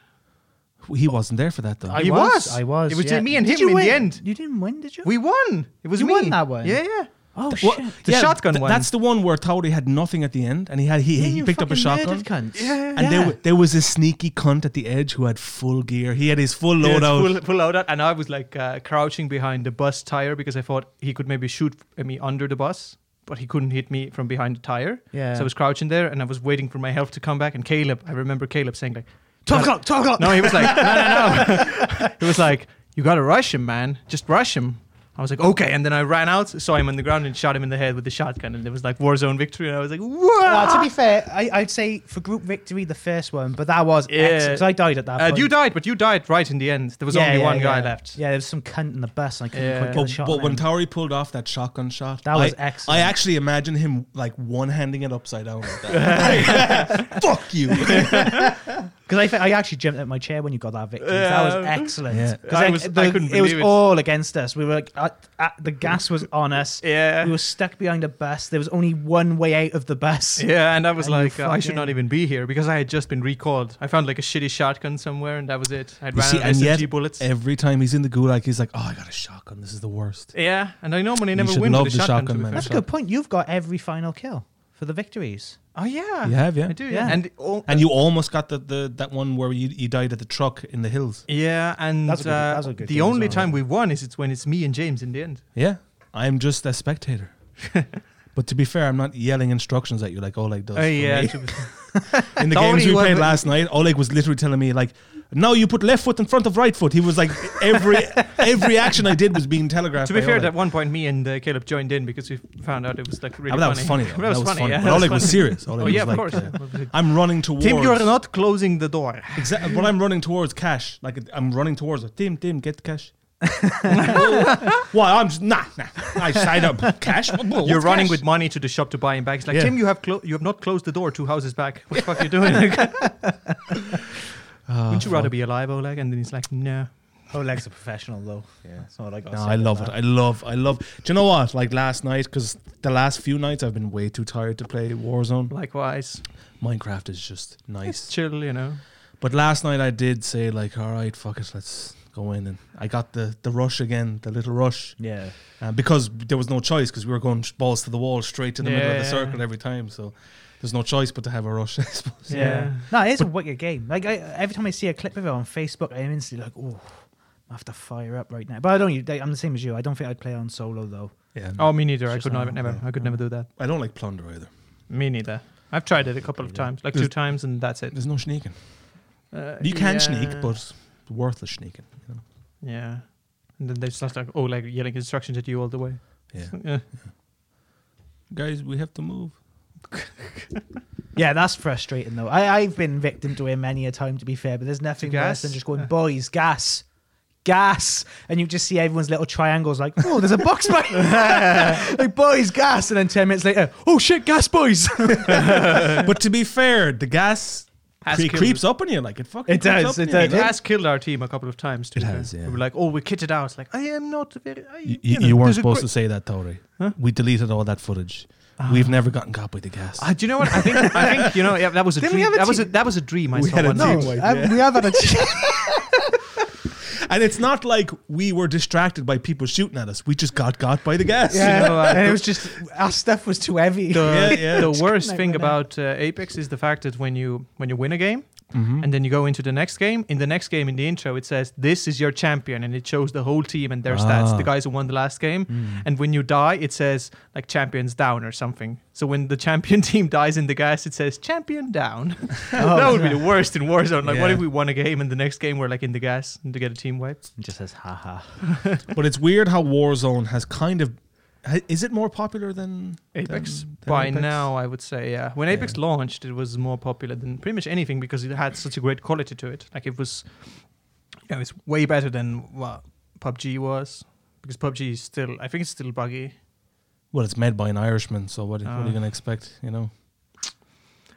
[SPEAKER 3] he wasn't there for that though.
[SPEAKER 1] I- He was.
[SPEAKER 4] I was.
[SPEAKER 1] It was
[SPEAKER 4] yeah.
[SPEAKER 1] just me and
[SPEAKER 4] Did
[SPEAKER 1] him
[SPEAKER 4] you
[SPEAKER 1] in the
[SPEAKER 4] win?
[SPEAKER 1] end.
[SPEAKER 4] You didn't win, did you?
[SPEAKER 1] We won. It was
[SPEAKER 4] You
[SPEAKER 1] me.
[SPEAKER 4] won that one?
[SPEAKER 1] Yeah, yeah.
[SPEAKER 4] oh
[SPEAKER 3] What-
[SPEAKER 4] shit!
[SPEAKER 1] The shotgun one.
[SPEAKER 3] That's the one where Tauri had nothing at the end, and he had he,
[SPEAKER 4] Yeah,
[SPEAKER 3] he
[SPEAKER 4] you
[SPEAKER 3] picked up a
[SPEAKER 4] fucking
[SPEAKER 3] shotgun.
[SPEAKER 4] murdered cunts.
[SPEAKER 1] Yeah.
[SPEAKER 3] And there,
[SPEAKER 4] Yeah.
[SPEAKER 3] w- there was a sneaky cunt at the edge who had full gear. He had his full
[SPEAKER 1] Yeah, it's
[SPEAKER 3] loadout.
[SPEAKER 1] Full, full loadout, and I was like uh, crouching behind the bus tire because I thought he could maybe shoot at me under the bus, but he couldn't hit me from behind the tire.
[SPEAKER 4] Yeah.
[SPEAKER 1] So I was crouching there, and I was waiting for my health to come back. And Caleb, I remember Caleb saying like,
[SPEAKER 4] Talk up, talk up.
[SPEAKER 1] "No," he was like, "No, no, no." he was like, "You gotta rush him, man. Just rush him." I was like, "Okay," and then I ran out, saw him on the ground, and shot him in the head with the shotgun, and it was like war zone victory. And I was like,
[SPEAKER 4] Well, to
[SPEAKER 1] "Whoa!"
[SPEAKER 4] be fair, I, I'd say for group victory, the first one, but that was
[SPEAKER 1] Yeah.
[SPEAKER 4] because I died at that
[SPEAKER 1] Uh,
[SPEAKER 4] point.
[SPEAKER 1] you died, but you died right in the end. There was only one guy
[SPEAKER 4] yeah.
[SPEAKER 1] left.
[SPEAKER 4] Yeah, there was some cunt in the bus, and I couldn't
[SPEAKER 1] Yeah.
[SPEAKER 4] quite get the
[SPEAKER 3] But,
[SPEAKER 4] shot.
[SPEAKER 3] but
[SPEAKER 4] on
[SPEAKER 3] when
[SPEAKER 4] him.
[SPEAKER 3] Tauri pulled off that shotgun shot,
[SPEAKER 4] That was
[SPEAKER 3] I,
[SPEAKER 4] excellent.
[SPEAKER 3] I actually imagine him like one handing it upside down. Like that. Fuck you.
[SPEAKER 4] Because I, fe- I actually jumped out of my chair when you got that victory. that was
[SPEAKER 1] Yeah.
[SPEAKER 4] excellent.
[SPEAKER 3] Yeah.
[SPEAKER 4] 'Cause
[SPEAKER 1] I was- I couldn't
[SPEAKER 4] it was
[SPEAKER 1] believe it.
[SPEAKER 4] all against us. We were like, at, at, the gas was on us.
[SPEAKER 1] Yeah.
[SPEAKER 4] We were stuck behind a bus. There was only one way out of the bus.
[SPEAKER 1] Yeah, and I was
[SPEAKER 4] And you
[SPEAKER 1] like, uh, I should not
[SPEAKER 4] fucking-
[SPEAKER 1] even be here because I had just been recalled. I found like a shitty shotgun somewhere, and that was it. I'd
[SPEAKER 3] You
[SPEAKER 1] ran
[SPEAKER 3] see,
[SPEAKER 1] out of
[SPEAKER 3] and
[SPEAKER 1] SMG
[SPEAKER 3] yet
[SPEAKER 1] bullets.
[SPEAKER 3] every time he's in the gulag, he's like, "Oh, I got a shotgun. This is the worst."
[SPEAKER 1] yeah, and I normally never
[SPEAKER 3] should
[SPEAKER 1] win
[SPEAKER 3] love
[SPEAKER 1] with a
[SPEAKER 3] the
[SPEAKER 1] shotgun.
[SPEAKER 3] shotgun,
[SPEAKER 1] to be
[SPEAKER 3] man.
[SPEAKER 1] fair.
[SPEAKER 4] That's a good point. You've got every final kill for the victories.
[SPEAKER 1] Oh yeah,
[SPEAKER 3] You have, yeah.
[SPEAKER 1] I do. Yeah,
[SPEAKER 4] Yeah.
[SPEAKER 1] and oh,
[SPEAKER 3] And you almost got the, the that one where you, you died at the truck in the hills.
[SPEAKER 1] yeah, and
[SPEAKER 4] That's a good-
[SPEAKER 1] uh,
[SPEAKER 4] that's a good
[SPEAKER 1] the
[SPEAKER 4] game as
[SPEAKER 1] only
[SPEAKER 4] well.
[SPEAKER 1] time we won is it's when it's me and James in the end.
[SPEAKER 3] Yeah, I'm just a spectator. but to be fair, I'm not yelling instructions at you like Oleg does.
[SPEAKER 1] Oh
[SPEAKER 3] for
[SPEAKER 1] yeah,
[SPEAKER 3] me.
[SPEAKER 1] to be-
[SPEAKER 3] in the
[SPEAKER 1] Tony
[SPEAKER 3] games we
[SPEAKER 1] was-
[SPEAKER 3] played last night, Oleg was literally telling me like, "No, you put left foot in front of right foot." He was like, every every action I did was being telegraphed.
[SPEAKER 1] to be
[SPEAKER 3] by
[SPEAKER 1] fair,
[SPEAKER 3] Oleg.
[SPEAKER 1] at one point me and uh, Caleb joined in because we found out it was like really
[SPEAKER 3] Ah, but that was funny. Though.
[SPEAKER 1] that, was funny. Yeah,
[SPEAKER 3] But
[SPEAKER 1] that
[SPEAKER 3] Oleg
[SPEAKER 1] was
[SPEAKER 3] was
[SPEAKER 1] funny.
[SPEAKER 3] serious. Oleg
[SPEAKER 1] Oh
[SPEAKER 3] was
[SPEAKER 1] yeah, of
[SPEAKER 3] like,
[SPEAKER 1] course.
[SPEAKER 3] uh, I'm running towards.
[SPEAKER 1] Tim, you are not closing the door.
[SPEAKER 3] Exactly. But I'm running towards cash. Like I'm running towards it. Tim, Tim, get cash. Why? I'm just, nah, nah. I signed up cash. Wha- wha-
[SPEAKER 1] You're
[SPEAKER 3] what's
[SPEAKER 1] running
[SPEAKER 3] cash?
[SPEAKER 1] with money to the shop to buy him bags. Like
[SPEAKER 3] Yeah.
[SPEAKER 1] Tim, you have clo- you have not closed the door two houses back. What the fuck are you doing? Wouldn't
[SPEAKER 3] Ah, Oh,
[SPEAKER 1] you rather be alive, Oleg? And then he's like, no.
[SPEAKER 4] Oleg's a professional, though.
[SPEAKER 3] Yeah.
[SPEAKER 4] That's all I got.
[SPEAKER 3] No, I love it. I love, I love. Do you know what? Like last night, because the last few nights I've been way too tired to play Warzone.
[SPEAKER 1] Likewise,
[SPEAKER 3] Minecraft is just
[SPEAKER 1] it's
[SPEAKER 3] nice.
[SPEAKER 1] chill, you know.
[SPEAKER 3] But last night I did say like, all right, fuck it, let's go in, and I got the the rush again, the little rush,
[SPEAKER 4] Yeah.
[SPEAKER 3] uh, because there was no choice because we were going sh- balls to the wall, straight to the middle of the
[SPEAKER 1] Yeah.
[SPEAKER 3] circle every time. So there's no choice but to have a rush, I suppose.
[SPEAKER 1] Yeah.
[SPEAKER 4] Yeah. No, it is a wicked game. Like I, every time I see a clip of it on Facebook, I'm instantly like, oh, I have to fire up right now. But I don't. I'm the same as you. I don't think I'd play on solo though.
[SPEAKER 3] Yeah.
[SPEAKER 1] Oh, me neither.
[SPEAKER 4] It's
[SPEAKER 1] I
[SPEAKER 4] just
[SPEAKER 1] could
[SPEAKER 4] not
[SPEAKER 1] never, never.
[SPEAKER 4] okay.
[SPEAKER 1] I could never do that.
[SPEAKER 3] I don't like plunder either.
[SPEAKER 1] Me neither. I've tried it a couple of times, like two
[SPEAKER 3] There's-
[SPEAKER 1] times, and that's it.
[SPEAKER 3] There's no sneaking.
[SPEAKER 1] Uh,
[SPEAKER 3] You can
[SPEAKER 1] yeah.
[SPEAKER 3] sneak, but it's worthless sneaking. You know?
[SPEAKER 1] yeah. And then there's just like Oleg yelling instructions at you all the way. Uh,
[SPEAKER 3] Yeah.
[SPEAKER 1] Yeah.
[SPEAKER 3] Guys, we have to move.
[SPEAKER 4] Yeah, that's frustrating though. I, I've been victim to it many a time, to be fair. But there's nothing worse
[SPEAKER 1] gas?
[SPEAKER 4] than just going,
[SPEAKER 1] Yeah.
[SPEAKER 4] boys, gas, gas, and you just see everyone's little triangles. Like, oh, there's a box right. like, boys, gas, and then ten minutes later, oh shit, gas, boys.
[SPEAKER 3] but to be fair, the gas
[SPEAKER 1] Has
[SPEAKER 3] cre-
[SPEAKER 1] killed.
[SPEAKER 3] creeps up on you like it fucking.
[SPEAKER 4] It
[SPEAKER 3] creeps up
[SPEAKER 4] does,
[SPEAKER 3] on
[SPEAKER 4] it
[SPEAKER 3] you,
[SPEAKER 4] does.
[SPEAKER 3] you
[SPEAKER 1] It
[SPEAKER 3] know?
[SPEAKER 1] has killed our team a couple of times. To
[SPEAKER 3] It
[SPEAKER 1] be fair.
[SPEAKER 3] has, yeah.
[SPEAKER 1] We were like, oh, we kitted out. Like, I am not very. I,
[SPEAKER 3] You,
[SPEAKER 1] you know,
[SPEAKER 3] you weren't
[SPEAKER 1] there's a
[SPEAKER 3] supposed
[SPEAKER 1] gr-
[SPEAKER 3] to say that, Tori.
[SPEAKER 1] Huh?
[SPEAKER 3] We deleted all that footage. We've never gotten caught by the gas.
[SPEAKER 1] Uh, do you know what? I think I think you know yeah, that was a
[SPEAKER 4] Didn't we
[SPEAKER 1] dream.
[SPEAKER 4] have a
[SPEAKER 1] That was a,
[SPEAKER 4] team-
[SPEAKER 1] that was a dream. I
[SPEAKER 3] We
[SPEAKER 1] saw
[SPEAKER 3] had a
[SPEAKER 1] once.
[SPEAKER 3] team. Teamwork, yeah.
[SPEAKER 4] um, we have had a.
[SPEAKER 3] and it's not like we were distracted by people shooting at us. We just got got by the gas.
[SPEAKER 4] Yeah,
[SPEAKER 1] You know, I-
[SPEAKER 4] and it was just our stuff was too heavy.
[SPEAKER 1] The,
[SPEAKER 3] Yeah, yeah.
[SPEAKER 1] the
[SPEAKER 4] It's
[SPEAKER 1] worst
[SPEAKER 4] like
[SPEAKER 1] thing
[SPEAKER 4] when I-
[SPEAKER 1] about uh, Apex is the fact that when you when you win a game,
[SPEAKER 3] Mm-hmm.
[SPEAKER 1] and then you go into the next game. In the next game, in the intro, it says this is your champion, and it shows the whole team and their
[SPEAKER 3] Ah. Mm.
[SPEAKER 1] stats, the guys who won the last game. And when you die, it says like champions down or something. So when the champion team dies in the gas, it says champion down. that would be the worst in Warzone. Like, what
[SPEAKER 3] Oh, Yeah.
[SPEAKER 1] if we won a game and the next game we're like in the gas and to get a team wipe?
[SPEAKER 2] It just says haha.
[SPEAKER 3] But it's weird how Warzone has kind of. ha- Is it more popular than
[SPEAKER 1] Apex
[SPEAKER 3] than- than
[SPEAKER 1] by
[SPEAKER 3] Apex?
[SPEAKER 1] now, I would say, yeah. When Apex launched, it was more popular than pretty much anything because it had such a great quality to it. Like it was, you know, it's way better than what PUBG was because PUBG is still, I think it's still buggy.
[SPEAKER 3] Well, it's made by an Irishman, so what, what are
[SPEAKER 1] Ah.
[SPEAKER 3] you gonna expect? You know.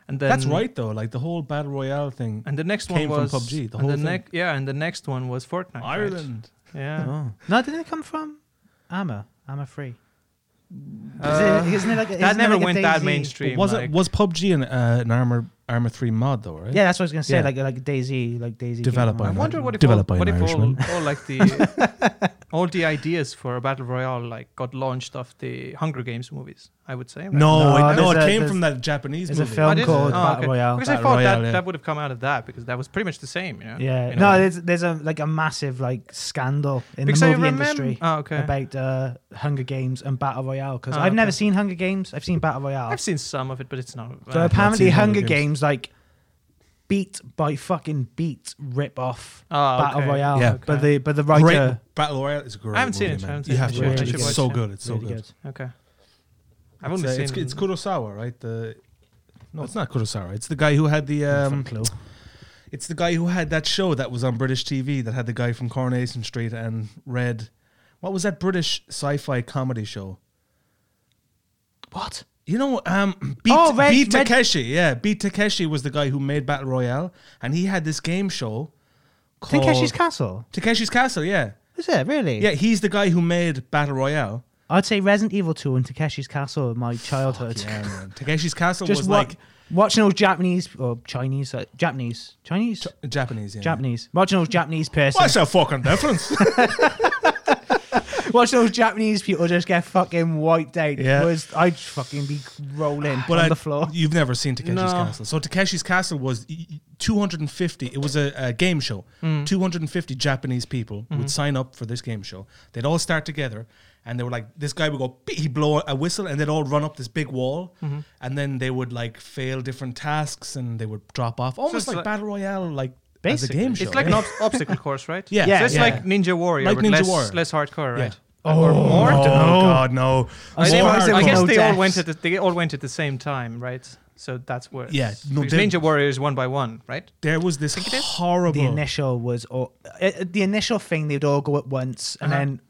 [SPEAKER 1] And then
[SPEAKER 3] That's right though. Like the whole battle royale thing.
[SPEAKER 1] And the next one
[SPEAKER 3] Came from
[SPEAKER 1] was
[SPEAKER 3] PUBG, the
[SPEAKER 1] and
[SPEAKER 3] whole thing.
[SPEAKER 1] nec- yeah, and the next one was Fortnite. right?
[SPEAKER 3] Ireland.
[SPEAKER 1] Yeah.
[SPEAKER 4] No, did it come from Armor? Armor Free.
[SPEAKER 1] Uh,
[SPEAKER 4] Is it- isn't it like a-
[SPEAKER 1] that
[SPEAKER 4] isn't it
[SPEAKER 1] never
[SPEAKER 4] like a
[SPEAKER 1] went that
[SPEAKER 4] Daisy-
[SPEAKER 1] mainstream.
[SPEAKER 3] was
[SPEAKER 1] like-
[SPEAKER 3] it was PUBG an, uh, an armor armor three mod though, right?
[SPEAKER 4] Yeah, that's what I was gonna say.
[SPEAKER 3] Yeah.
[SPEAKER 4] Like like Daisy, like Daisy. came
[SPEAKER 3] Developed
[SPEAKER 4] from
[SPEAKER 3] by
[SPEAKER 1] I
[SPEAKER 4] Armor.
[SPEAKER 3] an
[SPEAKER 1] wonder what if all,
[SPEAKER 3] Oh, Developed by
[SPEAKER 1] what
[SPEAKER 3] an
[SPEAKER 1] if all,
[SPEAKER 3] Irishman.
[SPEAKER 1] all like the all the ideas for a battle royale like got launched off the Hunger Games movies. I would say. right?
[SPEAKER 3] No,
[SPEAKER 4] No,
[SPEAKER 3] it, no,
[SPEAKER 4] there's
[SPEAKER 3] it came
[SPEAKER 4] a- there's-
[SPEAKER 3] from that Japanese
[SPEAKER 4] there's a
[SPEAKER 3] movie.
[SPEAKER 4] film
[SPEAKER 1] Oh, did it?
[SPEAKER 4] called
[SPEAKER 1] Oh,
[SPEAKER 4] Battle
[SPEAKER 1] okay.
[SPEAKER 4] Royale.
[SPEAKER 1] Because I
[SPEAKER 3] Battle
[SPEAKER 1] thought
[SPEAKER 3] Royale,
[SPEAKER 1] that,
[SPEAKER 3] yeah.
[SPEAKER 1] that would have come out of that because that was pretty much the same. You know?
[SPEAKER 4] Yeah.
[SPEAKER 1] You
[SPEAKER 4] No,
[SPEAKER 1] know?
[SPEAKER 4] there's there's a like a massive like scandal in
[SPEAKER 1] because
[SPEAKER 4] the
[SPEAKER 1] I
[SPEAKER 4] movie
[SPEAKER 1] remember.
[SPEAKER 4] industry
[SPEAKER 1] Oh, okay.
[SPEAKER 4] about uh, Hunger Games and Battle Royale because
[SPEAKER 1] Oh,
[SPEAKER 4] I've never
[SPEAKER 1] okay.
[SPEAKER 4] seen Hunger Games. I've seen Battle Royale.
[SPEAKER 1] I've seen some of it, but it's not.
[SPEAKER 4] So
[SPEAKER 1] uh,
[SPEAKER 4] apparently,
[SPEAKER 3] seen
[SPEAKER 4] Hunger
[SPEAKER 3] Hunger
[SPEAKER 4] Games.
[SPEAKER 3] Games.
[SPEAKER 4] like beat by fucking beat rip off
[SPEAKER 1] oh,
[SPEAKER 4] Battle
[SPEAKER 1] okay.
[SPEAKER 4] Royale,
[SPEAKER 3] Yeah.
[SPEAKER 4] but the but the
[SPEAKER 3] Great
[SPEAKER 4] writer
[SPEAKER 3] battle royale is a great.
[SPEAKER 1] I haven't seen
[SPEAKER 3] movie,
[SPEAKER 1] it, I
[SPEAKER 3] Man.
[SPEAKER 1] haven't
[SPEAKER 3] you
[SPEAKER 1] seen
[SPEAKER 3] have
[SPEAKER 1] it.
[SPEAKER 3] to
[SPEAKER 1] Yeah,
[SPEAKER 3] watch
[SPEAKER 1] I
[SPEAKER 3] it.
[SPEAKER 1] should
[SPEAKER 3] It's
[SPEAKER 1] watch
[SPEAKER 3] so
[SPEAKER 1] it.
[SPEAKER 3] good. It's so
[SPEAKER 4] really
[SPEAKER 3] good.
[SPEAKER 1] Okay. I've only
[SPEAKER 3] it's, uh,
[SPEAKER 1] seen.
[SPEAKER 3] it's, it's Kurosawa, right? The no, it's not Kurosawa. It's the guy who had the um,
[SPEAKER 4] clue.
[SPEAKER 3] It's the guy who had that show that was on British TV that had the guy from Coronation Street and Red. What was that British sci-fi comedy show?
[SPEAKER 4] What?
[SPEAKER 3] You know, um, Beat,
[SPEAKER 4] Oh, Red-
[SPEAKER 3] Beat
[SPEAKER 4] Red-
[SPEAKER 3] Takeshi. Yeah, Beat Takeshi was the guy who made Battle Royale, and he had this game show called
[SPEAKER 4] Takeshi's Castle?
[SPEAKER 3] Takeshi's Castle. Yeah,
[SPEAKER 4] Is it really?
[SPEAKER 3] yeah, he's the guy who made Battle Royale.
[SPEAKER 4] I'd say Resident Evil 2 and Takeshi's Castle in my childhood.
[SPEAKER 3] Yeah, man. Takeshi's Castle
[SPEAKER 4] Just
[SPEAKER 3] was
[SPEAKER 4] wa-
[SPEAKER 3] like
[SPEAKER 4] watching all Japanese or Chinese, uh, Japanese, Chinese,
[SPEAKER 3] Japanese. Yeah.
[SPEAKER 4] Japanese, watching all Japanese person,
[SPEAKER 3] What's a fucking difference?
[SPEAKER 4] watching all Japanese people just get fucking wiped out.
[SPEAKER 3] Yeah.
[SPEAKER 4] Was I'd fucking be rolling on
[SPEAKER 3] I-
[SPEAKER 4] the floor.
[SPEAKER 3] You've never seen Takeshi's
[SPEAKER 1] No.
[SPEAKER 3] Castle. So Takeshi's Castle was y- y- 250. It was a, a game show. 250 Japanese people would sign up for this game show. They'd all start together, and they were like, this guy would go, "Beep," he'd blow a whistle, and they'd all run up this big wall, and then they would like fail different tasks, and they would drop off, almost
[SPEAKER 1] it's
[SPEAKER 3] like,
[SPEAKER 1] like-
[SPEAKER 3] battle royale, like
[SPEAKER 4] Basically.
[SPEAKER 3] as a game
[SPEAKER 1] It's
[SPEAKER 3] show.
[SPEAKER 1] like
[SPEAKER 3] yeah.
[SPEAKER 1] an ob- obstacle course, right?
[SPEAKER 3] Yeah.
[SPEAKER 1] So
[SPEAKER 4] Yeah,
[SPEAKER 1] it's
[SPEAKER 4] yeah.
[SPEAKER 1] like Ninja Warrior,
[SPEAKER 3] Like
[SPEAKER 1] but
[SPEAKER 3] Ninja
[SPEAKER 1] less,
[SPEAKER 3] Warrior.
[SPEAKER 1] less hardcore,
[SPEAKER 3] Yeah.
[SPEAKER 1] right?
[SPEAKER 4] Or more.
[SPEAKER 3] Oh, God, no!
[SPEAKER 4] I
[SPEAKER 1] I,
[SPEAKER 4] see
[SPEAKER 3] More
[SPEAKER 4] why there
[SPEAKER 1] I
[SPEAKER 4] was
[SPEAKER 1] guess
[SPEAKER 3] hardcore.
[SPEAKER 4] no
[SPEAKER 1] they all went
[SPEAKER 4] deaths.
[SPEAKER 1] at the, they all went at the same time, right? So that's where.
[SPEAKER 3] Yeah, no,
[SPEAKER 1] No,
[SPEAKER 3] they-
[SPEAKER 1] Ninja Warrior is one by one, right?
[SPEAKER 3] There was this
[SPEAKER 1] it is.
[SPEAKER 3] horrible.
[SPEAKER 4] The initial was, all, uh, uh, the initial thing they'd all go at once, and
[SPEAKER 1] Uh-huh.
[SPEAKER 4] then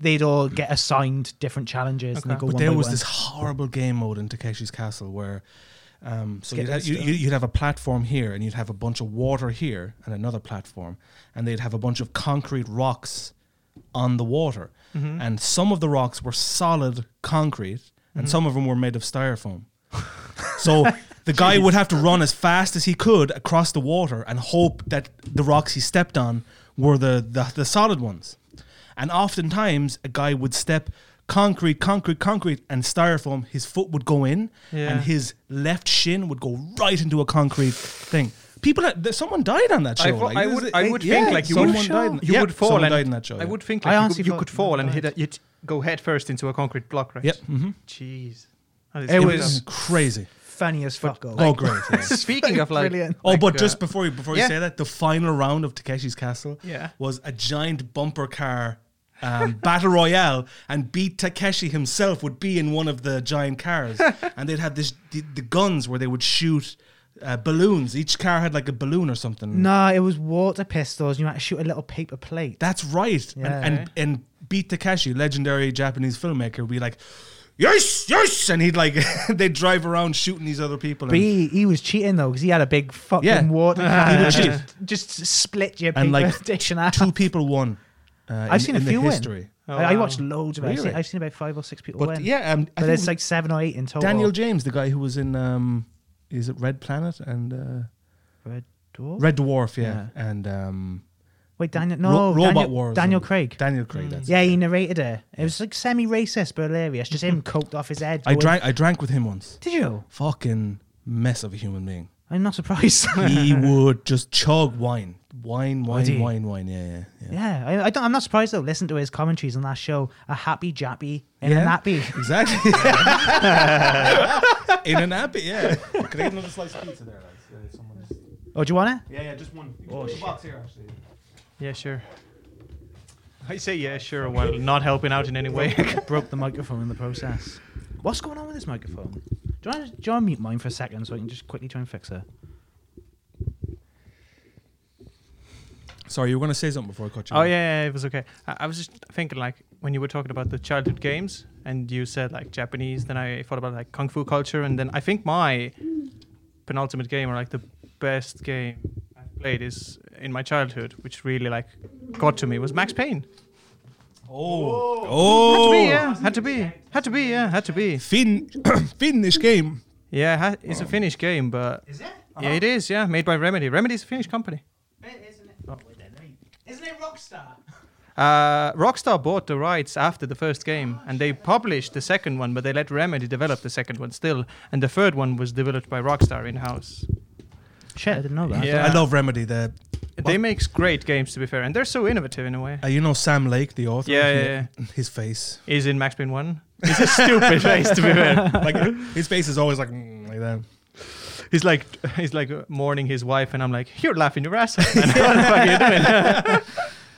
[SPEAKER 4] they'd all get assigned different challenges, and
[SPEAKER 1] Okay.
[SPEAKER 4] they go
[SPEAKER 3] But
[SPEAKER 4] one
[SPEAKER 3] there
[SPEAKER 4] by
[SPEAKER 3] was
[SPEAKER 4] one.
[SPEAKER 3] this horrible game mode in Takeshi's Castle where, um, so
[SPEAKER 4] get
[SPEAKER 3] you'd, ha-
[SPEAKER 4] this
[SPEAKER 3] you,
[SPEAKER 4] stuff.
[SPEAKER 3] you- you'd have a platform here, and you'd have a bunch of water here, and another platform, and they'd have a bunch of concrete rocks on the water,
[SPEAKER 4] Mm-hmm.
[SPEAKER 3] and some of the rocks were solid concrete,
[SPEAKER 4] Mm-hmm.
[SPEAKER 3] and some of them were made of styrofoam. So the guy would have to run as fast as he could across the water and hope that the rocks he stepped on were the, the, the solid ones. And oftentimes a guy would step concrete, concrete, concrete, and styrofoam, his foot would go in
[SPEAKER 1] Yeah.
[SPEAKER 3] and his left shin would go right into a concrete thing. People, had- there- someone died on that show.
[SPEAKER 1] I, fo-
[SPEAKER 3] like,
[SPEAKER 1] I
[SPEAKER 3] this
[SPEAKER 1] would,
[SPEAKER 3] is-
[SPEAKER 1] I
[SPEAKER 3] it-
[SPEAKER 1] would
[SPEAKER 3] yeah,
[SPEAKER 1] think like you
[SPEAKER 3] someone
[SPEAKER 1] would,
[SPEAKER 3] died in-
[SPEAKER 1] you
[SPEAKER 3] yeah,
[SPEAKER 1] would fall
[SPEAKER 3] someone
[SPEAKER 1] and
[SPEAKER 3] died in that show.
[SPEAKER 1] I
[SPEAKER 3] yeah.
[SPEAKER 1] would think
[SPEAKER 4] I
[SPEAKER 1] like you,
[SPEAKER 4] honestly
[SPEAKER 1] could, you
[SPEAKER 4] thought
[SPEAKER 1] could fall and hit
[SPEAKER 4] died.
[SPEAKER 1] a, you'd go head first into a concrete block, right?
[SPEAKER 3] Yep.
[SPEAKER 1] Jeez. That is
[SPEAKER 4] mm-hmm. It
[SPEAKER 3] It
[SPEAKER 1] fucked
[SPEAKER 3] was
[SPEAKER 1] up.
[SPEAKER 3] crazy.
[SPEAKER 4] funny as fuck. all.
[SPEAKER 3] oh, great. yeah.
[SPEAKER 1] Speaking of like,
[SPEAKER 4] Brilliant.
[SPEAKER 3] Oh,
[SPEAKER 1] like,
[SPEAKER 3] but
[SPEAKER 1] uh,
[SPEAKER 3] just before you before you
[SPEAKER 1] yeah.
[SPEAKER 3] say that, the final round of Takeshi's Castle
[SPEAKER 1] Yeah.
[SPEAKER 3] was a giant bumper car um, battle royale, and beat Takeshi himself would be in one of the giant cars, and they'd have this the, the guns where they would shoot uh, balloons. Each car had like a balloon or something.
[SPEAKER 4] No, it was water pistols. You had to shoot a little paper plate.
[SPEAKER 3] That's right.
[SPEAKER 4] Yeah.
[SPEAKER 3] And, and and beat Takeshi, legendary Japanese filmmaker, would be like, yes, yes, and he'd like they'd drive around shooting these other people.
[SPEAKER 4] But
[SPEAKER 3] and-
[SPEAKER 4] he, he was cheating though, because he had a big fucking
[SPEAKER 3] Yeah.
[SPEAKER 4] water
[SPEAKER 3] He
[SPEAKER 4] can.
[SPEAKER 3] would cheat.
[SPEAKER 4] just, just split your
[SPEAKER 3] And,
[SPEAKER 4] paper
[SPEAKER 3] like,
[SPEAKER 4] dish in half.
[SPEAKER 3] two people won. Uh,
[SPEAKER 4] I've seen a few
[SPEAKER 3] the
[SPEAKER 4] win.
[SPEAKER 3] history.
[SPEAKER 1] Oh,
[SPEAKER 4] I, I
[SPEAKER 1] wow.
[SPEAKER 4] watched loads of it. I've seen-
[SPEAKER 3] Really?
[SPEAKER 4] I've seen about five or six people
[SPEAKER 3] But
[SPEAKER 4] win.
[SPEAKER 3] yeah, um, I
[SPEAKER 4] but
[SPEAKER 3] think
[SPEAKER 4] it's like seven or eight in total.
[SPEAKER 3] Daniel James, the guy who was in, um, is it Red Planet and uh,
[SPEAKER 4] Red Dwarf?
[SPEAKER 3] Red Dwarf? Yeah, and um,
[SPEAKER 4] Wait, Daniel.
[SPEAKER 3] Ro-
[SPEAKER 4] No,
[SPEAKER 3] Robot
[SPEAKER 4] Oh, Daniel,
[SPEAKER 3] Wars.
[SPEAKER 4] Daniel
[SPEAKER 3] and-
[SPEAKER 4] Craig.
[SPEAKER 3] Daniel Craig. That's it.
[SPEAKER 4] yeah, he narrated it. It was like semi-racist, but hilarious. Just him coked off his head.
[SPEAKER 3] I
[SPEAKER 4] going-
[SPEAKER 3] drank. I drank with him once.
[SPEAKER 4] Did you?
[SPEAKER 3] Fucking mess of a human being.
[SPEAKER 4] I'm not surprised.
[SPEAKER 3] he would just chug wine, wine,
[SPEAKER 4] Would he?
[SPEAKER 3] wine, wine, wine. Yeah, yeah, yeah.
[SPEAKER 4] yeah, I, I don't, I'm not surprised though. Listen to his commentaries on that show, a happy jappy and
[SPEAKER 3] Yeah.
[SPEAKER 4] a nappy.
[SPEAKER 3] Exactly. In a nappy, yeah. Could I get another slice of pizza there, lads? Uh, someone just-
[SPEAKER 4] Oh, do you want it?
[SPEAKER 3] Yeah, yeah, just one.
[SPEAKER 4] Oh,
[SPEAKER 3] Put the
[SPEAKER 4] shit.
[SPEAKER 3] box here, actually.
[SPEAKER 1] Yeah, sure. I say yeah, sure, while not helping out in any way.
[SPEAKER 4] Broke the microphone in the process. What's going on with this microphone? Do you want to, do you want to mute mine for a second so I can just quickly try and fix it?
[SPEAKER 3] Sorry, you were going to say something before I cut you.
[SPEAKER 1] oh
[SPEAKER 3] off.
[SPEAKER 1] yeah, yeah, it was okay. I, I was just thinking like when you were talking about the childhood games and you said like Japanese, then I thought about like kung fu culture, and then I think my penultimate game or like the best game I've played is in my childhood, which really like got to me was Max Payne.
[SPEAKER 3] Oh.
[SPEAKER 1] Had
[SPEAKER 3] Oh.
[SPEAKER 1] to be, yeah, had to be, had to be, yeah, had to be.
[SPEAKER 3] Fin- Finnish game.
[SPEAKER 1] Yeah, ha- it's a Finnish game, but
[SPEAKER 4] Is it?
[SPEAKER 1] yeah, it is. Yeah, made by Remedy. Remedy's a Finnish company.
[SPEAKER 4] It isn't it? Oh, wait, then, wait. Isn't it Rockstar?
[SPEAKER 1] Uh, Rockstar bought the rights after the first game, and they published the second one, but they let Remedy develop the second one still, and the third one was developed by Rockstar in house.
[SPEAKER 4] Shit, I didn't know that.
[SPEAKER 1] Yeah.
[SPEAKER 3] I love Remedy. The
[SPEAKER 1] They makes great games, to be fair, and they're so innovative in a way.
[SPEAKER 3] uh, you know Sam Lake, the author.
[SPEAKER 1] Yeah,
[SPEAKER 3] isn't
[SPEAKER 1] yeah,
[SPEAKER 3] it? His face,
[SPEAKER 1] Is in Max Payne One. It's a stupid face, to be fair.
[SPEAKER 3] like his face is always like mm, like that.
[SPEAKER 1] He's like he's like mourning his wife, and I'm like, you're laughing your ass off. man. what the fuck are you doing?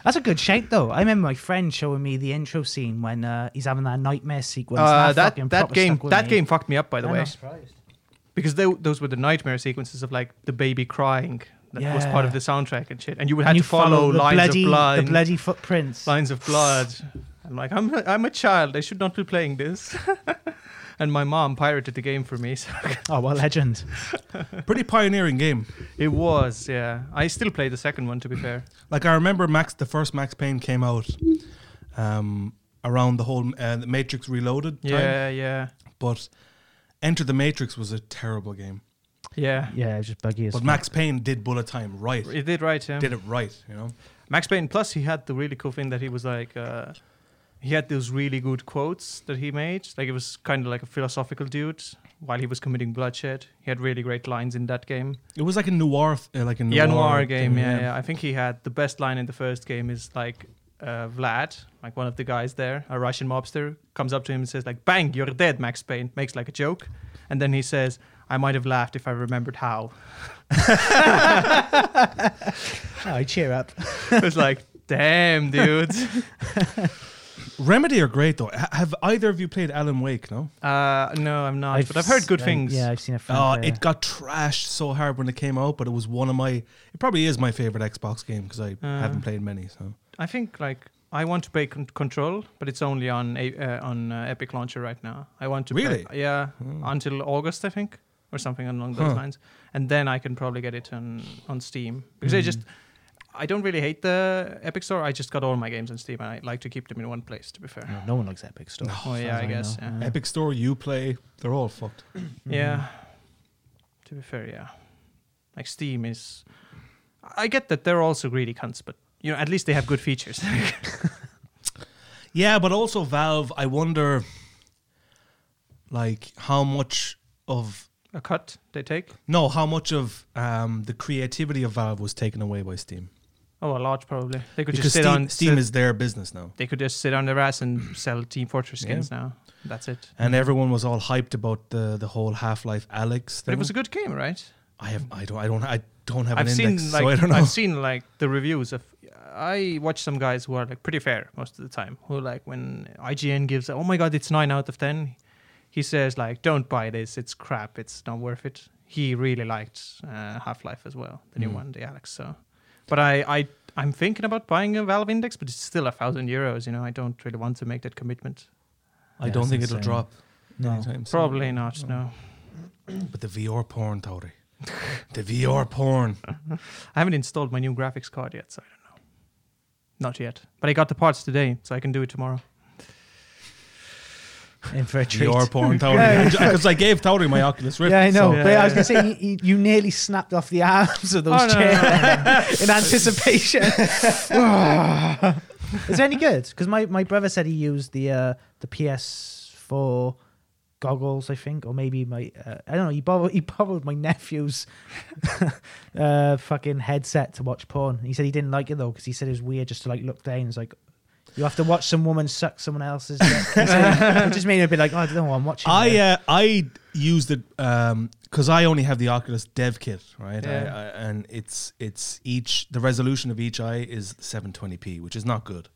[SPEAKER 4] That's a good shape though. I remember my friend showing me the intro scene when uh, he's having that nightmare sequence.
[SPEAKER 1] Uh,
[SPEAKER 4] and
[SPEAKER 1] that
[SPEAKER 4] fucking
[SPEAKER 1] that
[SPEAKER 4] proper
[SPEAKER 1] game
[SPEAKER 4] stuck with
[SPEAKER 1] that
[SPEAKER 4] me.
[SPEAKER 1] game fucked me up, by the
[SPEAKER 4] I'm
[SPEAKER 1] way,
[SPEAKER 4] not surprised.
[SPEAKER 1] because tho- those were the nightmare sequences of like the baby crying that was part
[SPEAKER 4] Yeah.
[SPEAKER 1] of the soundtrack and shit, and you would have
[SPEAKER 4] And
[SPEAKER 1] to
[SPEAKER 4] you follow, the
[SPEAKER 1] lines
[SPEAKER 4] bloody,
[SPEAKER 1] of blood.
[SPEAKER 4] the bloody footprints.
[SPEAKER 1] lines of blood. I'm like, I'm a, I'm a child. I should not be playing this. and my mom pirated the game for me. So
[SPEAKER 4] Oh, what a legend!
[SPEAKER 3] Pretty pioneering game.
[SPEAKER 1] it was, yeah. I still play the second one, to be fair.
[SPEAKER 3] Like I remember Max, the first Max Payne came out um, around the whole uh, the Matrix Reloaded time.
[SPEAKER 1] Yeah, yeah,
[SPEAKER 3] But Enter the Matrix was a terrible game.
[SPEAKER 1] yeah.
[SPEAKER 4] Yeah, it was just buggy as.
[SPEAKER 3] But
[SPEAKER 4] fuck.
[SPEAKER 3] Max Payne did bullet time right.
[SPEAKER 1] It did right, yeah.
[SPEAKER 3] Did it right, you know.
[SPEAKER 1] Max Payne. Plus, he had the really cool thing that he was like, uh, he had those really good quotes that he made. Like it was kind of like a philosophical dude while he was committing bloodshed. He had really great lines in that game.
[SPEAKER 3] It was like a noir, th- uh, like a noir,
[SPEAKER 1] Yeah, noir game.
[SPEAKER 3] thing,
[SPEAKER 1] Yeah, yeah. I think he had the best line in the first game is like uh, Vlad, like one of the guys there, a Russian mobster, comes up to him and says like, "Bang, you're dead, Max Payne." Makes like a joke, and then he says, "I might have laughed if I remembered how."
[SPEAKER 4] oh, cheer up!
[SPEAKER 1] it's like, damn, dude.
[SPEAKER 3] Remedy are great though. H- have either of you played Alan Wake? No.
[SPEAKER 1] Uh, no, I'm not, but I've heard good
[SPEAKER 4] s-
[SPEAKER 1] things.
[SPEAKER 4] Yeah, I've seen a friend.
[SPEAKER 3] Oh,
[SPEAKER 4] play
[SPEAKER 3] it got trashed so hard when it came out, but it was one of my. It probably is my favorite Xbox game because I
[SPEAKER 1] Uh.
[SPEAKER 3] haven't played many. So
[SPEAKER 1] I think like. I want to play con- Control, but it's only on a- uh, on uh, Epic Launcher right now. I want to play-
[SPEAKER 3] Really?
[SPEAKER 1] yeah,
[SPEAKER 3] Hmm.
[SPEAKER 1] until August, I think, or something along those
[SPEAKER 3] Mm. Huh.
[SPEAKER 1] lines, and then I can probably get it on on Steam because I
[SPEAKER 3] Mm.
[SPEAKER 1] just I don't really hate the Epic Store. I just got all my games on Steam, and I like to keep them in one place. To be fair,
[SPEAKER 3] Mm.
[SPEAKER 4] No, no one likes Epic Store.
[SPEAKER 1] Oh, yeah, I guess, yeah.
[SPEAKER 3] Epic Store, you play, they're all fucked.
[SPEAKER 4] Mm-hmm.
[SPEAKER 1] yeah. To be fair, yeah, like Steam is. I get that they're also greedy cunts, but you know at least they have good features.
[SPEAKER 3] Yeah, but also Valve. I wonder, like, how much of
[SPEAKER 1] A cut they take.
[SPEAKER 3] no, how much of um, the creativity of Valve was taken away by Steam
[SPEAKER 1] Oh, a large probably. They could
[SPEAKER 3] because
[SPEAKER 1] just sit
[SPEAKER 3] Steam,
[SPEAKER 1] on
[SPEAKER 3] Steam
[SPEAKER 1] sit-
[SPEAKER 3] is their business now.
[SPEAKER 1] They could just sit on their ass and sell Team Fortress
[SPEAKER 3] Yeah.
[SPEAKER 1] skins now. That's it.
[SPEAKER 3] And everyone was all hyped about the, the whole Half Life Alex
[SPEAKER 1] But
[SPEAKER 3] thing.
[SPEAKER 1] it was a good game, right?
[SPEAKER 3] I have I don't I don't I don't have
[SPEAKER 1] I've
[SPEAKER 3] an
[SPEAKER 1] seen
[SPEAKER 3] index,
[SPEAKER 1] like
[SPEAKER 3] so I don't know.
[SPEAKER 1] have seen like the reviews of. I watch some guys who are like pretty fair most of the time. Who like when IGN gives, oh my god, it's nine out of ten. He says like, don't buy this. It's crap. It's not worth it. He really liked uh, Half Life as well, the new
[SPEAKER 3] Mm.
[SPEAKER 1] one, the Alex. So, but I I I'm thinking about buying a Valve Index, but it's still a thousand euros. You know, I don't really want to make that commitment.
[SPEAKER 3] I
[SPEAKER 4] Yeah,
[SPEAKER 3] don't
[SPEAKER 4] it's
[SPEAKER 3] think it'll
[SPEAKER 4] insane.
[SPEAKER 3] drop
[SPEAKER 4] No.
[SPEAKER 3] anytime soon.
[SPEAKER 1] Probably not. No.
[SPEAKER 3] Mm. But the VR porn, Tori. the VR porn.
[SPEAKER 1] I haven't installed my new graphics card yet, so I don't know. Not yet. But I got the parts today, so I can do it tomorrow.
[SPEAKER 4] In for a treat.
[SPEAKER 3] VR porn, Tori. Because I gave Tori my Oculus Rift.
[SPEAKER 4] Yeah, I know.
[SPEAKER 1] so-
[SPEAKER 4] but I was
[SPEAKER 1] Yeah.
[SPEAKER 4] gonna say you, you nearly snapped off the arms of those
[SPEAKER 1] Oh, no, no, no,
[SPEAKER 4] chairs in anticipation. Is it any good? Because my, my brother said he used the uh, the PS4 goggles, I think, or maybe my uh, I don't know. He borrowed he borrowed my nephew's uh, fucking headset to watch porn. He said he didn't like it though because he said it was weird just to like look down. It's like you have to watch some woman suck someone else's. dick." He said- it just made me a bit like, oh, I don't know, what I'm watching.
[SPEAKER 3] I uh,
[SPEAKER 4] there."
[SPEAKER 3] I used it because I only have the Oculus Dev Kit, right?
[SPEAKER 1] Yeah.
[SPEAKER 3] I, I, and it's it's each the resolution of each eye is 720p, which is not good.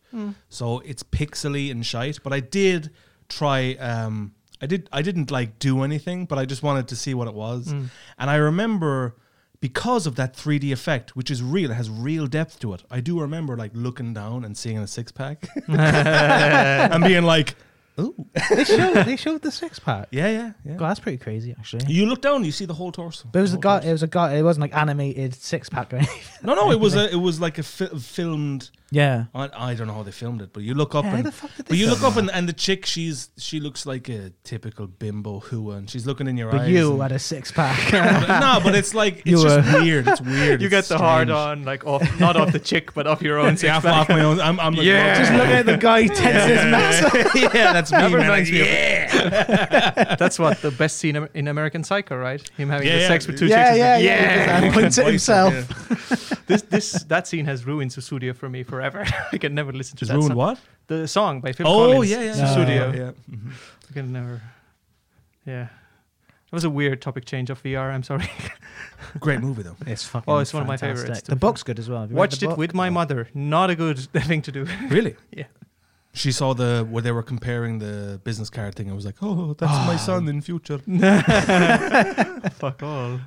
[SPEAKER 3] So it's pixely and shite. But I did try. Um, I did. I didn't like do anything, but I just wanted to see what it was. And I remember because of that 3D effect, which is real, it has real depth to it. I do remember like looking down and seeing a six pack and being like, "Oh,
[SPEAKER 4] they showed they showed the six pack.
[SPEAKER 3] yeah, yeah, yeah."
[SPEAKER 4] God, that's pretty crazy actually.
[SPEAKER 3] You look down, you see the whole torso.
[SPEAKER 4] But it was
[SPEAKER 1] Oh,
[SPEAKER 3] The
[SPEAKER 4] a
[SPEAKER 3] whole
[SPEAKER 4] guy.
[SPEAKER 3] torso.
[SPEAKER 4] It was a guy. It wasn't like animated six pack or anything.
[SPEAKER 3] No, no, it was a, it was like a fi- filmed.
[SPEAKER 4] Yeah.
[SPEAKER 3] I, I don't know how they filmed it, but you look up
[SPEAKER 4] How
[SPEAKER 3] and
[SPEAKER 4] the fuck
[SPEAKER 3] but
[SPEAKER 4] did they
[SPEAKER 3] you
[SPEAKER 4] film
[SPEAKER 3] look up and, and the chick, she's she looks like a typical bimbo who, and she's looking in your
[SPEAKER 4] But
[SPEAKER 3] eyes.
[SPEAKER 4] you
[SPEAKER 3] and-
[SPEAKER 4] had a six pack.
[SPEAKER 3] But- no, but it's like it's
[SPEAKER 4] You
[SPEAKER 3] just weird. It's weird.
[SPEAKER 1] You
[SPEAKER 3] it's
[SPEAKER 1] get the hard
[SPEAKER 3] strange.
[SPEAKER 1] on, like off, not off the chick, but off your own.
[SPEAKER 3] See, I'm off my own. I'm, I'm like,
[SPEAKER 1] Yeah.
[SPEAKER 3] oh,
[SPEAKER 4] just look at the guy tenses his muscles.
[SPEAKER 3] yeah, that's me.
[SPEAKER 1] That
[SPEAKER 3] man.
[SPEAKER 1] reminds me of-
[SPEAKER 3] yeah.
[SPEAKER 1] That's what the best scene am- in American Psycho, right? Him having
[SPEAKER 3] Yeah,
[SPEAKER 1] the
[SPEAKER 3] yeah.
[SPEAKER 1] sex with two
[SPEAKER 4] Yeah,
[SPEAKER 1] chicks.
[SPEAKER 4] yeah, yeah. And points at himself.
[SPEAKER 1] This, this, that scene has ruined Susudio for me forever. I can never listen to
[SPEAKER 3] Just
[SPEAKER 1] that.
[SPEAKER 3] ruined
[SPEAKER 1] song.
[SPEAKER 3] what?
[SPEAKER 1] The song by Phil
[SPEAKER 3] Oh
[SPEAKER 1] Collins.
[SPEAKER 3] yeah, yeah,
[SPEAKER 4] No.
[SPEAKER 1] Susudio.
[SPEAKER 3] yeah. Mhm.
[SPEAKER 1] I can never. Yeah, that was a weird topic change of VR. I'm sorry.
[SPEAKER 3] Great movie though.
[SPEAKER 4] It's fucking.
[SPEAKER 1] Oh, it's one of my
[SPEAKER 4] fantastic.
[SPEAKER 1] favourites, to
[SPEAKER 4] The
[SPEAKER 1] be
[SPEAKER 4] book's good as well. Have you read
[SPEAKER 1] Watched
[SPEAKER 4] the
[SPEAKER 1] it
[SPEAKER 4] book? Oh.
[SPEAKER 1] with my mother. Not a good thing to do.
[SPEAKER 3] Really?
[SPEAKER 1] Yeah.
[SPEAKER 3] She saw the where they were comparing the business card thing. I was like, oh, that's my son in future.
[SPEAKER 1] Fuck all.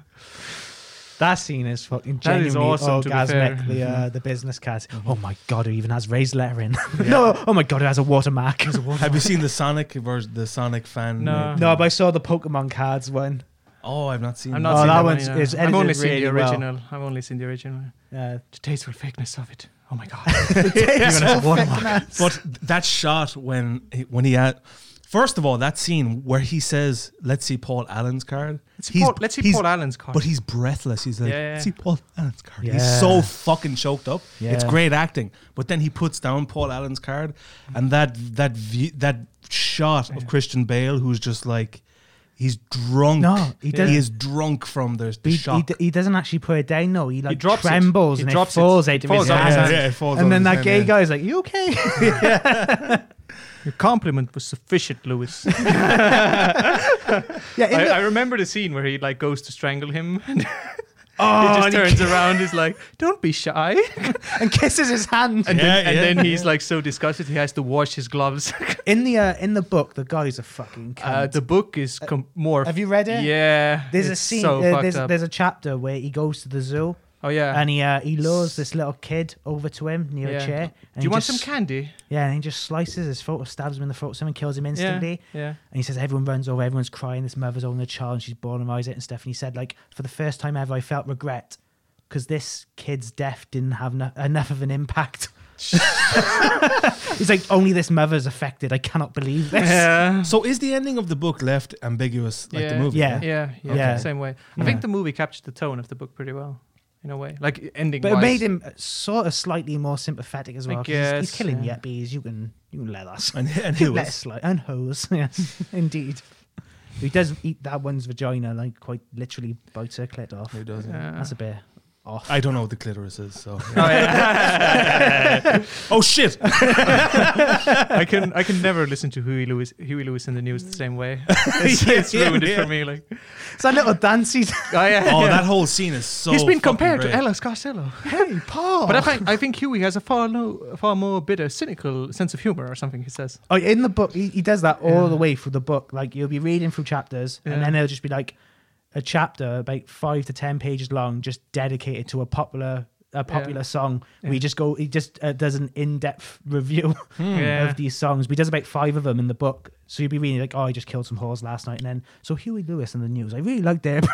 [SPEAKER 4] That scene is fucking
[SPEAKER 1] That
[SPEAKER 4] genuinely
[SPEAKER 1] is awesome, to be
[SPEAKER 4] orgasmic.
[SPEAKER 1] fair. Mm-hmm.
[SPEAKER 4] The uh, the business cards. Oh my god, it even has raised lettering. no, oh my god, it has a watermark.
[SPEAKER 3] Have you seen the Sonic version? The Sonic fan.
[SPEAKER 1] No.
[SPEAKER 4] no, but I saw the Pokemon cards one.
[SPEAKER 3] Oh, I've not seen.
[SPEAKER 1] I'm not
[SPEAKER 4] Oh,
[SPEAKER 1] seeing
[SPEAKER 4] that
[SPEAKER 1] that
[SPEAKER 4] one's-
[SPEAKER 1] one, you know.
[SPEAKER 4] it's
[SPEAKER 1] I've only
[SPEAKER 4] edited
[SPEAKER 1] seen the
[SPEAKER 4] really well.
[SPEAKER 1] original. I've only seen the original.
[SPEAKER 4] Uh,
[SPEAKER 1] The tasteful fakeness of it. Oh my god. Even a watermark.
[SPEAKER 3] But that shot when he, when he had. First of all, that scene where he says, "Let's see Paul Allen's card."
[SPEAKER 1] Let's see
[SPEAKER 3] He's-
[SPEAKER 1] Paul, let's see
[SPEAKER 3] he's-
[SPEAKER 1] Paul Allen's card.
[SPEAKER 3] But he's breathless. He's like,
[SPEAKER 1] Yeah, yeah,
[SPEAKER 3] "Let's see
[SPEAKER 1] yeah.
[SPEAKER 3] Paul Allen's card."
[SPEAKER 4] Yeah.
[SPEAKER 3] He's so fucking choked up. It's
[SPEAKER 4] Yeah.
[SPEAKER 3] great acting. But then he puts down Paul Allen's card, and that that view, that shot of Christian Bale, who's just like, he's drunk.
[SPEAKER 4] No, he doesn't.
[SPEAKER 3] He is drunk from the, the
[SPEAKER 4] he, he,
[SPEAKER 3] shock.
[SPEAKER 4] d- he doesn't actually put it down. No, he like
[SPEAKER 1] drops it.
[SPEAKER 4] trembles
[SPEAKER 1] He
[SPEAKER 4] and
[SPEAKER 1] drops
[SPEAKER 4] it
[SPEAKER 1] it.
[SPEAKER 4] falls out of
[SPEAKER 1] Falls
[SPEAKER 4] his
[SPEAKER 1] out of his
[SPEAKER 4] hand.
[SPEAKER 1] hand.
[SPEAKER 3] it falls on
[SPEAKER 4] And then
[SPEAKER 3] his
[SPEAKER 4] that
[SPEAKER 3] hand,
[SPEAKER 4] gay
[SPEAKER 3] yeah.
[SPEAKER 4] guy's like, "You okay?"
[SPEAKER 1] Your compliment was sufficient, Lewis. I,
[SPEAKER 4] yeah. In the,
[SPEAKER 1] I remember the scene where he like goes to strangle him. And
[SPEAKER 4] oh,
[SPEAKER 1] he just
[SPEAKER 4] and, he
[SPEAKER 1] turns around. He's like, "Don't be shy,"
[SPEAKER 4] ki- and kisses his hand.
[SPEAKER 1] and, then,
[SPEAKER 3] Yeah,
[SPEAKER 1] and
[SPEAKER 3] yeah.
[SPEAKER 1] then he's like so disgusted he has to wash his gloves.
[SPEAKER 4] in the uh, in the book, the guy's a fucking. Cunt.
[SPEAKER 1] Uh, the book is com- more.
[SPEAKER 4] Have you read it?
[SPEAKER 1] Yeah.
[SPEAKER 4] There's a
[SPEAKER 1] it's
[SPEAKER 4] scene.
[SPEAKER 1] So
[SPEAKER 4] uh,
[SPEAKER 1] fucked
[SPEAKER 4] there's,
[SPEAKER 1] up.
[SPEAKER 4] there's a chapter where he goes to the zoo
[SPEAKER 1] oh yeah.
[SPEAKER 4] and he uh, he lures this little kid over to him near
[SPEAKER 1] Yeah.
[SPEAKER 4] a chair. And
[SPEAKER 1] Do
[SPEAKER 4] he
[SPEAKER 1] you want
[SPEAKER 4] just-
[SPEAKER 1] some candy?
[SPEAKER 4] Yeah, and he just slices his throat, stabs him in the throat, someone kills him instantly.
[SPEAKER 1] Yeah. Yeah.
[SPEAKER 4] And he says everyone runs over, everyone's crying. This mother's holding a child, and she's born it and stuff. And he said like, for the first time ever, I felt regret because this kid's death didn't have no- enough of an impact. He's like, only this mother's affected. I cannot believe this.
[SPEAKER 1] Yeah.
[SPEAKER 3] So is the ending of the book left ambiguous like the
[SPEAKER 1] Yeah.
[SPEAKER 3] movie?
[SPEAKER 4] Yeah.
[SPEAKER 1] Yeah, yeah,
[SPEAKER 4] Okay.
[SPEAKER 1] same way. I think the movie captured the tone of the book pretty well, in a way, like ending.
[SPEAKER 4] But it made him sort of slightly more sympathetic as
[SPEAKER 1] I
[SPEAKER 4] well. 'cause he's- he's,
[SPEAKER 1] guess,
[SPEAKER 4] killing
[SPEAKER 1] yeah.
[SPEAKER 4] the yuppies. You can you can let us.
[SPEAKER 3] And, and who
[SPEAKER 4] Let us
[SPEAKER 3] was?
[SPEAKER 4] slide and hose. Yes, indeed. He does eat that one's vagina like quite literally bites her clit off.
[SPEAKER 3] Who does it?
[SPEAKER 1] Yeah.
[SPEAKER 4] That's a bit off.
[SPEAKER 3] I don't know what the clitoris is, so.
[SPEAKER 1] Oh, yeah.
[SPEAKER 3] oh shit!
[SPEAKER 1] I can I can never listen to Huey Lewis Huey Lewis in the news the same way. It's, it's
[SPEAKER 3] Yeah,
[SPEAKER 1] ruined it
[SPEAKER 3] yeah.
[SPEAKER 1] for me. Like
[SPEAKER 4] It's that little dancey.
[SPEAKER 1] oh, yeah,
[SPEAKER 3] Oh,
[SPEAKER 1] yeah.
[SPEAKER 3] that whole scene is so.
[SPEAKER 1] he's been
[SPEAKER 3] fucking
[SPEAKER 1] compared
[SPEAKER 3] great.
[SPEAKER 1] to Ellis Costello.
[SPEAKER 4] hey, Paul.
[SPEAKER 1] But I think I think Huey has a far no, far more bitter, cynical sense of humor or something. He says.
[SPEAKER 4] oh, in the book, he, he does that all
[SPEAKER 1] Yeah.
[SPEAKER 4] the way through the book. Like you'll be reading through chapters,
[SPEAKER 1] Yeah.
[SPEAKER 4] and then there'll just be like a chapter about five to ten pages long, just dedicated to a popular. A popular song.
[SPEAKER 1] Yeah.
[SPEAKER 4] We just go. He just uh, does an in-depth review
[SPEAKER 1] Yeah.
[SPEAKER 4] of these songs. But he does about five of them in the book. So you'd be reading like, "Oh, I just killed some whores last night," and then so Huey Lewis in the news. I really liked it.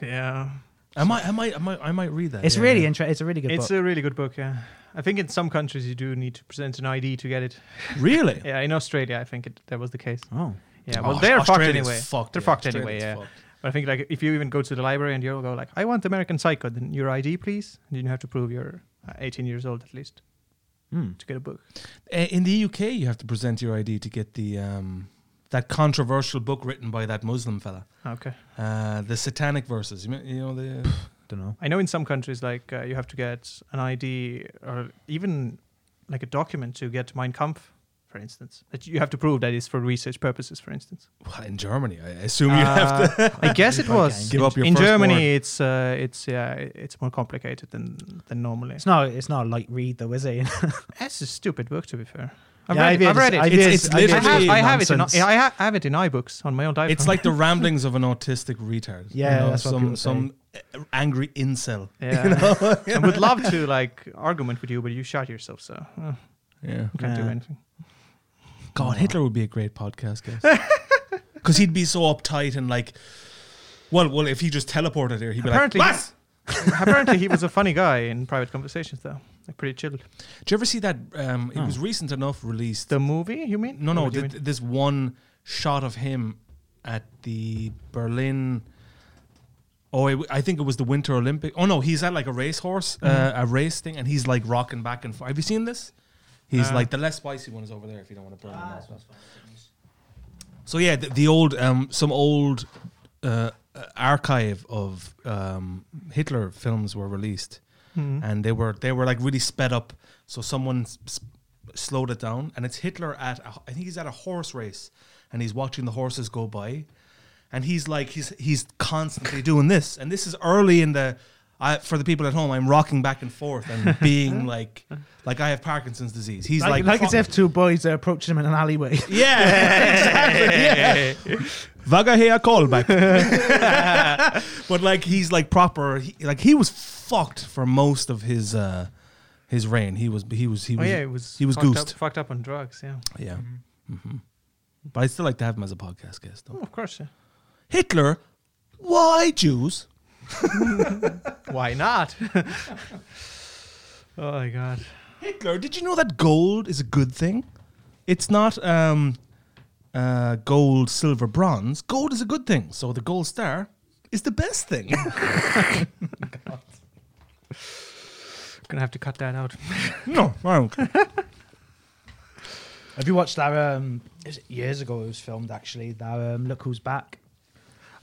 [SPEAKER 1] Yeah,
[SPEAKER 3] I might, I might, I might, I might read that.
[SPEAKER 4] it's
[SPEAKER 3] yeah,
[SPEAKER 4] really
[SPEAKER 3] yeah.
[SPEAKER 4] interesting. It's a really good
[SPEAKER 1] it's
[SPEAKER 4] book.
[SPEAKER 1] a really good book. Yeah, I think in some countries you do need to present an ID to get it.
[SPEAKER 3] really.
[SPEAKER 1] Yeah, in Australia I think it, that was the case.
[SPEAKER 4] oh,
[SPEAKER 1] Yeah,
[SPEAKER 3] Oh,
[SPEAKER 1] well they're
[SPEAKER 3] Australia's
[SPEAKER 1] fucked anyway.
[SPEAKER 3] Fucked,
[SPEAKER 1] They're
[SPEAKER 3] yeah.
[SPEAKER 1] fucked anyway.
[SPEAKER 3] Australia's
[SPEAKER 1] Yeah.
[SPEAKER 3] fucked.
[SPEAKER 1] But I think like if you even go to the library and you'll go like, I want American Psycho, then your ID, please. And you have to prove you're uh, 18 years old at least
[SPEAKER 4] Hmm.
[SPEAKER 1] to get a book.
[SPEAKER 3] Uh, In the UK, you have to present your ID to get the um, that controversial book written by that Muslim fella,
[SPEAKER 1] Okay.
[SPEAKER 3] uh, the Satanic Verses. You mean- you know the.
[SPEAKER 4] don't know.
[SPEAKER 1] I know in some countries, like uh, you have to get an ID or even like a document to get Mein Kampf, for instance. That you have to prove that it's for research purposes, for instance.
[SPEAKER 3] Well, in Germany, I assume you have to
[SPEAKER 1] Uh, I guess it
[SPEAKER 4] Okay.
[SPEAKER 1] was.
[SPEAKER 3] give up your
[SPEAKER 1] in
[SPEAKER 3] firstborn.
[SPEAKER 1] Germany, it's uh, it's yeah, it's more complicated than than normally.
[SPEAKER 4] It's not. It's not a light read though, is it?
[SPEAKER 1] That's a stupid book, to be fair. I've
[SPEAKER 4] Yeah,
[SPEAKER 1] read it. I've read it.
[SPEAKER 4] I
[SPEAKER 1] I,
[SPEAKER 4] did.
[SPEAKER 3] It's- it's
[SPEAKER 4] I did.
[SPEAKER 3] literally
[SPEAKER 1] have, I have it. In,
[SPEAKER 4] Nonsense.
[SPEAKER 1] I ha- have it in iBooks on my own iPhone.
[SPEAKER 3] It's like the ramblings of an autistic retard.
[SPEAKER 4] Yeah, that's what
[SPEAKER 3] some
[SPEAKER 4] people say.
[SPEAKER 3] some uh, angry incel.
[SPEAKER 1] yeah. I would love to like argument with you, but you shot yourself, so uh,
[SPEAKER 3] Yeah.
[SPEAKER 1] I can't do
[SPEAKER 4] Yeah.
[SPEAKER 1] anything.
[SPEAKER 3] God, Hitler would be a great podcast guest because he'd be so uptight and like. Well, well, if he just teleported here, he'd be
[SPEAKER 1] Apparently-
[SPEAKER 3] like, "What?"
[SPEAKER 1] Apparently, he was a funny guy in private conversations, though. Like pretty chilled.
[SPEAKER 3] Do you ever see that? Um, it was recent enough released.
[SPEAKER 1] The movie, you mean?
[SPEAKER 3] no,
[SPEAKER 1] Or
[SPEAKER 3] no,
[SPEAKER 1] what do you
[SPEAKER 3] th-
[SPEAKER 1] mean?
[SPEAKER 3] this one shot of him at the Berlin. Oh, it, w- I think it was the Winter Olympic. Oh no, he's at like a racehorse, uh,
[SPEAKER 1] Mm-hmm.
[SPEAKER 3] a race thing, and he's like rocking back and forth. Have you seen this? He's
[SPEAKER 1] Uh.
[SPEAKER 3] like the less spicy one is over there if you don't want to burn ah, So yeah, the, the old um, some old uh, uh, archive of um, Hitler films were released,
[SPEAKER 4] Hmm.
[SPEAKER 3] and they were they were like really sped up. So someone s- s- slowed it down, and it's Hitler at a, I think he's at a horse race, and he's watching the horses go by, and he's like he's he's constantly doing this, and this is early in the. I, for the people at home, I'm rocking back and forth and being like, like I have Parkinson's disease. He's
[SPEAKER 4] Like,
[SPEAKER 3] like,
[SPEAKER 4] like as if two boys are approaching him in an alleyway.
[SPEAKER 3] yeah, exactly. Yeah. Vaga here callback. but like he's like proper he, like he was fucked for most of his uh his reign. He was he was he
[SPEAKER 1] Oh
[SPEAKER 3] was
[SPEAKER 1] yeah, it was.
[SPEAKER 3] he was
[SPEAKER 1] fucked
[SPEAKER 3] goosed.
[SPEAKER 1] Up, Mm-hmm. fucked up on drugs. Yeah.
[SPEAKER 3] Yeah. hmm But I still like to have him as a podcast guest
[SPEAKER 1] Oh,
[SPEAKER 3] though.
[SPEAKER 1] of course. Yeah.
[SPEAKER 3] Hitler, why Jews?
[SPEAKER 1] Why not? oh my god.
[SPEAKER 3] Hitler, did you know that gold is a good thing? It's not um uh gold, silver, bronze. Gold is a good thing. So the gold star is the best thing.
[SPEAKER 1] Gonna have to cut that out.
[SPEAKER 3] no, I don't care.
[SPEAKER 4] Have you watched that? Um, is it years ago it was filmed actually. That um, look who's back.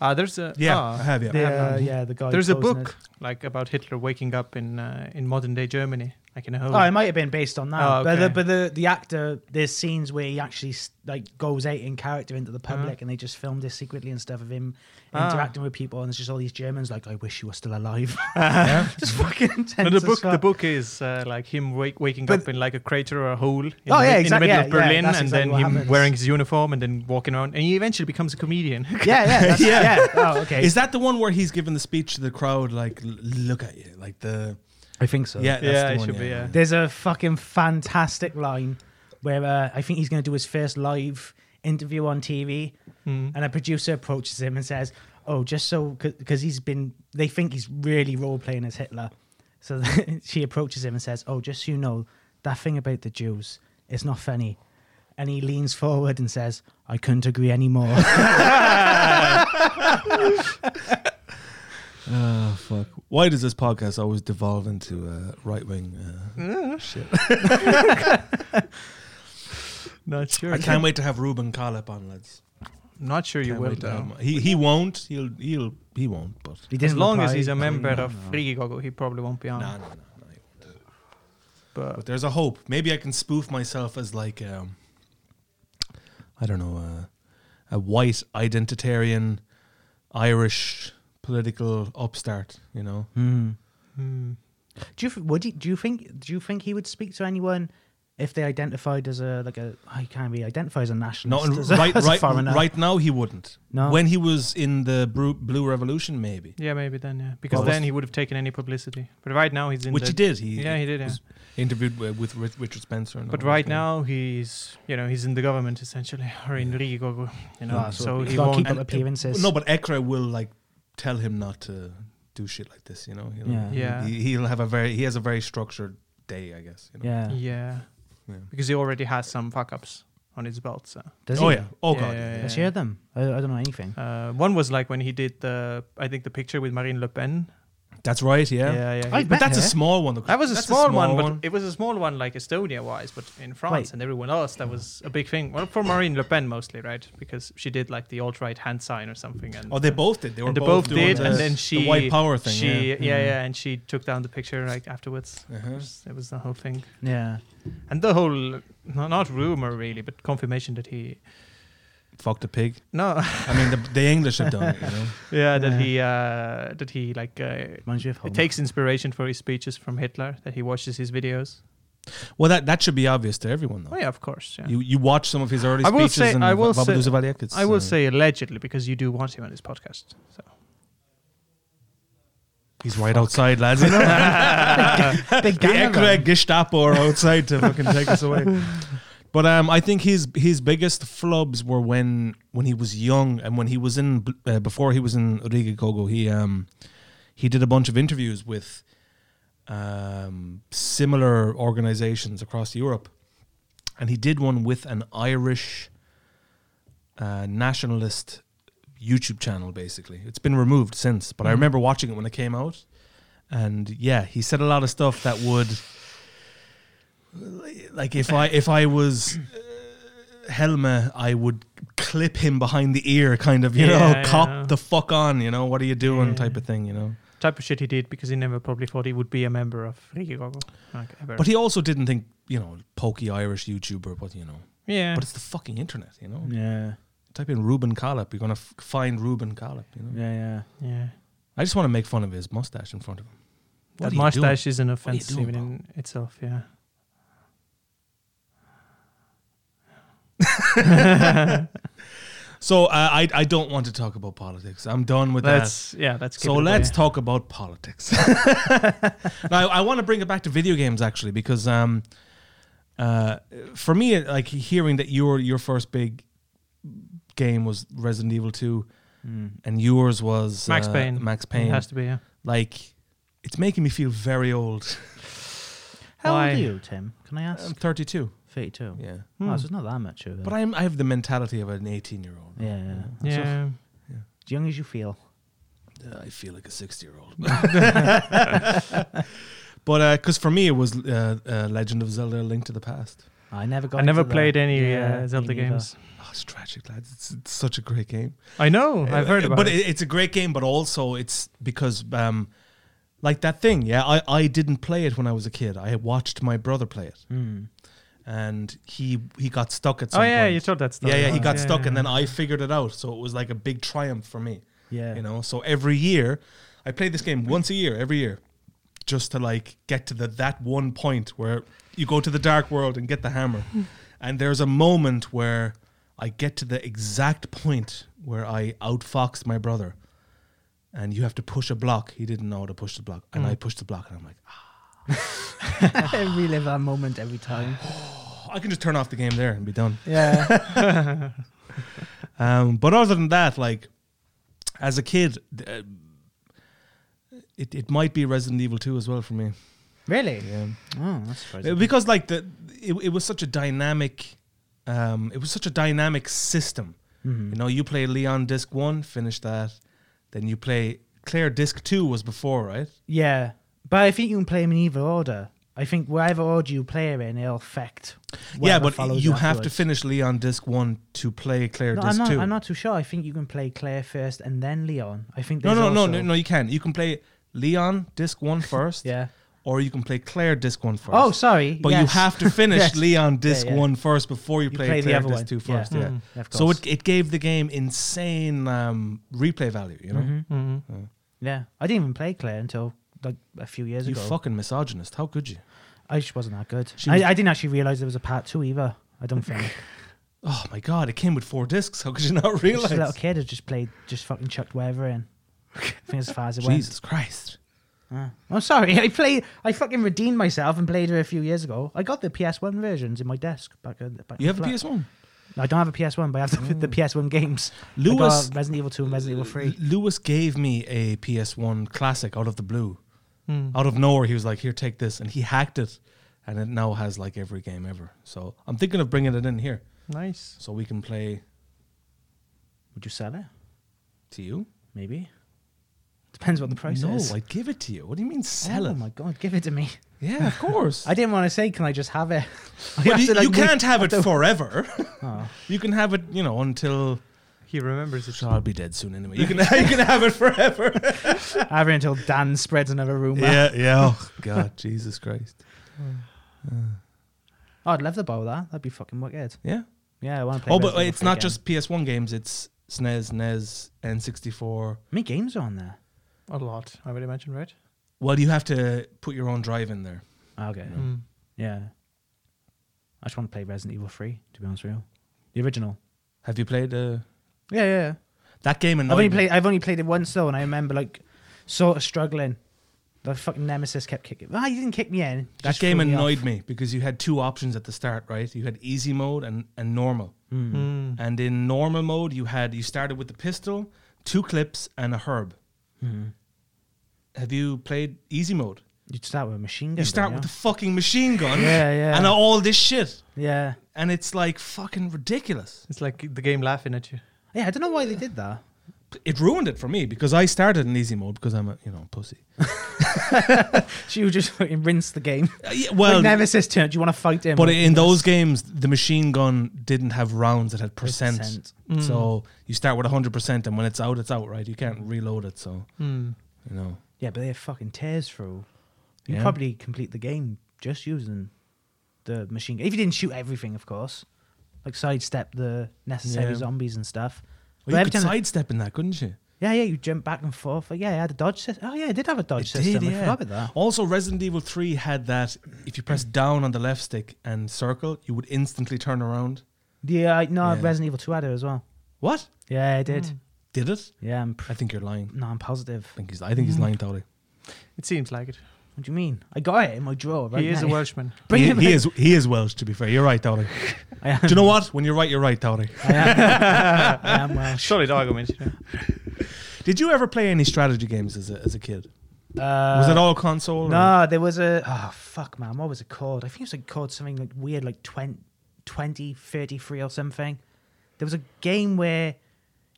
[SPEAKER 1] Uh, there's a
[SPEAKER 3] Yeah,
[SPEAKER 1] ah,
[SPEAKER 3] I have. Yeah,
[SPEAKER 1] I have
[SPEAKER 4] The, uh,
[SPEAKER 1] not.
[SPEAKER 4] yeah, the guy.
[SPEAKER 1] There's a
[SPEAKER 4] posing
[SPEAKER 1] book like about Hitler waking up in uh, in modern day Germany, like in a
[SPEAKER 4] as-
[SPEAKER 1] hole.
[SPEAKER 4] Oh, it might have been based on that.
[SPEAKER 1] Oh,
[SPEAKER 4] But, the,
[SPEAKER 1] okay.
[SPEAKER 4] but the, the actor, there's scenes where he actually s- like goes out in character into the public, and they just filmed this secretly and stuff of him
[SPEAKER 1] Uh-huh. Ah.
[SPEAKER 4] interacting with people, and it's just all these Germans like, "I wish you were still alive."
[SPEAKER 3] Yeah.
[SPEAKER 4] just fucking intense.
[SPEAKER 1] No, the
[SPEAKER 4] as
[SPEAKER 1] book, the
[SPEAKER 4] fuck.
[SPEAKER 1] book is uh, like him wake, waking
[SPEAKER 4] But-
[SPEAKER 1] up in like a crater or a hole in,
[SPEAKER 4] Oh,
[SPEAKER 1] the,
[SPEAKER 4] yeah,
[SPEAKER 1] mi-
[SPEAKER 4] exact-
[SPEAKER 1] in the
[SPEAKER 4] yeah,
[SPEAKER 1] middle
[SPEAKER 4] yeah,
[SPEAKER 1] of Berlin,
[SPEAKER 4] that's
[SPEAKER 1] and then
[SPEAKER 4] exactly what
[SPEAKER 1] him
[SPEAKER 4] happens.
[SPEAKER 1] wearing his uniform and then walking around, and he eventually becomes a comedian.
[SPEAKER 4] Yeah, yeah, that's,
[SPEAKER 3] Yeah.
[SPEAKER 4] yeah. Oh, okay.
[SPEAKER 3] Is that the one where he's giving the speech to the crowd, like "L- look at you, like the
[SPEAKER 4] I think so.
[SPEAKER 3] yeah, that's
[SPEAKER 1] Yeah,
[SPEAKER 3] the
[SPEAKER 1] it
[SPEAKER 3] one,
[SPEAKER 1] should be, yeah.
[SPEAKER 4] There's a fucking fantastic line where uh, I think he's going to do his first live interview on TV,
[SPEAKER 1] Hmm.
[SPEAKER 4] and a producer approaches him and says, "Oh, just so because he's been, they think he's really role playing as Hitler." So she approaches him and says, "Oh, just so you know, that thing about the Jews, it's not funny." And he leans forward and says, "I couldn't agree any more."
[SPEAKER 3] Oh fuck! Why does this podcast always devolve into uh, right wing uh, shit?
[SPEAKER 1] Not sure.
[SPEAKER 3] I can't wait to have Ruben Collip on, lads.
[SPEAKER 1] Not sure Mm. you
[SPEAKER 3] Can't
[SPEAKER 1] will
[SPEAKER 3] wait to
[SPEAKER 1] though.
[SPEAKER 3] have him on. He he won't. He'll he'll he won't. But
[SPEAKER 4] He
[SPEAKER 1] As
[SPEAKER 4] didn't
[SPEAKER 1] long as
[SPEAKER 4] reply.
[SPEAKER 1] he's a member
[SPEAKER 4] No,
[SPEAKER 1] of
[SPEAKER 4] no.
[SPEAKER 1] Freaky Gogo, he probably won't be on.
[SPEAKER 3] no, no, no, no. he won't.
[SPEAKER 1] But
[SPEAKER 3] But there's a hope. Maybe I can spoof myself as like um, I don't know, uh, a white identitarian, Irish political upstart. You know.
[SPEAKER 4] Hmm.
[SPEAKER 1] hmm.
[SPEAKER 4] Do you th- would you, do you think do you think he would speak to anyone if they identified as a like a I can't be identified as a
[SPEAKER 3] No,
[SPEAKER 4] nationalist?
[SPEAKER 3] and
[SPEAKER 4] as a-
[SPEAKER 3] right,
[SPEAKER 4] as a
[SPEAKER 3] right,
[SPEAKER 4] foreigner.
[SPEAKER 3] right now he wouldn't.
[SPEAKER 4] No.
[SPEAKER 3] When he was in the Blue, Blue Revolution, maybe,
[SPEAKER 1] yeah, maybe then yeah, because
[SPEAKER 3] Well,
[SPEAKER 1] then
[SPEAKER 3] what's-
[SPEAKER 1] he would have taken any publicity. But right now he's in.
[SPEAKER 3] which
[SPEAKER 1] the,
[SPEAKER 3] he did. He
[SPEAKER 1] Yeah, he did. Yeah.
[SPEAKER 3] was interviewed wi- with, Ri- Richard Spencer. And
[SPEAKER 1] But
[SPEAKER 3] all
[SPEAKER 1] right
[SPEAKER 3] that.
[SPEAKER 1] now he's, you know, he's in the government essentially, or in Freaky Gogo, you know.
[SPEAKER 4] Ah, so
[SPEAKER 1] so
[SPEAKER 4] he's
[SPEAKER 1] he
[SPEAKER 4] gotta
[SPEAKER 1] won't.
[SPEAKER 4] keep up appearances.
[SPEAKER 3] no, but Ekra will like tell him not to do shit like this. You know, he'll,
[SPEAKER 4] Yeah.
[SPEAKER 1] Yeah.
[SPEAKER 3] He, he'll have a very he has a very structured day, I guess. You know?
[SPEAKER 4] yeah.
[SPEAKER 1] Yeah,
[SPEAKER 3] Yeah.
[SPEAKER 1] because he already has some fuck ups on his belt. So
[SPEAKER 4] Does he?
[SPEAKER 3] Oh yeah. Oh god.
[SPEAKER 1] Yeah, yeah,
[SPEAKER 4] Let's hear them. I, I don't know anything.
[SPEAKER 1] Uh, one was like when he did the, I think the picture with Marine Le Pen,
[SPEAKER 3] That's right. Yeah.
[SPEAKER 1] yeah, yeah.
[SPEAKER 4] I-
[SPEAKER 1] He-
[SPEAKER 3] But
[SPEAKER 4] Met
[SPEAKER 3] that's a
[SPEAKER 4] her.
[SPEAKER 3] small one. Though.
[SPEAKER 1] that was a
[SPEAKER 3] That's
[SPEAKER 1] small, one, but it was a small one like Estonia wise, but in France
[SPEAKER 4] Wait.
[SPEAKER 1] and everyone else, that was a big thing. Well, for Marine Le Pen mostly, right? Because she did like the alt right hand sign or something. And,
[SPEAKER 3] oh, they both did. They were
[SPEAKER 1] and they
[SPEAKER 3] both,
[SPEAKER 1] both,
[SPEAKER 3] doing
[SPEAKER 1] did,
[SPEAKER 3] the,
[SPEAKER 1] and then she
[SPEAKER 3] the white power thing.
[SPEAKER 1] She,
[SPEAKER 3] yeah. Mm-hmm.
[SPEAKER 1] yeah, yeah, and she took down the picture like afterwards. It,
[SPEAKER 3] Uh-huh.
[SPEAKER 1] was, it was the whole thing,
[SPEAKER 4] Yeah.
[SPEAKER 1] and the whole no, not rumor really, but confirmation that he
[SPEAKER 3] Fuck the pig.
[SPEAKER 1] no,
[SPEAKER 3] I mean, the, the English have done it. You know?
[SPEAKER 1] yeah, that
[SPEAKER 4] Yeah.
[SPEAKER 1] he uh, that he like uh,
[SPEAKER 4] Reminds you of home.
[SPEAKER 1] It takes inspiration for his speeches from Hitler, that he watches his videos.
[SPEAKER 3] Well, that that should be obvious to everyone, though.
[SPEAKER 1] Oh yeah, of course. Yeah.
[SPEAKER 3] You you watch some of his early
[SPEAKER 1] I will
[SPEAKER 3] speeches.
[SPEAKER 1] say-
[SPEAKER 3] and
[SPEAKER 1] I will
[SPEAKER 3] Vavadou
[SPEAKER 1] say-
[SPEAKER 3] Zavadiak, it's,
[SPEAKER 1] I will
[SPEAKER 3] uh,
[SPEAKER 1] say allegedly because you do want him on his podcast. So
[SPEAKER 3] he's right outside, lads. You know?
[SPEAKER 4] Big
[SPEAKER 3] the
[SPEAKER 4] gang of them.
[SPEAKER 3] Ekre Gestapo are outside to fucking take us away. But um, I think his his biggest flubs were when when he was young and when he was in uh, before he was in Riga Kogo. He um he did a bunch of interviews with um similar organizations across Europe, and he did one with an Irish uh, nationalist YouTube channel. Basically, it's been removed since,
[SPEAKER 1] Mm-hmm.
[SPEAKER 3] but I remember watching it when it came out, and yeah, he said a lot of stuff that would like if I if I was uh, Helma, I would clip him behind the ear, kind of you know,
[SPEAKER 1] Yeah,
[SPEAKER 3] cop
[SPEAKER 1] yeah.
[SPEAKER 3] the fuck on, you know, what are you doing,
[SPEAKER 1] Yeah.
[SPEAKER 3] type of thing, you know.
[SPEAKER 1] type of shit he did because he never probably thought he would be a member of Rikigogo. Like ever.
[SPEAKER 3] But he also didn't think, you know, pokey Irish YouTuber, but you know,
[SPEAKER 1] yeah.
[SPEAKER 3] but it's the fucking internet, you know.
[SPEAKER 4] Yeah.
[SPEAKER 3] Type in Ruben Collip, you're gonna f- find Ruben Collip, you know.
[SPEAKER 4] Yeah. Yeah.
[SPEAKER 1] yeah.
[SPEAKER 3] I just want to make fun of his mustache in front of him. What
[SPEAKER 1] That
[SPEAKER 3] are you doing?
[SPEAKER 1] mustache is an
[SPEAKER 3] are you
[SPEAKER 1] offense
[SPEAKER 3] doing,
[SPEAKER 1] even in itself, yeah.
[SPEAKER 3] So uh, I I don't want to talk about politics. I'm done with that.
[SPEAKER 1] Let's yeah, let's keep
[SPEAKER 3] So
[SPEAKER 1] it
[SPEAKER 3] let's
[SPEAKER 1] away.
[SPEAKER 3] talk about politics. now I want to bring it back to video games actually because um, uh, for me it- like hearing that your your first big game was Resident Evil Two
[SPEAKER 4] Hmm.
[SPEAKER 3] and yours was
[SPEAKER 1] Max
[SPEAKER 3] uh,
[SPEAKER 1] Payne.
[SPEAKER 3] Max
[SPEAKER 1] It
[SPEAKER 3] Payne.
[SPEAKER 1] has to be, yeah.
[SPEAKER 3] like it's making me feel very old.
[SPEAKER 4] How
[SPEAKER 1] Why? Um,
[SPEAKER 4] old are you, Tim? Can I ask?
[SPEAKER 3] I'm 32.
[SPEAKER 4] 32.
[SPEAKER 3] Yeah,
[SPEAKER 4] Oh,
[SPEAKER 1] Hmm.
[SPEAKER 4] so it's not that much of
[SPEAKER 3] but I'm I have the mentality of an 18 year old.
[SPEAKER 4] Yeah. yeah.
[SPEAKER 1] yeah.
[SPEAKER 4] As young as you feel.
[SPEAKER 3] I feel like a 60 year old. but because for me it was uh, uh, Legend of Zelda: A Link to the Past.
[SPEAKER 4] I never got.
[SPEAKER 1] I never
[SPEAKER 4] into that.
[SPEAKER 1] played any
[SPEAKER 4] Yeah,
[SPEAKER 1] uh,
[SPEAKER 4] me
[SPEAKER 1] Zelda
[SPEAKER 4] neither.
[SPEAKER 1] games.
[SPEAKER 3] Oh, it's tragic, lads. It's, it's such a great game.
[SPEAKER 1] I know. I've heard about
[SPEAKER 3] but
[SPEAKER 1] it.
[SPEAKER 3] it's a great game, but also it's because, um, like that thing, yeah, I, I didn't play it when I was a kid. I watched my brother play it,
[SPEAKER 4] Hmm.
[SPEAKER 3] and he he got stuck at some
[SPEAKER 1] Oh yeah,
[SPEAKER 3] point.
[SPEAKER 1] you told that story.
[SPEAKER 3] yeah, yeah, he
[SPEAKER 1] once,
[SPEAKER 3] got stuck, and
[SPEAKER 1] yeah.
[SPEAKER 3] then I figured it out. So it was like a big triumph for me,
[SPEAKER 4] Yeah.
[SPEAKER 3] you know. So every year, I played this game once a year, every year, just to like get to the that one point where you go to the dark world and get the hammer, and there's a moment where I get to the exact point where I outfoxed my brother, and you have to push a block. He didn't know how to push the block, and I pushed the block, and I'm like,
[SPEAKER 4] I relive that moment every time.
[SPEAKER 3] oh, I can just turn off the game there and be done.
[SPEAKER 4] Yeah.
[SPEAKER 3] Um, but other than that, like as a kid, uh, it it might be Resident Evil Two as well for me.
[SPEAKER 4] really?
[SPEAKER 3] Yeah,
[SPEAKER 4] Oh, that's surprising.
[SPEAKER 3] because like the it, it was such a dynamic, um, it was such a dynamic system. You know, you play Leon Disc One, finish that, then you play Claire Disc Two was before, right?
[SPEAKER 4] yeah, but I think you can play them in either order. I think whatever order you play them in, it'll affect.
[SPEAKER 3] yeah,
[SPEAKER 4] whatever
[SPEAKER 3] but
[SPEAKER 4] follows
[SPEAKER 3] you have to
[SPEAKER 4] afterwards.
[SPEAKER 3] finish Leon Disc One to play Claire
[SPEAKER 4] No,
[SPEAKER 3] Disc
[SPEAKER 4] I'm not.
[SPEAKER 3] Two.
[SPEAKER 4] I'm not too sure. I think you can play Claire first and then Leon. I think.
[SPEAKER 3] no,
[SPEAKER 4] there's
[SPEAKER 3] no, no,
[SPEAKER 4] also-
[SPEAKER 3] no, no. You can. You can play Leon Disc One first,
[SPEAKER 4] Yeah.
[SPEAKER 3] or you can play Claire Disc One first.
[SPEAKER 4] Oh, sorry.
[SPEAKER 3] But you
[SPEAKER 4] yes.
[SPEAKER 3] have to finish
[SPEAKER 4] Yes.
[SPEAKER 3] Leon disc
[SPEAKER 4] yeah.
[SPEAKER 3] one first before you,
[SPEAKER 4] You
[SPEAKER 3] play,
[SPEAKER 4] play the
[SPEAKER 3] Claire
[SPEAKER 4] other
[SPEAKER 3] disc
[SPEAKER 4] one.
[SPEAKER 3] two
[SPEAKER 4] Yeah.
[SPEAKER 3] first. Yeah.
[SPEAKER 1] Mm.
[SPEAKER 4] Yeah, of
[SPEAKER 3] So
[SPEAKER 4] course.
[SPEAKER 3] it, it gave the game insane um, replay value. You know,
[SPEAKER 4] Mhm.
[SPEAKER 1] Mhm.
[SPEAKER 4] Yeah, I didn't even play Claire until like a few years
[SPEAKER 3] you
[SPEAKER 4] ago.
[SPEAKER 3] fucking misogynist. How could you?
[SPEAKER 4] I just wasn't that good.
[SPEAKER 3] She
[SPEAKER 4] I,
[SPEAKER 3] was-
[SPEAKER 4] I didn't actually realize there was a part two either. I don't think.
[SPEAKER 3] Oh my god, it came with four discs. How could you not
[SPEAKER 4] Just
[SPEAKER 3] realize?
[SPEAKER 4] a little kid who just played, just fucking chucked whatever in. I think as far as it
[SPEAKER 3] Jesus Christ.
[SPEAKER 4] went. Ah. I'm sorry. I played. I fucking redeemed myself and played her a few years ago. I got the PS1 versions in my desk back. in- back in
[SPEAKER 3] You have a
[SPEAKER 4] the flat.
[SPEAKER 3] PS1?
[SPEAKER 4] No, I don't have a PS1, but I have the, the PS1 games. I got
[SPEAKER 3] Lewis-
[SPEAKER 4] Resident Evil 2 and Resident Evil 3.
[SPEAKER 3] Lewis gave me a PS1 classic out of the blue.
[SPEAKER 1] Mm.
[SPEAKER 3] Out of nowhere, he was like, here, take this. And he hacked it. And it now has like every game ever. So I'm thinking of bringing it in here
[SPEAKER 1] Nice.
[SPEAKER 3] so we can play
[SPEAKER 4] Would you sell it?
[SPEAKER 3] to you.
[SPEAKER 4] Maybe. Depends what the price
[SPEAKER 3] no,
[SPEAKER 4] is.
[SPEAKER 3] I'd give it to you. What do you mean sell
[SPEAKER 4] oh
[SPEAKER 3] it?
[SPEAKER 4] my god, give it to me.
[SPEAKER 3] Yeah, of course.
[SPEAKER 4] I didn't want to say, can I just have it? I
[SPEAKER 3] But
[SPEAKER 4] have
[SPEAKER 3] you,
[SPEAKER 4] to, like,
[SPEAKER 3] you
[SPEAKER 4] make-
[SPEAKER 3] can't have it forever.
[SPEAKER 4] Oh.
[SPEAKER 3] You can have it, you know, until
[SPEAKER 1] He remembers it.
[SPEAKER 3] I'll be dead soon anyway. You can you can have it forever.
[SPEAKER 4] have it until Dan spreads another rumor.
[SPEAKER 3] yeah. Oh God, Jesus Christ.
[SPEAKER 4] Oh, I'd love to borrow that. That'd be fucking wicked.
[SPEAKER 3] Yeah.
[SPEAKER 4] Yeah, I want to play.
[SPEAKER 3] Oh, but
[SPEAKER 4] Resident Evil
[SPEAKER 3] it's not
[SPEAKER 4] again.
[SPEAKER 3] just PS1 games. It's E SNES, NES, N64.
[SPEAKER 4] How many games are on there?
[SPEAKER 1] A lot, I would imagine, right?
[SPEAKER 3] Well, you have to put your own drive in there.
[SPEAKER 4] Oh, okay.
[SPEAKER 1] Mm.
[SPEAKER 4] Yeah. I just want to play Resident Evil 3, to be honest with you. The original.
[SPEAKER 3] Have you played uh,
[SPEAKER 4] Yeah, yeah. yeah.
[SPEAKER 3] that game?
[SPEAKER 4] I've
[SPEAKER 3] annoyed
[SPEAKER 4] only
[SPEAKER 3] me.
[SPEAKER 4] played I've only played it once though, and I remember like sort of struggling. The fucking nemesis kept kicking. Ah, you didn't kick me in.
[SPEAKER 3] That
[SPEAKER 4] Just
[SPEAKER 3] game
[SPEAKER 4] threw me
[SPEAKER 3] annoyed
[SPEAKER 4] off.
[SPEAKER 3] me because you had two options at the start, right? You had easy mode and, and normal.
[SPEAKER 4] Mm.
[SPEAKER 1] Mm.
[SPEAKER 3] And in normal mode, you had you started with the pistol, two clips, and a herb.
[SPEAKER 4] Mm.
[SPEAKER 3] Have you played easy mode?
[SPEAKER 4] You start with a machine gun.
[SPEAKER 3] You start with the fucking machine gun
[SPEAKER 4] Yeah, yeah.
[SPEAKER 3] and all this shit,
[SPEAKER 4] yeah,
[SPEAKER 3] and it's like fucking ridiculous.
[SPEAKER 1] It's like the game laughing at you.
[SPEAKER 4] yeah. I don't know why they did that.
[SPEAKER 3] It ruined it for me because I started in easy mode because I'm a you know pussy.
[SPEAKER 4] She would just fucking rinse the game.
[SPEAKER 3] Uh, yeah,
[SPEAKER 4] Well,
[SPEAKER 3] well,
[SPEAKER 4] nemesis turned. Do you want to fight him?
[SPEAKER 3] but in those games, the machine gun didn't have rounds; it had percent.
[SPEAKER 4] Percent.
[SPEAKER 1] Mm.
[SPEAKER 3] So you start with hundred percent, and when it's out, it's out, right? You can't reload it, so
[SPEAKER 1] Mm.
[SPEAKER 3] you know.
[SPEAKER 4] Yeah, but they have fucking tears through. You
[SPEAKER 3] Yeah.
[SPEAKER 4] probably complete the game just using the machine gun. If you didn't shoot everything, of course. Like sidestep the necessary
[SPEAKER 3] Yeah.
[SPEAKER 4] zombies and stuff.
[SPEAKER 3] Well,
[SPEAKER 4] But
[SPEAKER 3] you
[SPEAKER 4] every
[SPEAKER 3] could
[SPEAKER 4] time I-
[SPEAKER 3] sidestep in that, couldn't you?
[SPEAKER 4] Yeah, yeah, you jump back and forth. Like, yeah, I had a dodge system. Oh, yeah, I did have a dodge
[SPEAKER 3] It did,
[SPEAKER 4] system. I
[SPEAKER 3] yeah.
[SPEAKER 4] forgot about that.
[SPEAKER 3] Also, Resident Evil 3 had that if you press down on the left stick and circle, you would instantly turn around.
[SPEAKER 4] Yeah, I, no,
[SPEAKER 3] Yeah.
[SPEAKER 4] Resident Evil 2 had it as well.
[SPEAKER 3] What?
[SPEAKER 4] Yeah, I
[SPEAKER 1] Hmm.
[SPEAKER 4] did.
[SPEAKER 3] Did it?
[SPEAKER 4] Yeah, I'm. Pr-
[SPEAKER 3] I think you're lying.
[SPEAKER 4] no, I'm
[SPEAKER 3] I
[SPEAKER 4] positive.
[SPEAKER 3] think he's, I think he's
[SPEAKER 4] Mm.
[SPEAKER 3] lying totally.
[SPEAKER 1] It seems like it.
[SPEAKER 4] What do you mean? I got it in my drawer. Right
[SPEAKER 1] he is
[SPEAKER 4] now.
[SPEAKER 1] a Welshman.
[SPEAKER 4] Bring
[SPEAKER 3] he,
[SPEAKER 4] him
[SPEAKER 3] he
[SPEAKER 4] in.
[SPEAKER 3] is he is Welsh, to be fair. You're right, Tony.
[SPEAKER 4] I am.
[SPEAKER 3] Do you know what? When you're right, you're right, Tony.
[SPEAKER 4] I am, I am uh, Welsh.
[SPEAKER 1] Solid argument. You know?
[SPEAKER 3] Did you ever play any strategy games as a, as a kid?
[SPEAKER 4] Uh,
[SPEAKER 3] Was it all console? or-
[SPEAKER 4] No, there was a oh fuck man, what was it called? I think it was like called something like weird, like 20, 20 33 or something. There was a game where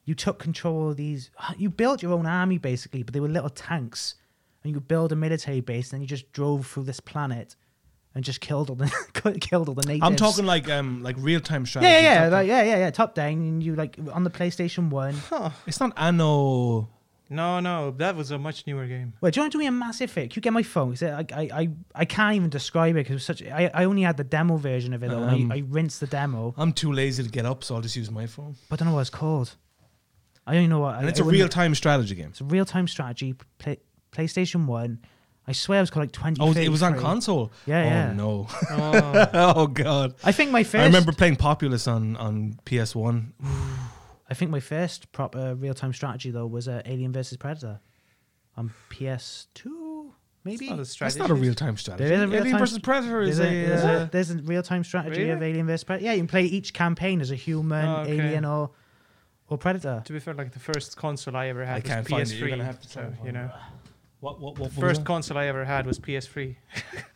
[SPEAKER 4] you took control of these. You built your own army basically, but they were little tanks, and you could build a military base, and then you just drove through this planet and just killed all the killed all the natives.
[SPEAKER 3] I'm talking like um like real time strategy.
[SPEAKER 4] Yeah, yeah, yeah,
[SPEAKER 3] Top-
[SPEAKER 4] like, yeah, yeah, yeah. Top down, and you like on the PlayStation One.
[SPEAKER 3] It's not Anno.
[SPEAKER 1] No, no, that was a much newer game.
[SPEAKER 4] Well, do you want to do me a massive fake? Can you get my phone? 'Cause I, I, I, I can't even describe it because it was such. I, I only had the demo version of it though. and
[SPEAKER 3] Um,
[SPEAKER 4] I, I rinsed the demo,
[SPEAKER 3] I'm too lazy to get up, so I'll just use my phone.
[SPEAKER 4] but I don't know what it's called. I don't even know what.
[SPEAKER 3] And
[SPEAKER 4] I,
[SPEAKER 3] it's
[SPEAKER 4] a
[SPEAKER 3] a real time strategy game.
[SPEAKER 4] It's a real time strategy. Play, PlayStation One. I swear it was called like twenty.
[SPEAKER 3] Oh, it was on
[SPEAKER 4] 33.
[SPEAKER 3] console.
[SPEAKER 4] Yeah,
[SPEAKER 3] oh,
[SPEAKER 4] yeah.
[SPEAKER 3] no.
[SPEAKER 1] Oh,
[SPEAKER 3] oh god.
[SPEAKER 4] I think my first.
[SPEAKER 3] I remember playing Populous on on PS One.
[SPEAKER 4] I think my first proper real time strategy though was uh, Alien versus Predator, on PS2 maybe.
[SPEAKER 1] it's not a
[SPEAKER 3] That's
[SPEAKER 1] strategy.
[SPEAKER 3] not a real time strategy.
[SPEAKER 4] There is a
[SPEAKER 3] Alien
[SPEAKER 4] real-time
[SPEAKER 3] versus Predator is
[SPEAKER 4] There's a,
[SPEAKER 3] a.
[SPEAKER 4] there's
[SPEAKER 3] uh,
[SPEAKER 4] a, real time strategy of
[SPEAKER 1] Really?
[SPEAKER 4] Alien versus Predator. Yeah, you can play each campaign as a human,
[SPEAKER 1] Oh, okay.
[SPEAKER 4] alien, or or predator.
[SPEAKER 1] To be fair, like the first console I ever had
[SPEAKER 3] I
[SPEAKER 1] was
[SPEAKER 3] can't
[SPEAKER 1] PS3.
[SPEAKER 3] find it. You're gonna have to try
[SPEAKER 1] so,
[SPEAKER 3] and find
[SPEAKER 1] you know,
[SPEAKER 3] what what what
[SPEAKER 1] first console I ever had was PS3.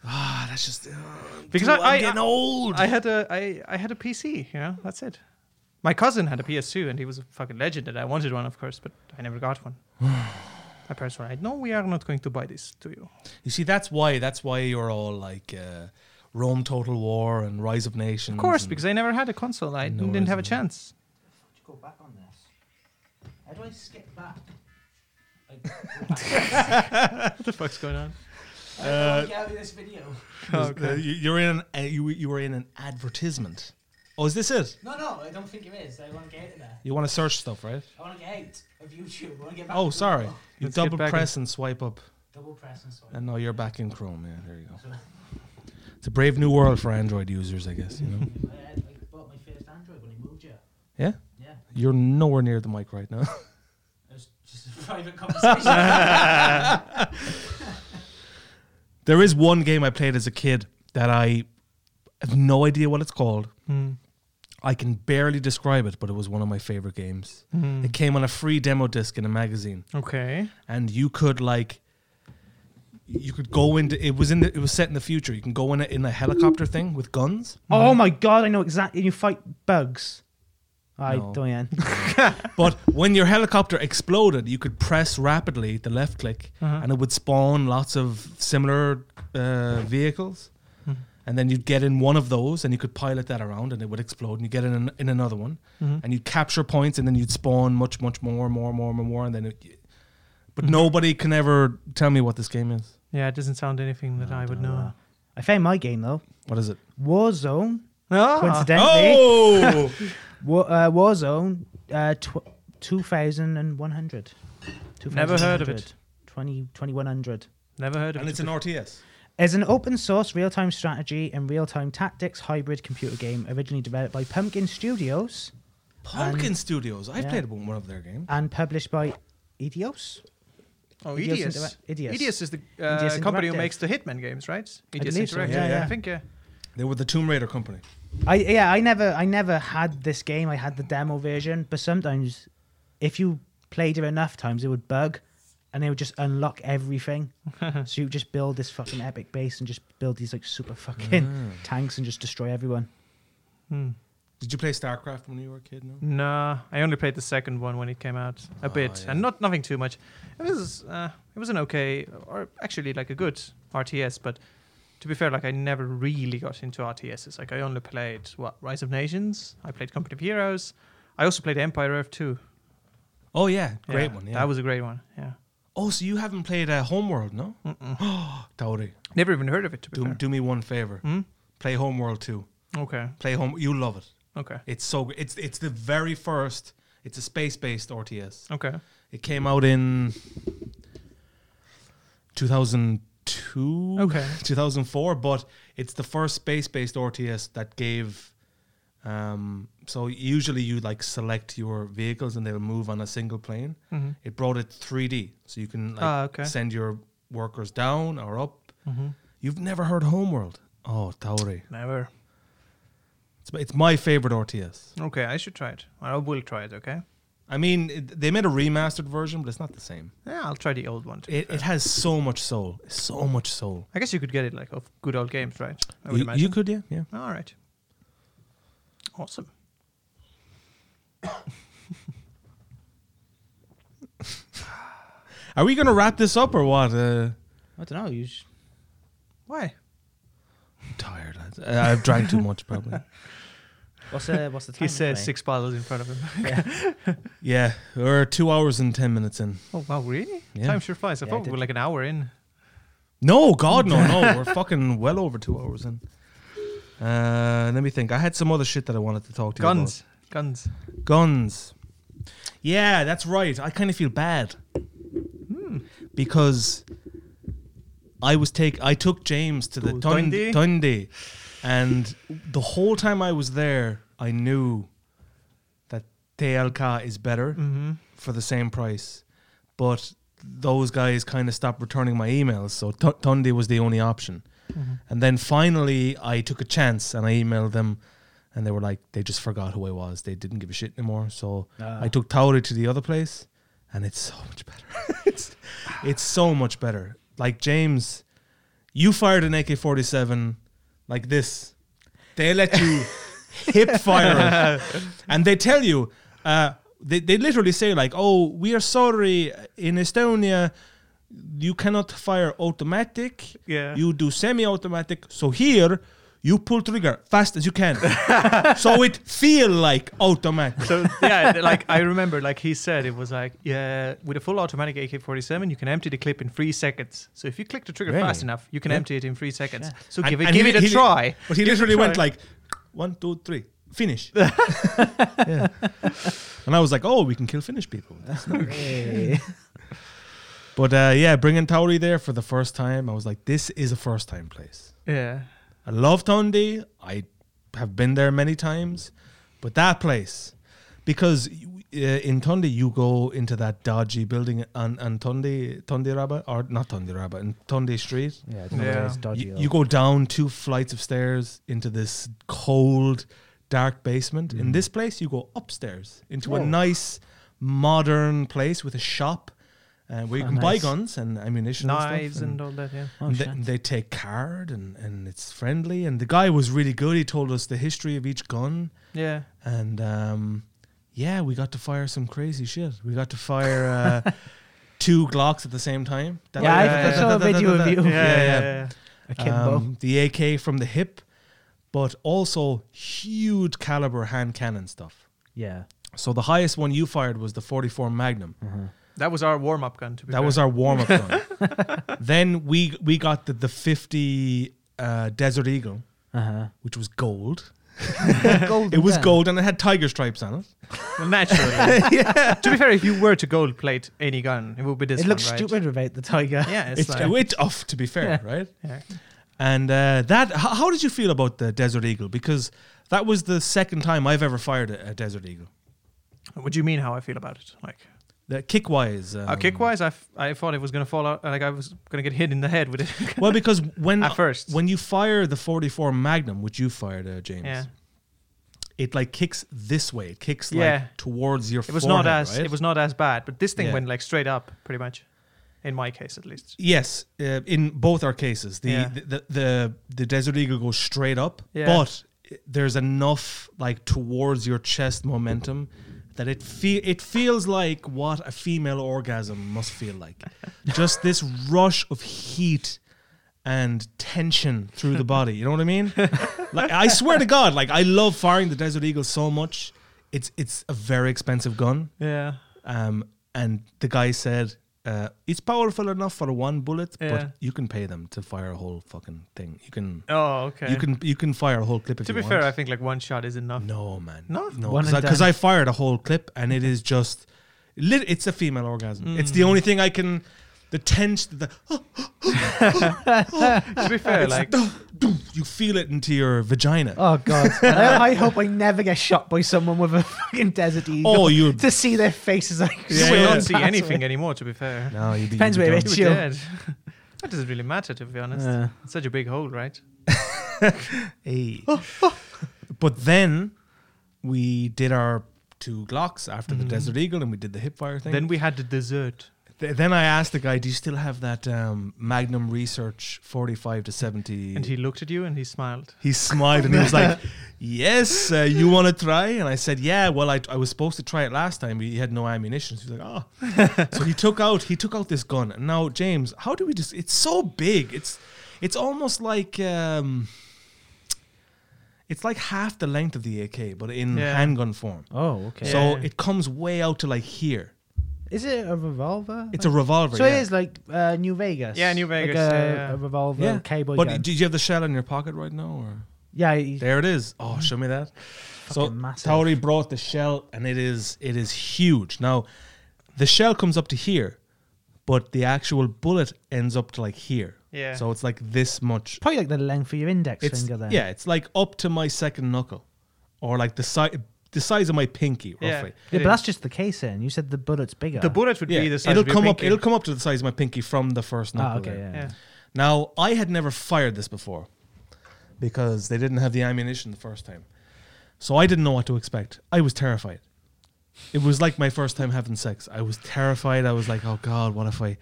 [SPEAKER 3] Ah, that's just
[SPEAKER 1] Because I- I-
[SPEAKER 3] am getting old.
[SPEAKER 1] I had a I I had a PC. You know, that's it. My cousin had a PS2, and he was a fucking legend, and I wanted one, of course, but I never got one. My parents were like, "No, we are not going to buy this to you."
[SPEAKER 3] you see, that's why that's why you're all like uh, Rome Total War and Rise of Nations.
[SPEAKER 1] Of course,
[SPEAKER 3] and-
[SPEAKER 1] because I never had a console. I
[SPEAKER 3] Mm-hmm. No
[SPEAKER 1] didn't have a
[SPEAKER 3] reason.
[SPEAKER 1] chance.
[SPEAKER 4] Go back on this. How do I skip back?
[SPEAKER 1] What the fuck's going on?
[SPEAKER 3] Uh,
[SPEAKER 4] get out of this video.
[SPEAKER 3] there's- uh, you- you're in uh, you you were in an advertisement. Oh, is this it?
[SPEAKER 4] No, no, I don't think it is. I want to get out of there.
[SPEAKER 3] You want to search stuff, right?
[SPEAKER 4] I want to get out of YouTube. I want to get back.
[SPEAKER 3] Oh, sorry. You
[SPEAKER 1] Let's get
[SPEAKER 3] double
[SPEAKER 1] back
[SPEAKER 3] press and swipe up.
[SPEAKER 4] Double press and sorry.
[SPEAKER 3] And now you're back in Chrome. Yeah, there you go. It's a brave new world for Android users, I guess. You know.
[SPEAKER 4] I, I bought my first Android when I moved here.
[SPEAKER 3] Yeah.
[SPEAKER 4] Yeah,
[SPEAKER 3] You're nowhere near the mic right now.
[SPEAKER 4] it was just a private conversation.
[SPEAKER 3] there is one game I played as a kid that I have no idea what it's called.
[SPEAKER 1] Mm,
[SPEAKER 3] I can barely describe it, but it was one of my favorite games.
[SPEAKER 1] Hmm.
[SPEAKER 3] It came on a free demo disc in a magazine,
[SPEAKER 1] mm, Okay.
[SPEAKER 3] and you could like, you could go into. It was in. The, it was set in the future. You can go in a, in a helicopter thing with guns.
[SPEAKER 4] oh my god, I know exactly. You fight bugs. I
[SPEAKER 3] No.
[SPEAKER 4] don't yeah.
[SPEAKER 3] But when your helicopter exploded, you could press rapidly the left click,
[SPEAKER 1] Uh-huh.
[SPEAKER 3] and it would spawn lots of similar uh, vehicles.
[SPEAKER 1] Mhm.
[SPEAKER 3] And then you'd get in one of those, and you could pilot that around, and it would explode. And you get in an, in another one,
[SPEAKER 1] Mhm.
[SPEAKER 3] and you'd capture points, and then you'd spawn much, much more, more, more, more, more, and then. It, but nobody can ever tell me what this game is.
[SPEAKER 1] Yeah, it doesn't sound anything that I would know.
[SPEAKER 4] I found my game though.
[SPEAKER 3] What is it?
[SPEAKER 4] Warzone.
[SPEAKER 1] Ah,
[SPEAKER 4] Coincidentally,
[SPEAKER 3] Oh,
[SPEAKER 4] Wa- uh, Warzone uh, tw- 2100.
[SPEAKER 1] Never heard of it.
[SPEAKER 4] 20, 2100.
[SPEAKER 1] never heard of
[SPEAKER 3] and
[SPEAKER 1] it.
[SPEAKER 3] it's an RTS.
[SPEAKER 4] Is an open source real time strategy and real time tactics hybrid computer game originally developed by Pumpkin Studios
[SPEAKER 3] Pumpkin Studios. I've
[SPEAKER 4] yeah.
[SPEAKER 3] played one of their games.
[SPEAKER 4] and published by Idios.
[SPEAKER 1] Oh,
[SPEAKER 4] Idios
[SPEAKER 1] Idios.
[SPEAKER 4] Interac- Idios.
[SPEAKER 1] is the
[SPEAKER 4] Idios
[SPEAKER 1] uh, company who
[SPEAKER 4] Interactive.
[SPEAKER 1] makes the Hitman games, right? Idios
[SPEAKER 4] believe so,
[SPEAKER 1] Interactive.
[SPEAKER 4] yeah,
[SPEAKER 1] yeah,
[SPEAKER 4] yeah.
[SPEAKER 1] I think yeah.
[SPEAKER 3] They were the Tomb Raider company.
[SPEAKER 4] I yeah, I never I never had this game. I had the demo version, but sometimes if you played it enough times, it would bug, and it would just unlock everything. so you just build this fucking epic base and just build these like super fucking tanks and just destroy everyone.
[SPEAKER 1] Hmm.
[SPEAKER 3] Did you play StarCraft when you were a kid? No.
[SPEAKER 1] No, I only played the second one when it came out a
[SPEAKER 3] Ah,
[SPEAKER 1] bit,
[SPEAKER 3] yeah.
[SPEAKER 1] and not nothing too much. It was uh, it was an okay, or actually like a good RTS. But to be fair, like I never really got into RTSs. Like I only played what Rise of Nations. I played Company of Heroes. I also played Empire Earth Two.
[SPEAKER 3] Oh yeah, great one. Yeah.
[SPEAKER 1] That was a great one. Yeah,
[SPEAKER 3] oh, so you haven't played uh, Homeworld, no?
[SPEAKER 1] Mm-mm.
[SPEAKER 3] Tauri,
[SPEAKER 1] never even heard of it. To be
[SPEAKER 3] do,
[SPEAKER 1] fair.
[SPEAKER 3] do me one favor.
[SPEAKER 1] Hmm?
[SPEAKER 3] Play Homeworld too.
[SPEAKER 1] Okay,
[SPEAKER 3] Play Home. You love it.
[SPEAKER 1] okay,
[SPEAKER 3] It's so. gr- It's it's the very first. It's a space-based RTS.
[SPEAKER 1] okay.
[SPEAKER 3] It came out in 2002.
[SPEAKER 1] Okay.
[SPEAKER 3] 2004, but it's the first space-based RTS that gave. Um, so usually you like select your vehicles and they'll move on a single plane.
[SPEAKER 1] hmm
[SPEAKER 3] It brought it 3D, so you can like
[SPEAKER 1] Ah, okay.
[SPEAKER 3] send your workers down or up.
[SPEAKER 1] hmm
[SPEAKER 3] You've never heard Homeworld? Oh, Tauri.
[SPEAKER 1] Never.
[SPEAKER 3] It's, it's my favorite RTS.
[SPEAKER 1] Okay, I should try it. I will try it. Okay.
[SPEAKER 3] I mean, it, they made a remastered version, but it's not the same.
[SPEAKER 1] Yeah, I'll try the old one. to be
[SPEAKER 3] It,
[SPEAKER 1] fair.
[SPEAKER 3] it has so much soul, so much soul.
[SPEAKER 1] I guess you could get it like of good old games, right? I would
[SPEAKER 3] You,
[SPEAKER 1] imagine.
[SPEAKER 3] you could, yeah, yeah.
[SPEAKER 1] All right. Awesome.
[SPEAKER 3] Are we gonna wrap this up or what? Uh,
[SPEAKER 4] I don't know. You sh-
[SPEAKER 1] Why?
[SPEAKER 3] I'm tired. lads. Uh, I've drank too much, probably.
[SPEAKER 4] what's the what's the time?
[SPEAKER 1] He said
[SPEAKER 4] anyway?
[SPEAKER 1] six bottles in front of him.
[SPEAKER 3] Yeah, we're two hours and ten minutes in.
[SPEAKER 1] oh wow, really?
[SPEAKER 3] Yeah.
[SPEAKER 1] Time sure flies. I
[SPEAKER 4] Yeah, I
[SPEAKER 1] thought we
[SPEAKER 4] did.
[SPEAKER 1] were like an hour in.
[SPEAKER 3] No, God, no, no. We're fucking well over two hours in. Uh, let me think. I had some other shit that I wanted to talk to you about.
[SPEAKER 1] Guns. Guns.
[SPEAKER 3] Guns. Yeah, that's right. I kind of feel bad
[SPEAKER 1] Hmm.
[SPEAKER 3] because I was take I took James to the
[SPEAKER 1] To
[SPEAKER 3] Tundi,
[SPEAKER 1] Dundee?
[SPEAKER 3] Tundi, and the whole time I was there, I knew that TLK is better
[SPEAKER 1] Mm-hmm.
[SPEAKER 3] for the same price, but those guys kind of stopped returning my emails, so Tu- Tundi was the only option. Mm-hmm. And then finally, I took a chance and I emailed them, and they were like, they just forgot who I was. They didn't give a shit anymore. So
[SPEAKER 4] Ah.
[SPEAKER 3] I took Tauri to the other place, and it's so much better. it's it's so much better. Like James, you fired an AK forty seven like this. They let you hip fire, it. and they tell you. Uh, they, they literally say like, "Oh, we are sorry. In Estonia, you cannot fire automatic.
[SPEAKER 1] Yeah.
[SPEAKER 3] You do semi-automatic. So here, you pull trigger fast as you can, so it feel like automatic.
[SPEAKER 1] So yeah, th- like I remember, like he said, it was like yeah, with a full automatic AK-47, you can empty the clip in three seconds. So if you click the trigger
[SPEAKER 3] Really?
[SPEAKER 1] fast enough, you can
[SPEAKER 3] Yeah.
[SPEAKER 1] empty it in three seconds. So
[SPEAKER 3] And-
[SPEAKER 1] give it,
[SPEAKER 3] and
[SPEAKER 1] give
[SPEAKER 3] he-
[SPEAKER 1] it a
[SPEAKER 3] he-
[SPEAKER 1] try.
[SPEAKER 3] But he
[SPEAKER 1] Give it a
[SPEAKER 3] literally went
[SPEAKER 1] try.
[SPEAKER 3] like, one, two, three, finish. Yeah. And I was like, oh, we can kill Finnish people.
[SPEAKER 4] Hey.
[SPEAKER 3] But uh, yeah, bringing Tauri there for the first time, I was like, this is a first time place.
[SPEAKER 1] yeah,
[SPEAKER 3] I love Tundi. I have been there many times, but that place, because you- uh, in Tundi you go into that dodgy building on, on Tundi Tundi Rabba or not Tundi Rabba in Tundi Street.
[SPEAKER 4] yeah, I don't know whether
[SPEAKER 1] Yeah.
[SPEAKER 4] it's dodgy.
[SPEAKER 3] You,
[SPEAKER 4] or-
[SPEAKER 3] you go down two flights of stairs into this cold, dark basement. In this place, you go upstairs into a
[SPEAKER 4] Oh.
[SPEAKER 3] nice, modern place with a shop uh, where you
[SPEAKER 4] Oh,
[SPEAKER 3] can buy
[SPEAKER 4] nice.
[SPEAKER 3] guns and ammunition,
[SPEAKER 1] knives
[SPEAKER 3] and
[SPEAKER 1] and
[SPEAKER 3] stuff,
[SPEAKER 1] all that. Yeah.
[SPEAKER 4] Oh,
[SPEAKER 3] and they,
[SPEAKER 4] shit.
[SPEAKER 3] they take card and, and it's friendly. And the guy was really good. He told us the history of each gun.
[SPEAKER 1] Yeah.
[SPEAKER 3] And um, yeah, we got to fire some crazy shit. We got to fire uh, two Glocks at the same time. Da-
[SPEAKER 4] Yeah, I-
[SPEAKER 3] da- da-
[SPEAKER 4] I saw a
[SPEAKER 3] da- da-
[SPEAKER 4] video
[SPEAKER 3] da-
[SPEAKER 4] of
[SPEAKER 3] da-
[SPEAKER 4] you.
[SPEAKER 3] da.
[SPEAKER 1] yeah,
[SPEAKER 3] Yeah,
[SPEAKER 1] yeah, yeah.
[SPEAKER 3] yeah.
[SPEAKER 4] Akimbo.
[SPEAKER 3] Um, the AK from the hip, but also huge caliber hand cannon stuff.
[SPEAKER 4] yeah. uh-huh.
[SPEAKER 3] So the highest one you fired was the 44 Magnum.
[SPEAKER 1] That was our warm up gun. To be
[SPEAKER 3] That was
[SPEAKER 1] fair.
[SPEAKER 3] our warm up gun. then we we got the the 50 uh, Desert Eagle,
[SPEAKER 4] Uh-huh.
[SPEAKER 3] which was gold.
[SPEAKER 4] gold
[SPEAKER 3] It was gold and it had tiger stripes on it.
[SPEAKER 1] Well, naturally. To be fair, if you were to gold plate any gun, it would be this.
[SPEAKER 4] It
[SPEAKER 1] one,
[SPEAKER 4] looks
[SPEAKER 1] right?
[SPEAKER 4] stupid without the tiger.
[SPEAKER 1] Yeah, it's,
[SPEAKER 3] It's,
[SPEAKER 1] like,
[SPEAKER 3] it's off to be fair, right?
[SPEAKER 1] yeah.
[SPEAKER 3] And uh, that, how, how did you feel about the Desert Eagle? Because that was the second time I've ever fired a, a Desert Eagle.
[SPEAKER 1] What do you mean? How I feel about it? Like
[SPEAKER 3] The kick wise, um,
[SPEAKER 1] uh, kick wise, I, f- I thought it was gonna fall out. Like I was gonna get hit in the head with it.
[SPEAKER 3] Well, because when
[SPEAKER 1] At first.
[SPEAKER 3] when you fire the 44 Magnum, which you fired, uh, James,
[SPEAKER 1] yeah,
[SPEAKER 3] it like kicks this way. It kicks
[SPEAKER 1] Yeah.
[SPEAKER 3] like towards your.
[SPEAKER 1] it was
[SPEAKER 3] forehead,
[SPEAKER 1] not as
[SPEAKER 3] right?
[SPEAKER 1] it was not as bad, but this thing
[SPEAKER 3] Yeah.
[SPEAKER 1] went like straight up, pretty much, in my case at least.
[SPEAKER 3] Yes, uh, in both our cases, the,
[SPEAKER 1] Yeah.
[SPEAKER 3] the, the the Desert Eagle goes straight up,
[SPEAKER 1] Yeah.
[SPEAKER 3] but there's enough like towards your chest momentum that it feel it feels like what a female orgasm must feel like, just this rush of heat and tension through the body. You know what I mean? like I swear to God, like I love firing the Desert Eagle so much. It's it's a very expensive gun.
[SPEAKER 1] Yeah,
[SPEAKER 3] Um, and the guy said, uh, "It's powerful enough for one bullet,
[SPEAKER 1] Yeah.
[SPEAKER 3] but you can pay them to fire a whole fucking thing. You can,
[SPEAKER 1] Oh, okay.
[SPEAKER 3] you can, you can fire a whole clip if
[SPEAKER 1] to
[SPEAKER 3] you
[SPEAKER 1] be
[SPEAKER 3] want."
[SPEAKER 1] fair, I think like one shot is enough.
[SPEAKER 3] no, man,
[SPEAKER 1] No?
[SPEAKER 3] no,
[SPEAKER 4] One and
[SPEAKER 3] because I,
[SPEAKER 4] done.
[SPEAKER 3] fired a whole clip, and it is just, lit, it's a female orgasm. It's
[SPEAKER 1] Mm.
[SPEAKER 3] the only thing I can. The tension, the,
[SPEAKER 1] to be fair,
[SPEAKER 3] it's
[SPEAKER 1] like
[SPEAKER 3] dum, you feel it into your vagina.
[SPEAKER 4] Oh god! I, I hope I never get shot by someone with a fucking desert eagle.
[SPEAKER 3] Oh, you-
[SPEAKER 4] to see their faces like
[SPEAKER 1] you
[SPEAKER 3] Yeah,
[SPEAKER 1] will
[SPEAKER 3] yeah.
[SPEAKER 1] not see anything anymore. To be fair,
[SPEAKER 3] no, you'd be,
[SPEAKER 4] Depends
[SPEAKER 3] you'd be
[SPEAKER 4] where
[SPEAKER 3] done.
[SPEAKER 1] You
[SPEAKER 4] it's-
[SPEAKER 1] were
[SPEAKER 4] Chill.
[SPEAKER 1] dead. that doesn't really matter, to be honest.
[SPEAKER 4] Yeah.
[SPEAKER 1] It's such a big hole, right?
[SPEAKER 3] Hey. but then we did our two Glocks after the Desert Eagle, and we did the hip fire thing.
[SPEAKER 1] Then we had Mm. the dessert.
[SPEAKER 3] Th- then I asked the guy, "Do you still have that um, Magnum Research 45 to 70?"
[SPEAKER 1] And he looked at you and he smiled.
[SPEAKER 3] He smiled and he was like, "Yes, uh, you want to try?" And I said, "Yeah. Well, I, I was supposed to try it last time. He had no ammunition. So he was like, "Oh." so he took out he took out this gun. And now, James, how do we just? It's so big. It's it's almost like um, it's like half the length of the AK, but in
[SPEAKER 1] Yeah.
[SPEAKER 3] handgun form.
[SPEAKER 4] Oh, okay.
[SPEAKER 1] So-
[SPEAKER 3] So
[SPEAKER 1] Yeah.
[SPEAKER 3] it comes way out to like here.
[SPEAKER 4] is it a revolver?
[SPEAKER 3] It's a revolver.
[SPEAKER 4] so
[SPEAKER 3] yeah.
[SPEAKER 4] it is like uh, New Vegas.
[SPEAKER 1] Yeah, New
[SPEAKER 4] Like
[SPEAKER 1] Vegas,
[SPEAKER 4] a,
[SPEAKER 1] yeah, yeah.
[SPEAKER 4] a revolver,
[SPEAKER 3] Yeah.
[SPEAKER 4] cowboy
[SPEAKER 3] But
[SPEAKER 4] gun.
[SPEAKER 3] did you have the shell in your pocket right now, or?
[SPEAKER 4] yeah, you-
[SPEAKER 3] There it is. Oh, show me that. So
[SPEAKER 4] Fucking massive.
[SPEAKER 3] Tauri brought the shell, and it is it is huge. Now, the shell comes up to here, but the actual bullet ends up to like here.
[SPEAKER 1] Yeah.
[SPEAKER 3] So it's like this much.
[SPEAKER 4] probably like the length of your index
[SPEAKER 3] It's
[SPEAKER 4] finger. Then
[SPEAKER 3] yeah, it's like up to my second knuckle, or like the size the size of my pinky
[SPEAKER 1] Yeah.
[SPEAKER 3] roughly.
[SPEAKER 4] Yeah, but that's just the casing. You said the bullet's bigger.
[SPEAKER 1] The bullet would
[SPEAKER 3] Yeah,
[SPEAKER 1] be the size
[SPEAKER 3] it'll
[SPEAKER 1] of your
[SPEAKER 3] come up.
[SPEAKER 1] pinky.
[SPEAKER 3] It'll come up to the size of my pinky from the first knuckle.
[SPEAKER 4] Ah, okay.
[SPEAKER 3] there.
[SPEAKER 4] Yeah.
[SPEAKER 1] Yeah.
[SPEAKER 3] Now, I had never fired this before because they didn't have the ammunition the first time. So I didn't know what to expect. I was terrified. It was like my first time having sex. I was terrified. I was like, "Oh god, what if I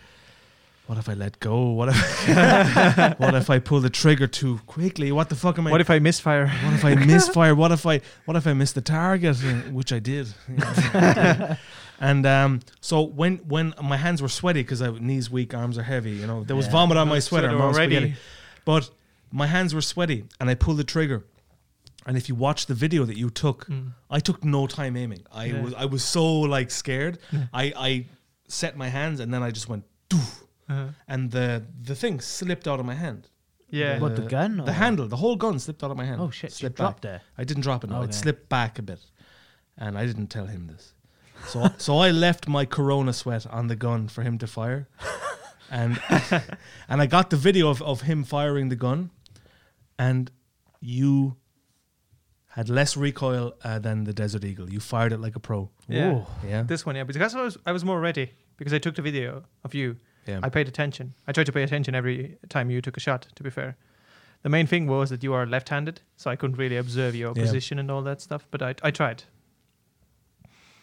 [SPEAKER 3] what if I let go? What if what if I pull the trigger too quickly? What the fuck am I
[SPEAKER 1] What if I misfire?
[SPEAKER 3] what if I misfire? What if I what if I miss the target, Uh, which I did. and um, so when when my hands were sweaty because I knees weak, arms are heavy. You know, there was
[SPEAKER 4] Yeah.
[SPEAKER 3] vomit on
[SPEAKER 1] Oh,
[SPEAKER 3] my
[SPEAKER 1] so
[SPEAKER 3] sweater.
[SPEAKER 1] they
[SPEAKER 3] I'm
[SPEAKER 1] were
[SPEAKER 3] on
[SPEAKER 1] ready.
[SPEAKER 3] spaghetti. But my hands were sweaty, and I pulled the trigger. And if you watch the video that you took,
[SPEAKER 1] Mm.
[SPEAKER 3] I took no time aiming. I
[SPEAKER 1] Yeah.
[SPEAKER 3] was I was so like scared. I I set my hands, and then I just went, doof,
[SPEAKER 1] Uh-huh.
[SPEAKER 3] and the the thing slipped out of my hand.
[SPEAKER 1] Yeah.
[SPEAKER 4] What, the gun
[SPEAKER 3] The
[SPEAKER 4] or-
[SPEAKER 3] handle, the whole gun slipped out of my hand.
[SPEAKER 4] Oh, shit, you
[SPEAKER 3] Slipped
[SPEAKER 4] dropped
[SPEAKER 3] back.
[SPEAKER 4] it.
[SPEAKER 3] I didn't drop it. No,
[SPEAKER 4] Okay.
[SPEAKER 3] it slipped back a bit, and I didn't tell him this. So, so I left my Corona sweat on the gun for him to fire, and and I got the video of, of him firing the gun, and you had less recoil uh, than the Desert Eagle. You fired it like a pro.
[SPEAKER 1] Yeah.
[SPEAKER 4] Whoa.
[SPEAKER 3] Yeah.
[SPEAKER 1] This one, yeah, because I was I was more ready because I took the video of you.
[SPEAKER 3] Yeah.
[SPEAKER 1] I paid attention. I tried to pay attention every time you took a shot. To be fair, the main thing was that you are left-handed, so I couldn't really observe your
[SPEAKER 3] Yeah.
[SPEAKER 1] position and all that stuff. But I I tried.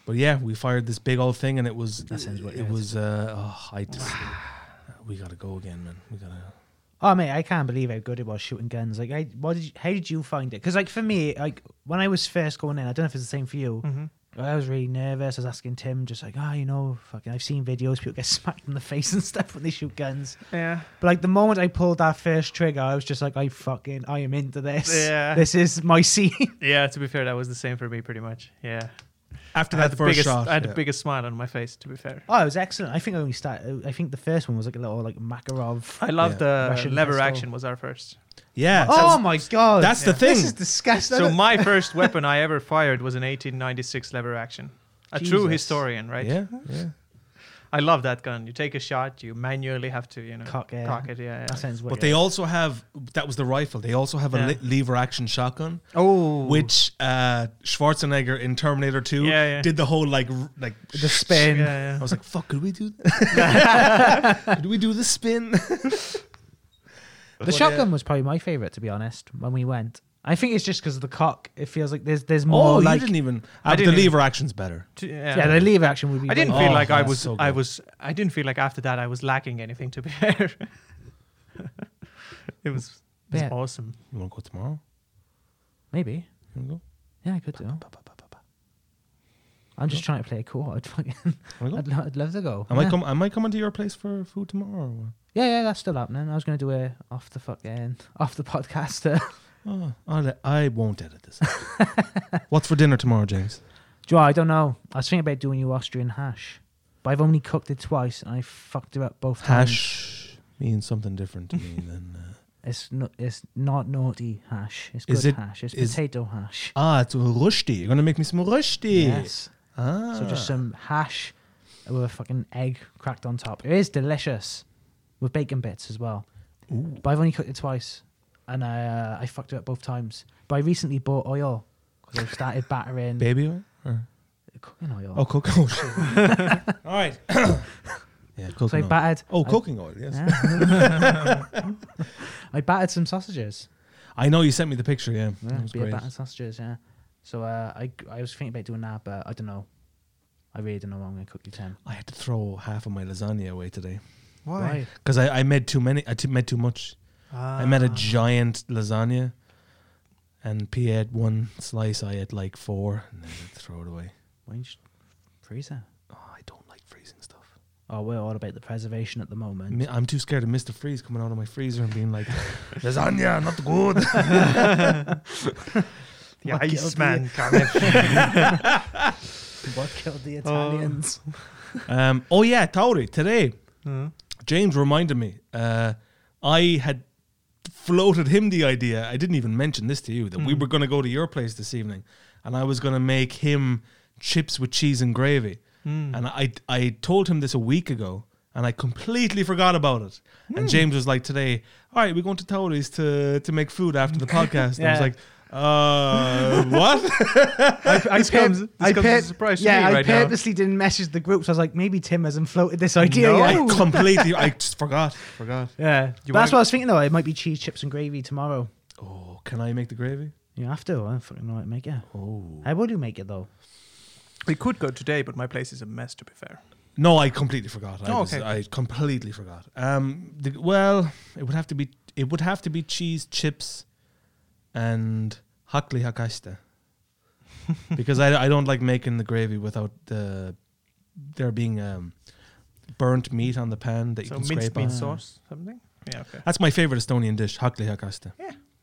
[SPEAKER 3] But yeah, we fired this big old thing, and it was
[SPEAKER 4] That sounds about
[SPEAKER 3] it
[SPEAKER 4] right.
[SPEAKER 3] was uh, oh, I just we gotta go again, man. We gotta.
[SPEAKER 4] Oh mate, I can't believe how good it was shooting guns. Like,
[SPEAKER 1] Mm-hmm.
[SPEAKER 4] I, what did you, how did you find it? Because like for me, like when I was first going in, I don't know if it's the same for you. I was really nervous. I was asking Tim, just like, oh, you know, fucking, I've seen videos people get smacked in the face and stuff when they shoot guns.
[SPEAKER 1] Yeah.
[SPEAKER 4] But like the moment I pulled that first trigger, I was just like, I fucking, I am into this.
[SPEAKER 1] Yeah.
[SPEAKER 4] This is my scene.
[SPEAKER 1] Yeah, to be fair, that was the same for me pretty much. Yeah.
[SPEAKER 3] After
[SPEAKER 1] I had the
[SPEAKER 3] that first
[SPEAKER 1] biggest,
[SPEAKER 3] shot,
[SPEAKER 1] I had
[SPEAKER 3] yeah.
[SPEAKER 1] the biggest smile on my face, to be fair.
[SPEAKER 4] oh, it was excellent. I think I only started. I think the first one was like a little like Makarov.
[SPEAKER 1] I love
[SPEAKER 3] Yeah.
[SPEAKER 1] the
[SPEAKER 4] Russian
[SPEAKER 1] lever
[SPEAKER 4] pistol.
[SPEAKER 1] action was our first.
[SPEAKER 3] yeah.
[SPEAKER 4] oh my god,
[SPEAKER 3] that's the
[SPEAKER 4] This
[SPEAKER 3] thing.
[SPEAKER 4] is disgusting.
[SPEAKER 1] So my first weapon I ever fired was an 1896 lever action. A true
[SPEAKER 4] Jesus.
[SPEAKER 1] historian, right?
[SPEAKER 3] Yeah, yeah.
[SPEAKER 1] I love that gun. You take a shot, you manually have to, you know,
[SPEAKER 4] Cock it.
[SPEAKER 1] cock it. Yeah.
[SPEAKER 4] that
[SPEAKER 1] yeah.
[SPEAKER 4] sounds weird.
[SPEAKER 3] But they also have that was the rifle. They also have a
[SPEAKER 1] Yeah.
[SPEAKER 3] le- lever action shotgun,
[SPEAKER 1] Oh,
[SPEAKER 3] which uh, Schwarzenegger in Terminator Two
[SPEAKER 1] Yeah, yeah.
[SPEAKER 3] did the whole like r- like
[SPEAKER 4] the spin.
[SPEAKER 1] Yeah,
[SPEAKER 3] I
[SPEAKER 1] yeah.
[SPEAKER 3] was like, "Fuck, could we do? That? could we do the spin?"
[SPEAKER 4] The shotgun was probably my favorite, to be honest. When we went, I think it's just because of the cock. It feels like there's there's more
[SPEAKER 3] oh,
[SPEAKER 4] like
[SPEAKER 3] you didn't even.
[SPEAKER 1] I
[SPEAKER 3] Uh,
[SPEAKER 1] didn't
[SPEAKER 3] the
[SPEAKER 1] even-
[SPEAKER 3] lever action's better.
[SPEAKER 1] T-
[SPEAKER 4] yeah. The lever action would be.
[SPEAKER 1] I didn't
[SPEAKER 4] way-
[SPEAKER 1] feel
[SPEAKER 3] Oh,
[SPEAKER 1] like I
[SPEAKER 3] that's
[SPEAKER 1] was
[SPEAKER 3] so good.
[SPEAKER 1] I was I didn't feel like after that I was lacking anything to be fair. it was, it was
[SPEAKER 4] Yeah.
[SPEAKER 1] awesome.
[SPEAKER 3] You want to go tomorrow?
[SPEAKER 4] Maybe.
[SPEAKER 3] You wanna go?
[SPEAKER 4] Yeah, I could do. I'm just trying to play it cool. I'd fucking.
[SPEAKER 3] Wanna go?
[SPEAKER 4] I'd, lo- I'd love to go.
[SPEAKER 3] Am
[SPEAKER 4] yeah.
[SPEAKER 3] I come? Am I coming to your place for food tomorrow? Or what?
[SPEAKER 4] Yeah, yeah, that's still happening. I was going to do a off the fucking off the podcaster.
[SPEAKER 3] Oh, I'll, I won't edit this. out. What's for dinner tomorrow, James?
[SPEAKER 4] Joe, I don't know. I was thinking about doing you Austrian hash, but I've only cooked it twice and I fucked it up both times.
[SPEAKER 3] Hash means something different to me than. Uh,
[SPEAKER 4] It's not. It's not naughty hash. It's good
[SPEAKER 3] Is it-
[SPEAKER 4] hash. It's
[SPEAKER 3] is-
[SPEAKER 4] potato hash.
[SPEAKER 3] ah, it's rushdie. You're gonna make me some rushdie.
[SPEAKER 4] Yes.
[SPEAKER 3] Ah.
[SPEAKER 4] So just some hash with a fucking egg cracked on top. It is delicious with bacon bits as well.
[SPEAKER 3] Mm.
[SPEAKER 4] But I've only cooked it twice, and I uh, I fucked it up both times. But I recently bought oil because I've started battering
[SPEAKER 3] baby oil. Or?
[SPEAKER 4] cooking oil.
[SPEAKER 3] Oh, cook. Oh, shit. All right. yeah, cooking
[SPEAKER 4] so I
[SPEAKER 3] oil.
[SPEAKER 4] battered.
[SPEAKER 3] oh,
[SPEAKER 4] I-
[SPEAKER 3] cooking oil. Yes.
[SPEAKER 4] Yeah. I battered some sausages.
[SPEAKER 3] I know you sent me the picture. Yeah,
[SPEAKER 4] Yeah,
[SPEAKER 3] that was
[SPEAKER 4] beer
[SPEAKER 3] great.
[SPEAKER 4] battered sausages. Yeah. So uh, I I was thinking about doing that, but I don't know. I really don't know what I'm gonna cook you ten.
[SPEAKER 3] I had to throw half of my lasagna away today
[SPEAKER 4] Why?
[SPEAKER 3] because I, I made too many. I t- made too much. I made a
[SPEAKER 1] Ah.
[SPEAKER 3] giant lasagna, and P ate one slice. I ate like four, and then I throw it away.
[SPEAKER 4] Why don't you just freeze it?
[SPEAKER 3] Oh, I don't like freezing stuff.
[SPEAKER 4] Oh, we're all about the preservation at the moment.
[SPEAKER 3] Mi- I'm too scared of Mr. Freeze coming out of my freezer and being like, "Lasagna, not good."
[SPEAKER 1] Yeah,
[SPEAKER 4] What
[SPEAKER 1] ice
[SPEAKER 4] killed
[SPEAKER 1] man. Carnage.
[SPEAKER 4] What killed
[SPEAKER 1] Oh.
[SPEAKER 4] the Italians?
[SPEAKER 3] um, oh yeah, Tauri today.
[SPEAKER 1] Mm.
[SPEAKER 3] James reminded me. Uh, I had floated him the idea. I didn't even mention this to you that we were going to go to your place this evening, and I was going to make him chips with cheese and gravy.
[SPEAKER 1] Mm.
[SPEAKER 3] And I I told him this a week ago, and I completely forgot about it.
[SPEAKER 1] Mm.
[SPEAKER 3] And James was like, "Today, all right, we're going to Towley's to to make food after the podcast." And I was
[SPEAKER 1] Yeah.
[SPEAKER 3] like. Uh, what?
[SPEAKER 1] this comes, this
[SPEAKER 4] I
[SPEAKER 1] comes
[SPEAKER 4] pur-
[SPEAKER 1] as a surprise to
[SPEAKER 4] yeah,
[SPEAKER 1] me
[SPEAKER 4] I
[SPEAKER 1] right now.
[SPEAKER 4] purposely didn't message the group, so I was like, maybe Tim hasn't floated this idea
[SPEAKER 1] No.
[SPEAKER 4] yet.
[SPEAKER 3] I completely, I just forgot, forgot.
[SPEAKER 4] Yeah,
[SPEAKER 1] You
[SPEAKER 4] but that's
[SPEAKER 1] wanna-
[SPEAKER 4] what I was thinking though. It might be cheese, chips, and gravy tomorrow.
[SPEAKER 3] Oh, can I make the gravy?
[SPEAKER 4] You have to. I don't fucking know how to make it.
[SPEAKER 3] Oh,
[SPEAKER 4] How would you make it though?
[SPEAKER 1] we could go today, but my place is a mess. To be fair,
[SPEAKER 3] No, I completely forgot. I,
[SPEAKER 1] Oh,
[SPEAKER 3] was-
[SPEAKER 1] okay.
[SPEAKER 3] I completely forgot. Um, the, well, it would have to be it would have to be cheese, chips, and hakli hakashta, because I, I don't like making the gravy without the there being um, burnt meat on the pan that you
[SPEAKER 1] so
[SPEAKER 3] can
[SPEAKER 1] minced
[SPEAKER 3] scrape on.
[SPEAKER 1] meat sauce, something. Yeah, okay.
[SPEAKER 3] That's my favorite Estonian dish, hakli hakashta.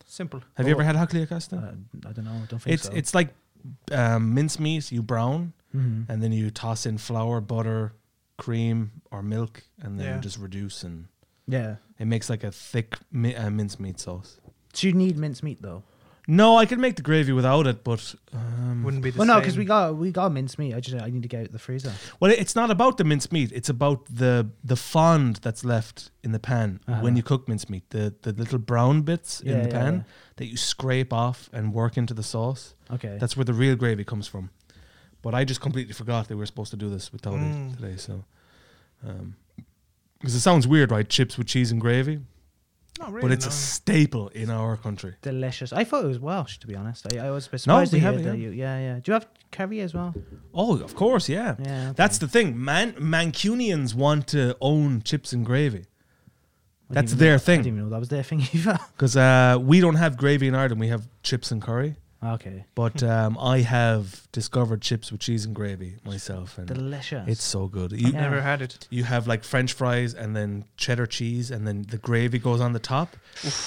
[SPEAKER 1] Simple.
[SPEAKER 3] Have you ever had hakli hakashta?
[SPEAKER 4] Uh, I don't know. I don't think
[SPEAKER 3] it's
[SPEAKER 4] so.
[SPEAKER 3] it's like um, mince meat. You brown
[SPEAKER 1] Uh,
[SPEAKER 4] Mhm.
[SPEAKER 3] and then you toss in flour, butter, cream, or milk, and then
[SPEAKER 1] Yeah.
[SPEAKER 3] just reduce and.
[SPEAKER 4] yeah.
[SPEAKER 3] It makes like a thick mi- uh, mincemeat sauce.
[SPEAKER 4] So you need minced meat though.
[SPEAKER 3] No, I could make the gravy without it, but um,
[SPEAKER 1] Wouldn't be the
[SPEAKER 4] well,
[SPEAKER 1] same.
[SPEAKER 4] no, because we got we got minced meat. I just I need to get it out the freezer.
[SPEAKER 3] well, it's not about the mincemeat. It's about the the fond that's left in the pan
[SPEAKER 4] Uh-huh.
[SPEAKER 3] when you cook mincemeat. The the little brown bits in
[SPEAKER 4] Yeah,
[SPEAKER 3] the
[SPEAKER 4] yeah,
[SPEAKER 3] pan
[SPEAKER 4] yeah.
[SPEAKER 3] that you scrape off and work into the sauce.
[SPEAKER 4] Okay.
[SPEAKER 3] That's where the real gravy comes from. But I just completely forgot that we were supposed to do this without
[SPEAKER 1] Mm.
[SPEAKER 3] it today. So, because it sounds weird, right? Chips with cheese and gravy,
[SPEAKER 1] Not really,
[SPEAKER 3] but it's
[SPEAKER 1] no.
[SPEAKER 3] a staple in our country.
[SPEAKER 4] delicious. I thought it was Welsh, to be honest. I, I was a bit surprised
[SPEAKER 3] we
[SPEAKER 4] to
[SPEAKER 3] have
[SPEAKER 4] hear
[SPEAKER 3] it,
[SPEAKER 4] that
[SPEAKER 3] yeah.
[SPEAKER 4] you. Yeah, yeah. Do you have curry as well?
[SPEAKER 3] Oh, of course, yeah.
[SPEAKER 4] Yeah. okay.
[SPEAKER 3] That's the thing. Man, Mancunians want to own chips and gravy
[SPEAKER 4] I didn't
[SPEAKER 3] that's
[SPEAKER 4] even
[SPEAKER 3] their
[SPEAKER 4] know-
[SPEAKER 3] thing.
[SPEAKER 4] I didn't even know that was their thing either.
[SPEAKER 3] because uh, we don't have gravy in Ireland. We have chips and curry.
[SPEAKER 4] Okay.
[SPEAKER 3] But um, I have discovered chips with cheese and gravy myself, and
[SPEAKER 4] Delicious.
[SPEAKER 3] it's so good. You
[SPEAKER 4] Yeah.
[SPEAKER 1] Never had it.
[SPEAKER 3] you have like French fries and then cheddar cheese, and then the gravy goes on the top.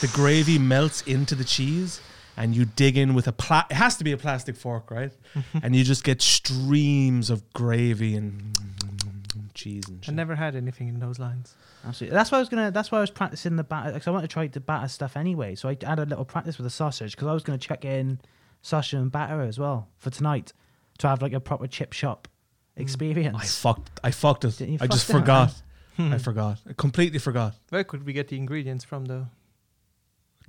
[SPEAKER 3] The gravy melts into the cheese, and you dig in with a pla- it has to be a plastic fork, right? and you just get streams of gravy and cheese and
[SPEAKER 1] I
[SPEAKER 3] shit.
[SPEAKER 1] never had anything in those lines.
[SPEAKER 4] Absolutely. That's why I was gonna. That's why I was practicing the batter because I wanted to try the batter stuff anyway. So I had a little practice with the sausage because I was gonna check in sausage and batter as well for tonight to have like a proper chip shop
[SPEAKER 3] Mm. I
[SPEAKER 4] experience.
[SPEAKER 3] fucked. I fucked it.
[SPEAKER 4] Didn't you
[SPEAKER 3] I just
[SPEAKER 4] fuck it?
[SPEAKER 3] forgot.
[SPEAKER 1] Hmm.
[SPEAKER 3] I forgot. I completely forgot.
[SPEAKER 1] Where could we get the ingredients from, though?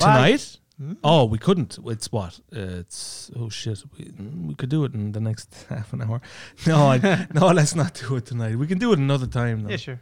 [SPEAKER 4] Right.
[SPEAKER 3] Tonight? Oh, we couldn't. It's what? Uh, it's oh shit. We, mm, we could do it in the next half an hour. No, I, no, let's not do it tonight. We can do it another time. Though.
[SPEAKER 1] Yeah, sure.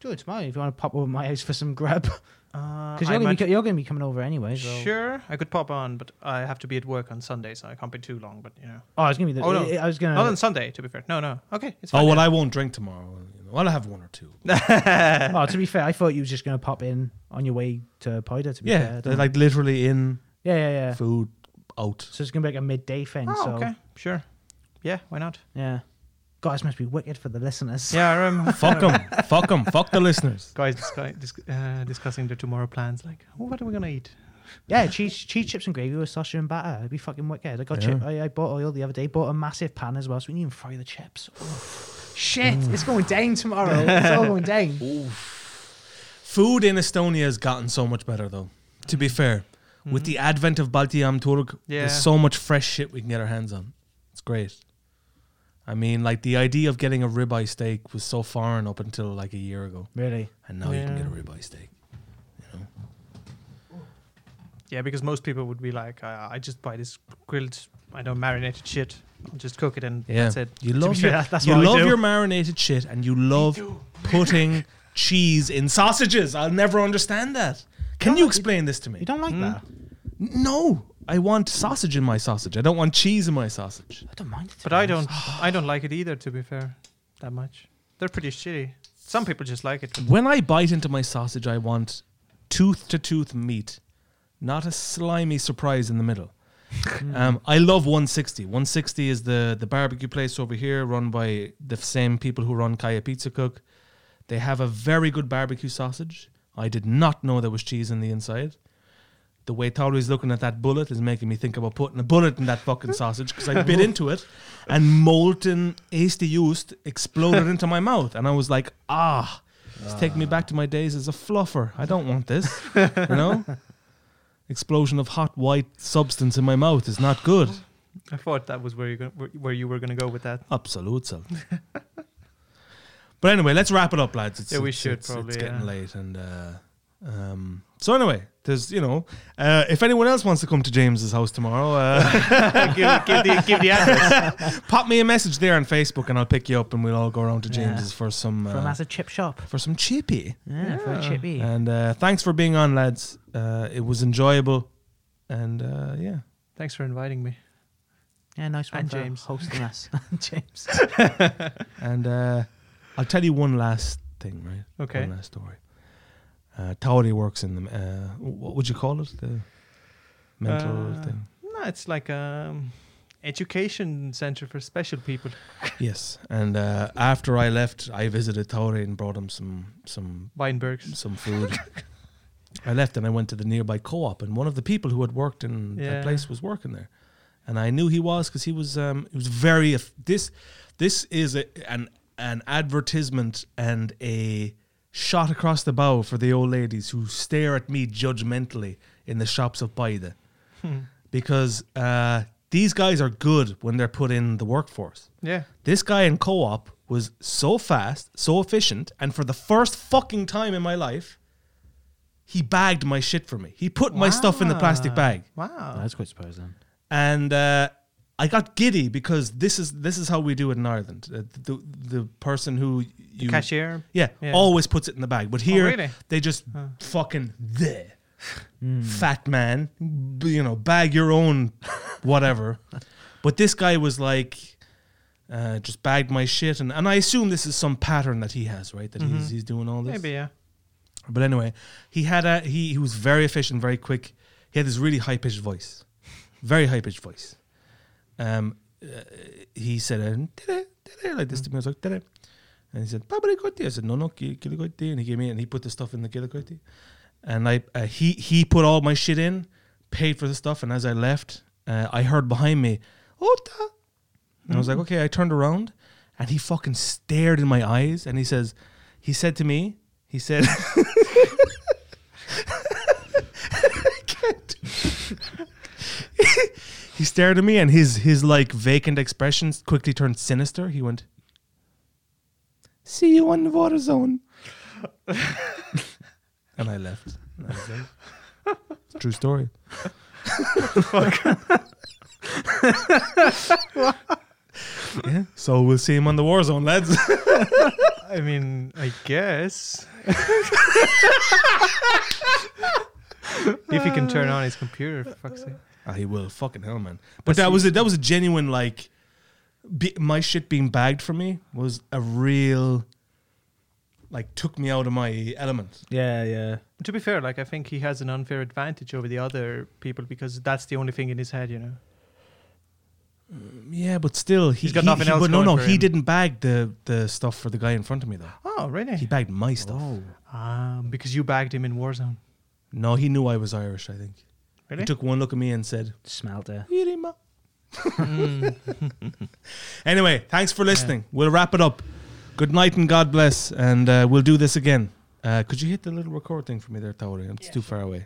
[SPEAKER 4] Do it tomorrow if you want to pop over my house for some grub
[SPEAKER 1] Because
[SPEAKER 4] because you're, gonna be co- you're gonna be coming over anyway. So.
[SPEAKER 1] Uh, Sure, I could pop on, but I have to be at work on Sunday, so I can't be too long. But you know,
[SPEAKER 4] Oh, it's gonna be the.
[SPEAKER 1] Oh, no.
[SPEAKER 4] I I was
[SPEAKER 1] not on
[SPEAKER 4] gonna.
[SPEAKER 1] Sunday. To be fair, no, no. Okay, it's fine.
[SPEAKER 3] Oh well,
[SPEAKER 1] yeah.
[SPEAKER 3] I won't drink tomorrow. You know. I'll have one or two.
[SPEAKER 4] Oh, to be fair, I thought you was just gonna pop in on your way to Poida. To be fair,
[SPEAKER 3] yeah,
[SPEAKER 4] I
[SPEAKER 3] they're
[SPEAKER 4] don't-
[SPEAKER 3] like literally in
[SPEAKER 4] yeah, yeah, yeah.
[SPEAKER 3] food out.
[SPEAKER 4] So it's gonna be like a midday thing.
[SPEAKER 1] Oh,
[SPEAKER 4] so
[SPEAKER 1] okay, sure. Yeah, why not?
[SPEAKER 4] yeah, God, this must be wicked for the listeners.
[SPEAKER 1] Yeah, I remember.
[SPEAKER 3] Fuck them. Fuck them. Fuck the listeners.
[SPEAKER 1] guys discuss, dis- uh, discussing their tomorrow plans. Like, oh, what are we gonna eat?
[SPEAKER 4] Yeah, cheese, cheese chips and gravy with sausage and batter. It'd be fucking wicked. I got chip. I, I bought oil the other day. Bought a massive pan as well, so we can even fry the chips. Oof. Shit,
[SPEAKER 1] Mm.
[SPEAKER 4] it's going down tomorrow. It's all going down.
[SPEAKER 3] Food in Estonia has gotten so much better, though. To be fair, with
[SPEAKER 1] Hmm?
[SPEAKER 3] the advent of Baltiam Turk,
[SPEAKER 1] Mm-hmm. Yeah.
[SPEAKER 3] there's so much fresh shit we can get our hands on. It's great. I mean, like the idea of getting a ribeye steak was so foreign up until like a year ago,
[SPEAKER 4] Really?
[SPEAKER 3] and now you can
[SPEAKER 1] Yeah.
[SPEAKER 3] get a ribeye steak. You know,
[SPEAKER 1] Yeah, because most people would be like, uh, I just buy this grilled, I don't marinated shit. I'll just cook it and
[SPEAKER 3] yeah,
[SPEAKER 1] that's it.
[SPEAKER 3] you love
[SPEAKER 4] fair,
[SPEAKER 3] your,
[SPEAKER 4] that's
[SPEAKER 3] you
[SPEAKER 4] what I
[SPEAKER 3] love
[SPEAKER 4] do.
[SPEAKER 3] your marinated shit, and you love putting cheese in sausages. I'll never understand that. Can you explain this to me?
[SPEAKER 4] You don't
[SPEAKER 1] Mm.
[SPEAKER 4] like that?
[SPEAKER 3] No, I want sausage in my sausage. I don't want cheese in my sausage.
[SPEAKER 4] I don't mind it. to
[SPEAKER 1] But
[SPEAKER 4] be
[SPEAKER 1] I
[SPEAKER 4] honest.
[SPEAKER 1] don't, I don't like it either. To be fair, that much. They're pretty shitty. Some people just like it.
[SPEAKER 3] When I bite into my sausage, I want tooth to tooth meat, not a slimy surprise in the middle. um, I love 160. 160 is the, the barbecue place over here, run by the same people who run Kaya Pizza Cook. They have a very good barbecue sausage. I did not know there was cheese in the inside. The way Tauri's looking at that bullet is making me think about putting a bullet in that fucking sausage because I bit into it and molten hasty yeast exploded into my mouth. And I was like, ah, it's taking me back to my days as a fluffer. I don't want this. you know? Explosion of hot white substance in my mouth is not good.
[SPEAKER 1] I thought that was where you go- where- where you were gonna go with that.
[SPEAKER 3] Absolute self. but anyway, let's wrap it up, lads. It's,
[SPEAKER 1] Yeah, we
[SPEAKER 3] it's-
[SPEAKER 1] should
[SPEAKER 3] it's-
[SPEAKER 1] probably,
[SPEAKER 3] It's getting
[SPEAKER 1] yeah.
[SPEAKER 3] late, and uh, um, so anyway, there's you know, uh, if anyone else wants to come to James's house tomorrow, uh,
[SPEAKER 1] give, give the give the address.
[SPEAKER 3] pop me a message there on Facebook, and I'll pick you up, and we'll all go around to
[SPEAKER 4] Yeah.
[SPEAKER 3] James's for some uh,
[SPEAKER 4] For a massive chip shop.
[SPEAKER 3] for some chippy.
[SPEAKER 4] Yeah, for a chippy.
[SPEAKER 3] And uh, thanks for being on, lads. Uh, it was enjoyable, and uh, yeah.
[SPEAKER 1] Thanks for inviting me.
[SPEAKER 4] yeah, nice one,
[SPEAKER 1] and
[SPEAKER 4] for
[SPEAKER 1] James.
[SPEAKER 4] hosting us, James.
[SPEAKER 3] And uh, I'll tell you one last thing, right?
[SPEAKER 1] Okay.
[SPEAKER 3] One last story. Uh, Tauri works in the. Uh, what would you call it? The mental
[SPEAKER 1] Uh,
[SPEAKER 3] thing.
[SPEAKER 1] No, it's like um education center for special people.
[SPEAKER 3] Yes. And uh, after I left, I visited Tauri and brought him some some
[SPEAKER 1] Weinbergs.
[SPEAKER 3] some food. I left and I went to the nearby co-op, and one of the people who had worked in
[SPEAKER 1] Yeah.
[SPEAKER 3] that place was working there, and I knew he was because he was um, he was very eff- this this is a, an an advertisement and a shot across the bow for the old ladies who stare at me judgmentally in the shops of Baida,
[SPEAKER 1] Hmm.
[SPEAKER 3] because uh, these guys are good when they're put in the workforce.
[SPEAKER 1] Yeah.
[SPEAKER 3] This guy in co op was so fast, so efficient, and for the first fucking time in my life, he bagged my shit for me. He put my stuff in the plastic bag.
[SPEAKER 1] Wow.
[SPEAKER 4] That's quite surprising.
[SPEAKER 3] And uh, I got giddy because this is this is how we do it in Ireland. Uh, the, the person who you.
[SPEAKER 1] Cashier.
[SPEAKER 3] Yeah,
[SPEAKER 1] Yeah.
[SPEAKER 3] always puts it in the bag. But here,
[SPEAKER 1] really?
[SPEAKER 3] they just fucking there. Fat man, b- you know, bag your own whatever. but this guy was like, uh, just bagged my shit. And, and I assume this is some pattern that he has, right? That he's, he's doing all this.
[SPEAKER 1] Maybe yeah.
[SPEAKER 3] But anyway, he had a he, he was very efficient, very quick. He had this really high pitched voice, very high pitched voice. Um, uh, he said, um, "Tere, tere," like this to me. I was like, "Tere," and he said, "Papa I said, "No, no, ki- kilikoiti," and he gave me, it, and he put the stuff in the kilikoiti, and I uh, he he put all my shit in, paid for the stuff, and as I left, uh, I heard behind me, "Ota," and I was like, "Okay," I turned around, and he fucking stared in my eyes, and he says, he said to me, he said. can't. he stared at me, and his his like vacant expressions quickly turned sinister. He went, "See you on the water zone," and I left. And I was like, it's a True story. yeah. So we'll see him on the war zone, lads.
[SPEAKER 1] I mean, I guess. if he can turn on his computer, for fuck's sake.
[SPEAKER 3] Ah, he will. Fucking hell, man.
[SPEAKER 1] That's
[SPEAKER 3] But that
[SPEAKER 1] the-
[SPEAKER 3] was a, that was a genuine like, be, my shit being bagged for me was a real, like took me out of my element.
[SPEAKER 4] Yeah, yeah.
[SPEAKER 1] To be fair, like I think he has an unfair advantage over the other people because that's the only thing in his head, you know.
[SPEAKER 3] Yeah, but still, he,
[SPEAKER 1] He's got
[SPEAKER 3] he-
[SPEAKER 1] nothing
[SPEAKER 3] he-
[SPEAKER 1] else
[SPEAKER 3] But no,
[SPEAKER 1] going
[SPEAKER 3] no,
[SPEAKER 1] for
[SPEAKER 3] he
[SPEAKER 1] him.
[SPEAKER 3] didn't bag the the stuff for the guy in front of me though.
[SPEAKER 1] Oh, really?
[SPEAKER 3] He bagged my stuff.
[SPEAKER 1] Um, because you bagged him in Warzone.
[SPEAKER 3] No, he knew I was Irish. I think
[SPEAKER 1] Really?
[SPEAKER 3] he took one look at me and said,
[SPEAKER 4] Smelled it.
[SPEAKER 3] "Irima." anyway, thanks for listening. We'll wrap it up. Good night and God bless. And uh, we'll do this again. Uh, could you hit the little record thing for me there, Tauri? It's too far away.